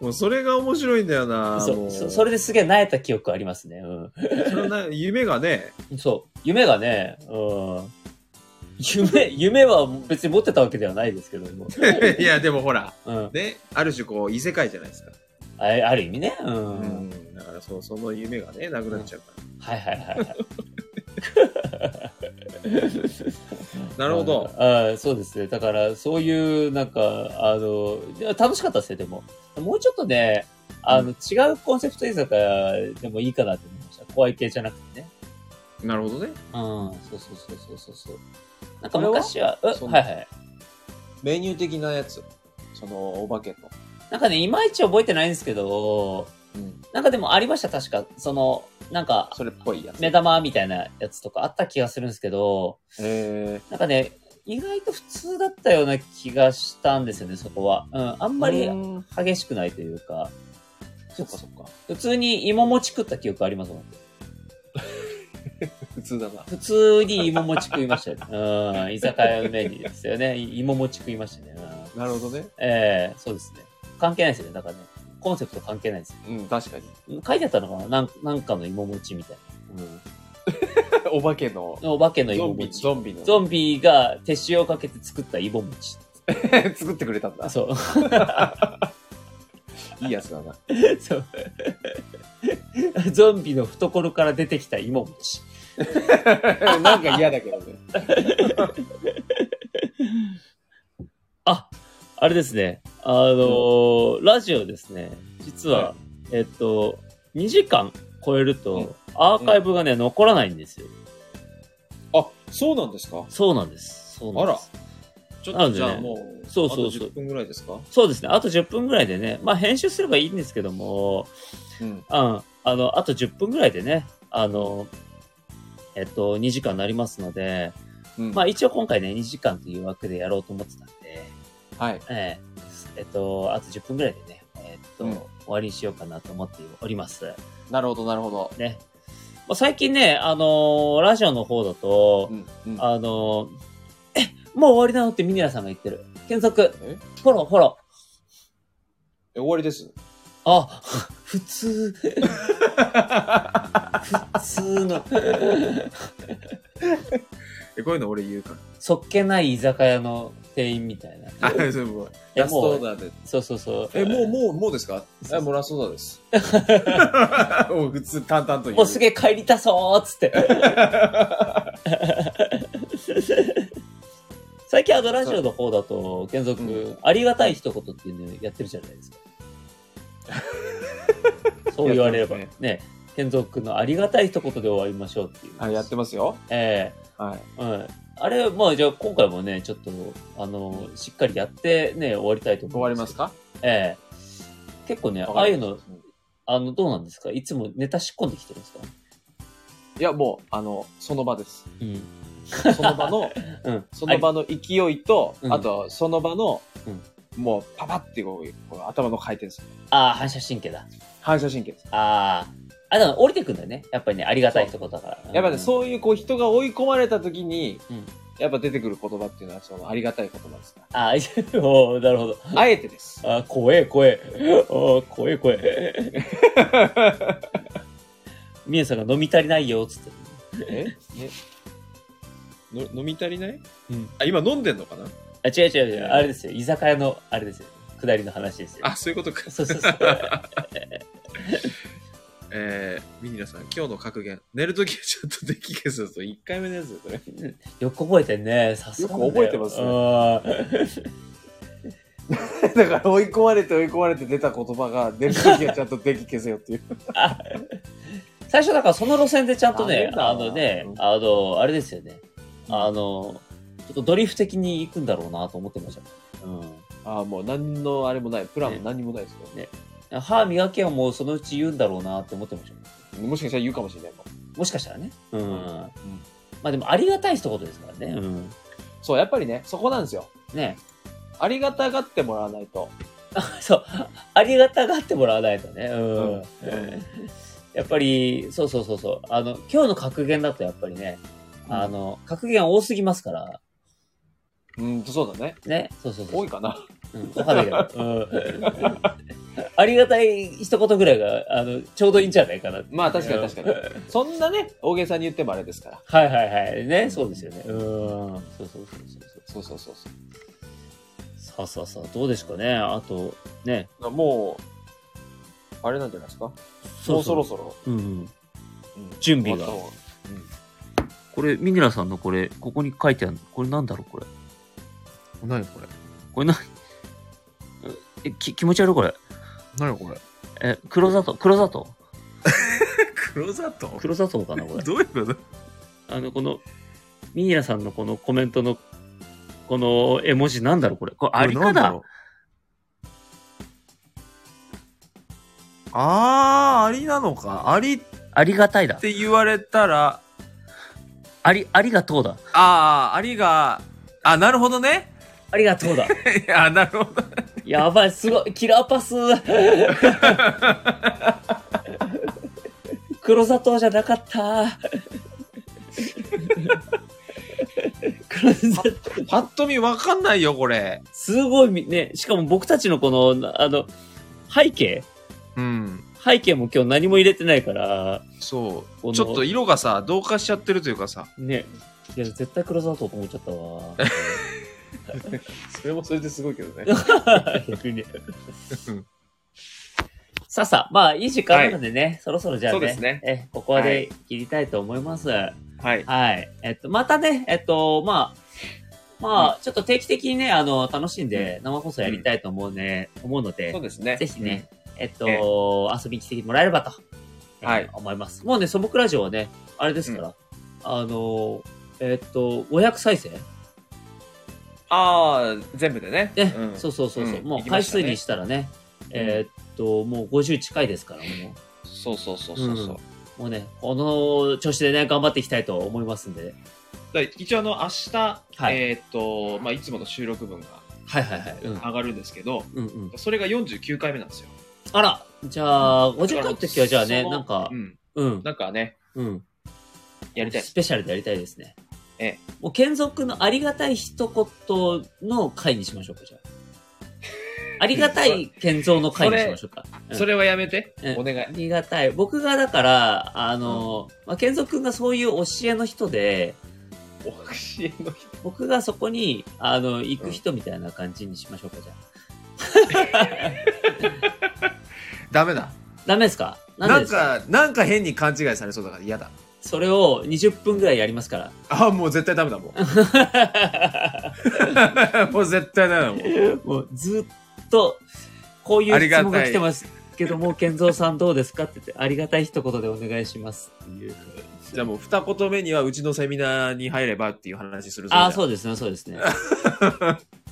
Speaker 6: もうそれが面白いんだよな。も
Speaker 1: そうそそれですげえ萎えた記憶ありますね。う
Speaker 6: それな夢がね、
Speaker 1: ん。そう。夢がね、うん。夢、夢は別に持ってたわけではないですけども。
Speaker 6: いや、でもほら、
Speaker 1: うん。
Speaker 6: ね、ある種こう、異世界じゃないですか。
Speaker 1: あある意味ね。
Speaker 6: う
Speaker 1: うん
Speaker 6: ん。だからそう、その夢がね、なくなっちゃうから。
Speaker 1: はいはいはいはい。
Speaker 6: なるほど。
Speaker 1: ああそうですね。だから、そういう、なんか、あの、いや楽しかったですよ、でも。もうちょっとね、あの、違うコンセプト居酒屋でもいいかなと思いました。怖い系じゃなくてね。
Speaker 6: なるほどね。
Speaker 1: うん、そうそうそうそうそうそう。なんか
Speaker 2: これは
Speaker 1: 昔は、う
Speaker 2: そ
Speaker 1: は
Speaker 2: の
Speaker 1: いはい。
Speaker 2: メニュー的なやつ。その、お化けの。
Speaker 1: なんかね、いまいち覚えてないんですけど、
Speaker 2: うん、
Speaker 1: なんかでもありました、確か。その、なんか、
Speaker 2: それっぽいやつ。
Speaker 1: 目玉みたいなやつとかあった気がするんですけど、
Speaker 2: え
Speaker 1: なんかね、意外と普通だったような気がしたんですよね、そこは。うん、あんまり
Speaker 2: うん
Speaker 1: 激しくないというか、
Speaker 2: そっかそっか。
Speaker 1: 普通に芋餅食った記憶ありますもん。
Speaker 6: 普通だな。
Speaker 1: 普通に芋餅食いま したよね。うん、居酒屋メニューですよね。い芋餅食いましたね。うん
Speaker 2: なるほどね。
Speaker 1: ええそうですね。関係ないですよね。だからね、コンセプト関係ないです
Speaker 2: うん、確かに。
Speaker 1: よ。書いてあったのかななんなんかの芋餅みたいな。
Speaker 2: お化けの
Speaker 1: うん、お化けの
Speaker 2: ゾ
Speaker 1: 芋
Speaker 2: ンビ、
Speaker 1: 餅。
Speaker 2: ゾンビの。
Speaker 1: ゾンビが手塩をかけて作った芋餅。
Speaker 2: 作ってくれたんだ。
Speaker 1: そう。
Speaker 2: いいやつだ な。
Speaker 1: そう。 ゾンビの懐から出てきた芋餅。
Speaker 2: なんか嫌だけどね。
Speaker 1: あ、あれですね。あのーラジオですね。実は、
Speaker 2: は
Speaker 1: えっと、2時間超えると、アーカイブがね、残らないんですよ。
Speaker 2: あ、そうなんですか
Speaker 1: そうなんです。そうなんです。
Speaker 6: ちょっ
Speaker 1: な
Speaker 6: と
Speaker 1: んでね
Speaker 6: じゃあもう、
Speaker 1: そうそうそう
Speaker 6: あと10分ぐらいですか
Speaker 1: そうですね。あと10分ぐらいでね。まあ、編集すればいいんですけども、
Speaker 2: うん。
Speaker 1: うん。あの、あと10分ぐらいでね、あの、えっと、2時間になりますので、
Speaker 2: うん
Speaker 1: まあ、一応今回ね、2時間という枠でやろうと思ってたんで、
Speaker 2: はい。
Speaker 1: えええっと、あと10分ぐらいでね、えっと、
Speaker 2: うん
Speaker 1: 終わりにしようかなと思っております。
Speaker 2: なるほど、なるほど。
Speaker 1: ね。まあ、最近ね、あのーラジオの方だと、
Speaker 2: うん。うん
Speaker 1: あのーえ、もう終わりなのってミニラさんが言ってる。検索
Speaker 2: え、
Speaker 1: フォロー、フォロー。
Speaker 2: え終わり です。
Speaker 1: あ、 普通。普通の、
Speaker 6: え、こういうの俺言うか
Speaker 1: そっけない居酒屋の店員みたいな。
Speaker 6: ら。あ、そう、もう。
Speaker 1: え
Speaker 6: ラストオーダーで。
Speaker 1: そうそうそう。
Speaker 6: え、もう、もう、もうですか
Speaker 2: え、もらそうだです。
Speaker 6: もう普通、淡々と言う。
Speaker 1: もうすげえ帰りたそうっつって。最近あのラジオの方だと、健三君、ありがたい一言っていうのやってるじゃない ですか。そう言われれば
Speaker 6: やって
Speaker 1: ね。健三君のありがたい一言で終わりましょうっていう。
Speaker 2: はい、やってますよ。
Speaker 1: え
Speaker 2: はい。
Speaker 1: えうん。あれ、まあじゃあ今回もね、ちょっと、あの、しっかりやってね、終わりたいと思います。
Speaker 2: 終わりますか
Speaker 1: ええ結構ね、あ
Speaker 2: わ
Speaker 1: あ
Speaker 2: か
Speaker 1: い
Speaker 2: り
Speaker 1: う
Speaker 2: ま
Speaker 1: の
Speaker 2: し、
Speaker 1: あの、どうなんですかいつもネタ仕込んできてるんですか
Speaker 2: いや、もう、あの、その場です。
Speaker 1: うん。
Speaker 2: その 場の、
Speaker 1: うん。
Speaker 2: その場の勢いと、
Speaker 1: うん
Speaker 2: あと、その場の
Speaker 1: うん、
Speaker 2: もう、パパってこう、こう頭の回転でする。
Speaker 1: ああ、反射神経だ。
Speaker 2: 反射神経です。
Speaker 1: ああ。あ、でも降りてくんだよね。やっぱりね、ありがたい一言だから。
Speaker 2: やっぱね、
Speaker 1: う
Speaker 2: そういう、こう、人が追い込まれた時に
Speaker 1: うん、
Speaker 2: やっぱ出てくる言葉っていうのは、その、ありがたい言葉ですか
Speaker 1: ん。ああ、おーなる ほど。
Speaker 2: ら。あえてです。
Speaker 1: あー怖え、怖え。おー怖え、怖え。 みえさんが飲み足りないよ、つって。
Speaker 6: えの飲み足りない
Speaker 1: うん。
Speaker 6: あ、今飲んでんのかな
Speaker 1: あ、違う違う違う。あれですよ。居酒屋の、あれですよ。下りの話ですよ。
Speaker 6: あ、そういうことか。
Speaker 1: そうそうそう。
Speaker 6: えー、ミニラさん、今日の格言。寝るときはちょっと電気消すと1回目のやつだよ、それ。
Speaker 1: よく覚えてんね。さすがなんだ
Speaker 2: よく覚えてますね
Speaker 1: ね。
Speaker 2: だから、追い込まれて追い込まれて出た言葉が、出る時はちゃんと電気消せよ っていう。
Speaker 1: 最初だからその路線でちゃんとね
Speaker 2: ダメ、だ
Speaker 1: あのね
Speaker 2: う、ん
Speaker 1: あの、あれですよね。あの、ちょっとドリフ的に行くんだろうなと思ってました。う
Speaker 2: ああ、もう、何のあれもない。プランも何もないですよ。
Speaker 1: ん。歯磨けはもうそのうち言うんだろうなって思ってました。
Speaker 2: もしかしたら言うかもしれないもん
Speaker 1: もしかしたらね。うん。まあでもありがたい一言ですからね。うん。
Speaker 2: そう、やっぱりね、そこなんですよ。
Speaker 1: ね。
Speaker 2: ありがたがってもらわないと。
Speaker 1: そう。ありがたがってもらわないとね。うん。
Speaker 2: うんうん
Speaker 1: やっぱり、そうそうそうそう。あの、今日の格言だとやっぱりね、
Speaker 2: うん
Speaker 1: あの、格言多すぎますから、
Speaker 2: うん、そうだね。
Speaker 1: ね。そうそうそう。
Speaker 2: 多いかな。
Speaker 1: うん、わかんないけど。うん、ありがたい一言ぐらいが、あの、ちょうどいいんじゃないかな。
Speaker 2: まあ確かに確かに。そんなね、大げさに言ってもあれですから。
Speaker 1: はいはいはい。ね、そうですよね。うん。そうそうそうそう
Speaker 2: そうそうそうそう
Speaker 1: そう。さあさあさあ、どうですかね。あと、ね。。
Speaker 2: だからもう、あれなんじゃないですかもうそろそろ。
Speaker 1: ろ。うんうん。
Speaker 2: うん
Speaker 1: 準備が
Speaker 2: 終わっ
Speaker 1: これ、ミネラさんのこれ、ここに書いてあるこれなんだろうこれ。
Speaker 6: 何これ
Speaker 1: これな、え、き、気持ち悪いこれ。
Speaker 6: 何これ
Speaker 1: え、黒砂糖、黒砂糖
Speaker 6: 黒砂糖
Speaker 1: 黒砂糖かなこれ。
Speaker 6: どういうこと
Speaker 1: あの、この、ミニラさんのこのコメントの、この絵文字なんだろうこれ。これ、アリか
Speaker 6: これなん
Speaker 1: だ
Speaker 6: ろう
Speaker 2: あー、アリなのか。アリっ
Speaker 1: ありがたいだ。
Speaker 2: て言われたら、
Speaker 1: あり、ありがとうだ。
Speaker 2: あー、アリが、あ、なるほどね。
Speaker 1: ありがとうだ。
Speaker 2: いや、なるほど。
Speaker 1: やばい、すごい、キラーパス。 黒砂糖じゃなかった。 黒砂糖。
Speaker 2: パッと見わかんないよ、これ。
Speaker 1: すごいみね、しかも僕たちのこの、あの、背景
Speaker 2: うん。
Speaker 1: 背景も今日何も入れてないから、
Speaker 2: そ
Speaker 1: この
Speaker 2: う。ちょっと色がさ、同化しちゃってるというかさ。
Speaker 1: ね。いや、絶対黒砂糖と思っちゃったわ。
Speaker 7: それもそれですごいけどね。
Speaker 1: 逆に
Speaker 2: うん。
Speaker 1: さあさあ、まあ、いい時間なのでね、そろそろじゃあね、
Speaker 7: そうですね
Speaker 1: えここ
Speaker 7: は
Speaker 1: で
Speaker 7: い
Speaker 1: 切りたいと思います。はい。
Speaker 7: はい。
Speaker 1: えっと、またね、えっと、まあ、まあ、ちょっと定期的にね、あの、楽しんで生放送やりたいと思うね、思うので
Speaker 7: そう、ですね。
Speaker 1: ぜひね、えっと、遊びに来てもらえればと、えー
Speaker 7: はい
Speaker 1: 思います。もうね、素朴ラジオはね、あれですから、あの、えっと、500再生
Speaker 7: ああ、全部でね。
Speaker 1: ね、
Speaker 7: うん
Speaker 1: そうそうそうそう、
Speaker 7: うん
Speaker 1: も
Speaker 7: 行
Speaker 1: う
Speaker 7: きま
Speaker 1: 回
Speaker 7: したね
Speaker 1: 数にしたらね、
Speaker 7: ん
Speaker 1: えーっと、もう50近いですから、も
Speaker 7: そうそうそうそうそう
Speaker 1: うん。う、もうね、この調子でね、頑張っていきたいと思いますんで、
Speaker 7: だから一応あの明日、
Speaker 1: はい
Speaker 7: えーっと、まあいつもの収録分が
Speaker 1: はいはいはい、うん、
Speaker 7: 上がるんですけど、
Speaker 1: うんうん。
Speaker 7: それが49回目なんですよ。
Speaker 1: あら、じゃあ、50
Speaker 7: だ
Speaker 1: 回
Speaker 7: から
Speaker 1: の時はじゃあね、
Speaker 7: その
Speaker 1: なんか
Speaker 7: う、ん。
Speaker 1: うん、
Speaker 7: なんかね、
Speaker 1: うん、
Speaker 7: やりたいです。
Speaker 1: スペシャルでやりたいですね。
Speaker 7: ええ
Speaker 1: もう、健三君のありがたい一言の回にしましょうか、じゃあ。ありがたい健三の回にしましょうか。う ん
Speaker 7: それはやめて
Speaker 1: うん。
Speaker 7: お願い。
Speaker 1: ありがたい。僕がだから、あの、まあ、健三君がそういう教えの人で、
Speaker 7: お教えの人。
Speaker 1: 僕がそこに、あの、行く人みたいな感じにしましょうか、じゃあ。
Speaker 2: ダメだ。
Speaker 1: ダメですかな
Speaker 2: なんん
Speaker 1: でですか
Speaker 2: か、なんか変に勘違いされそうだから嫌だ。
Speaker 1: それを20分ぐらいやりますから。
Speaker 2: あー、もう絶対ダメだ、も う。 もう絶対ダメだ、もう。
Speaker 1: もうずっと、こうい
Speaker 2: あ
Speaker 1: う
Speaker 2: り
Speaker 1: 質
Speaker 2: が
Speaker 1: 問
Speaker 2: た
Speaker 1: が
Speaker 2: い
Speaker 1: 来てますけども、健三さんどうですかって言って、ありがたい一言でお願いしますっていう。
Speaker 2: じゃあもう二言目にはうちのセミナーに入ればっていう話するぞ。。
Speaker 1: ああ、そううですね、そうですね。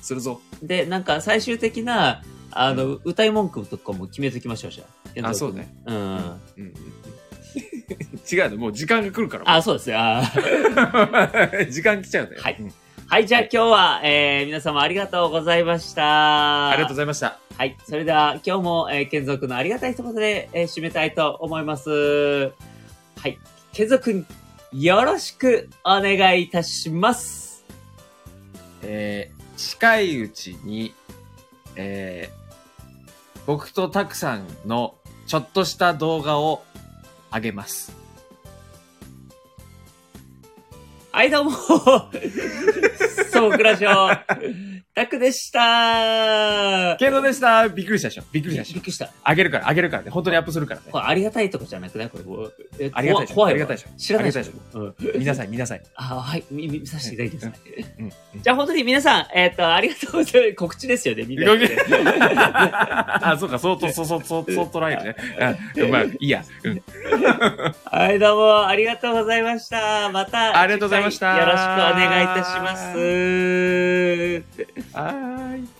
Speaker 2: するぞ。
Speaker 1: で、なんか最終的な、あの、歌い文句とかも決めときましょう、じゃあ。健
Speaker 2: あ、
Speaker 1: 三
Speaker 2: そう
Speaker 1: 君。
Speaker 2: ね。
Speaker 1: うん。
Speaker 2: うんうんうん 違うの、もう時間が来るから。
Speaker 1: あ、そうですね。あー
Speaker 2: 時間来ちゃうんだよ。
Speaker 1: はい
Speaker 2: うん
Speaker 1: はい、じゃあ今日は、えー、皆様ありがとうございました。
Speaker 2: ありがとうございました。
Speaker 1: はい、それでは今日も、えー、健三君のありがたい一言で、えー締めたいと思います。はい、健三君、よろしくお願いいたします。
Speaker 2: えー近いうちに、えー僕とたくさんのちょっとした動画をあげます。
Speaker 1: はい、どうも。 そう、クラショタクでした。
Speaker 2: ケイドでした。びっくりしたでしょ。びっくり
Speaker 1: び
Speaker 2: した
Speaker 1: っ
Speaker 2: でしょ
Speaker 1: く。りした。
Speaker 2: あげるから、あげるからね。本当にアップするから ね
Speaker 1: こ。れありがたいとかじゃなくないこれ。えー
Speaker 2: ありがたいでしょ。
Speaker 1: 怖
Speaker 2: あ
Speaker 1: い
Speaker 2: り
Speaker 1: わ
Speaker 2: がたいでしょ。
Speaker 1: 知らないでしょ
Speaker 2: ありがたいでし
Speaker 1: うん
Speaker 2: ょ。見なさい、見な さい。
Speaker 1: あはい、見、見させていただきます。
Speaker 2: うんうん
Speaker 1: じゃあ本当に皆さん、えっ、と、ありがとうございます。告知ですよね、みんな。
Speaker 2: あ、そうか、そうと、そうそう、そう、そう捉えるね。うんまあ、いいや。うん
Speaker 1: はい、どうもありがとうございました。また、
Speaker 2: ありがとうございまし
Speaker 1: 次
Speaker 2: た
Speaker 1: 回よろしくお願いいたします。
Speaker 2: はーい。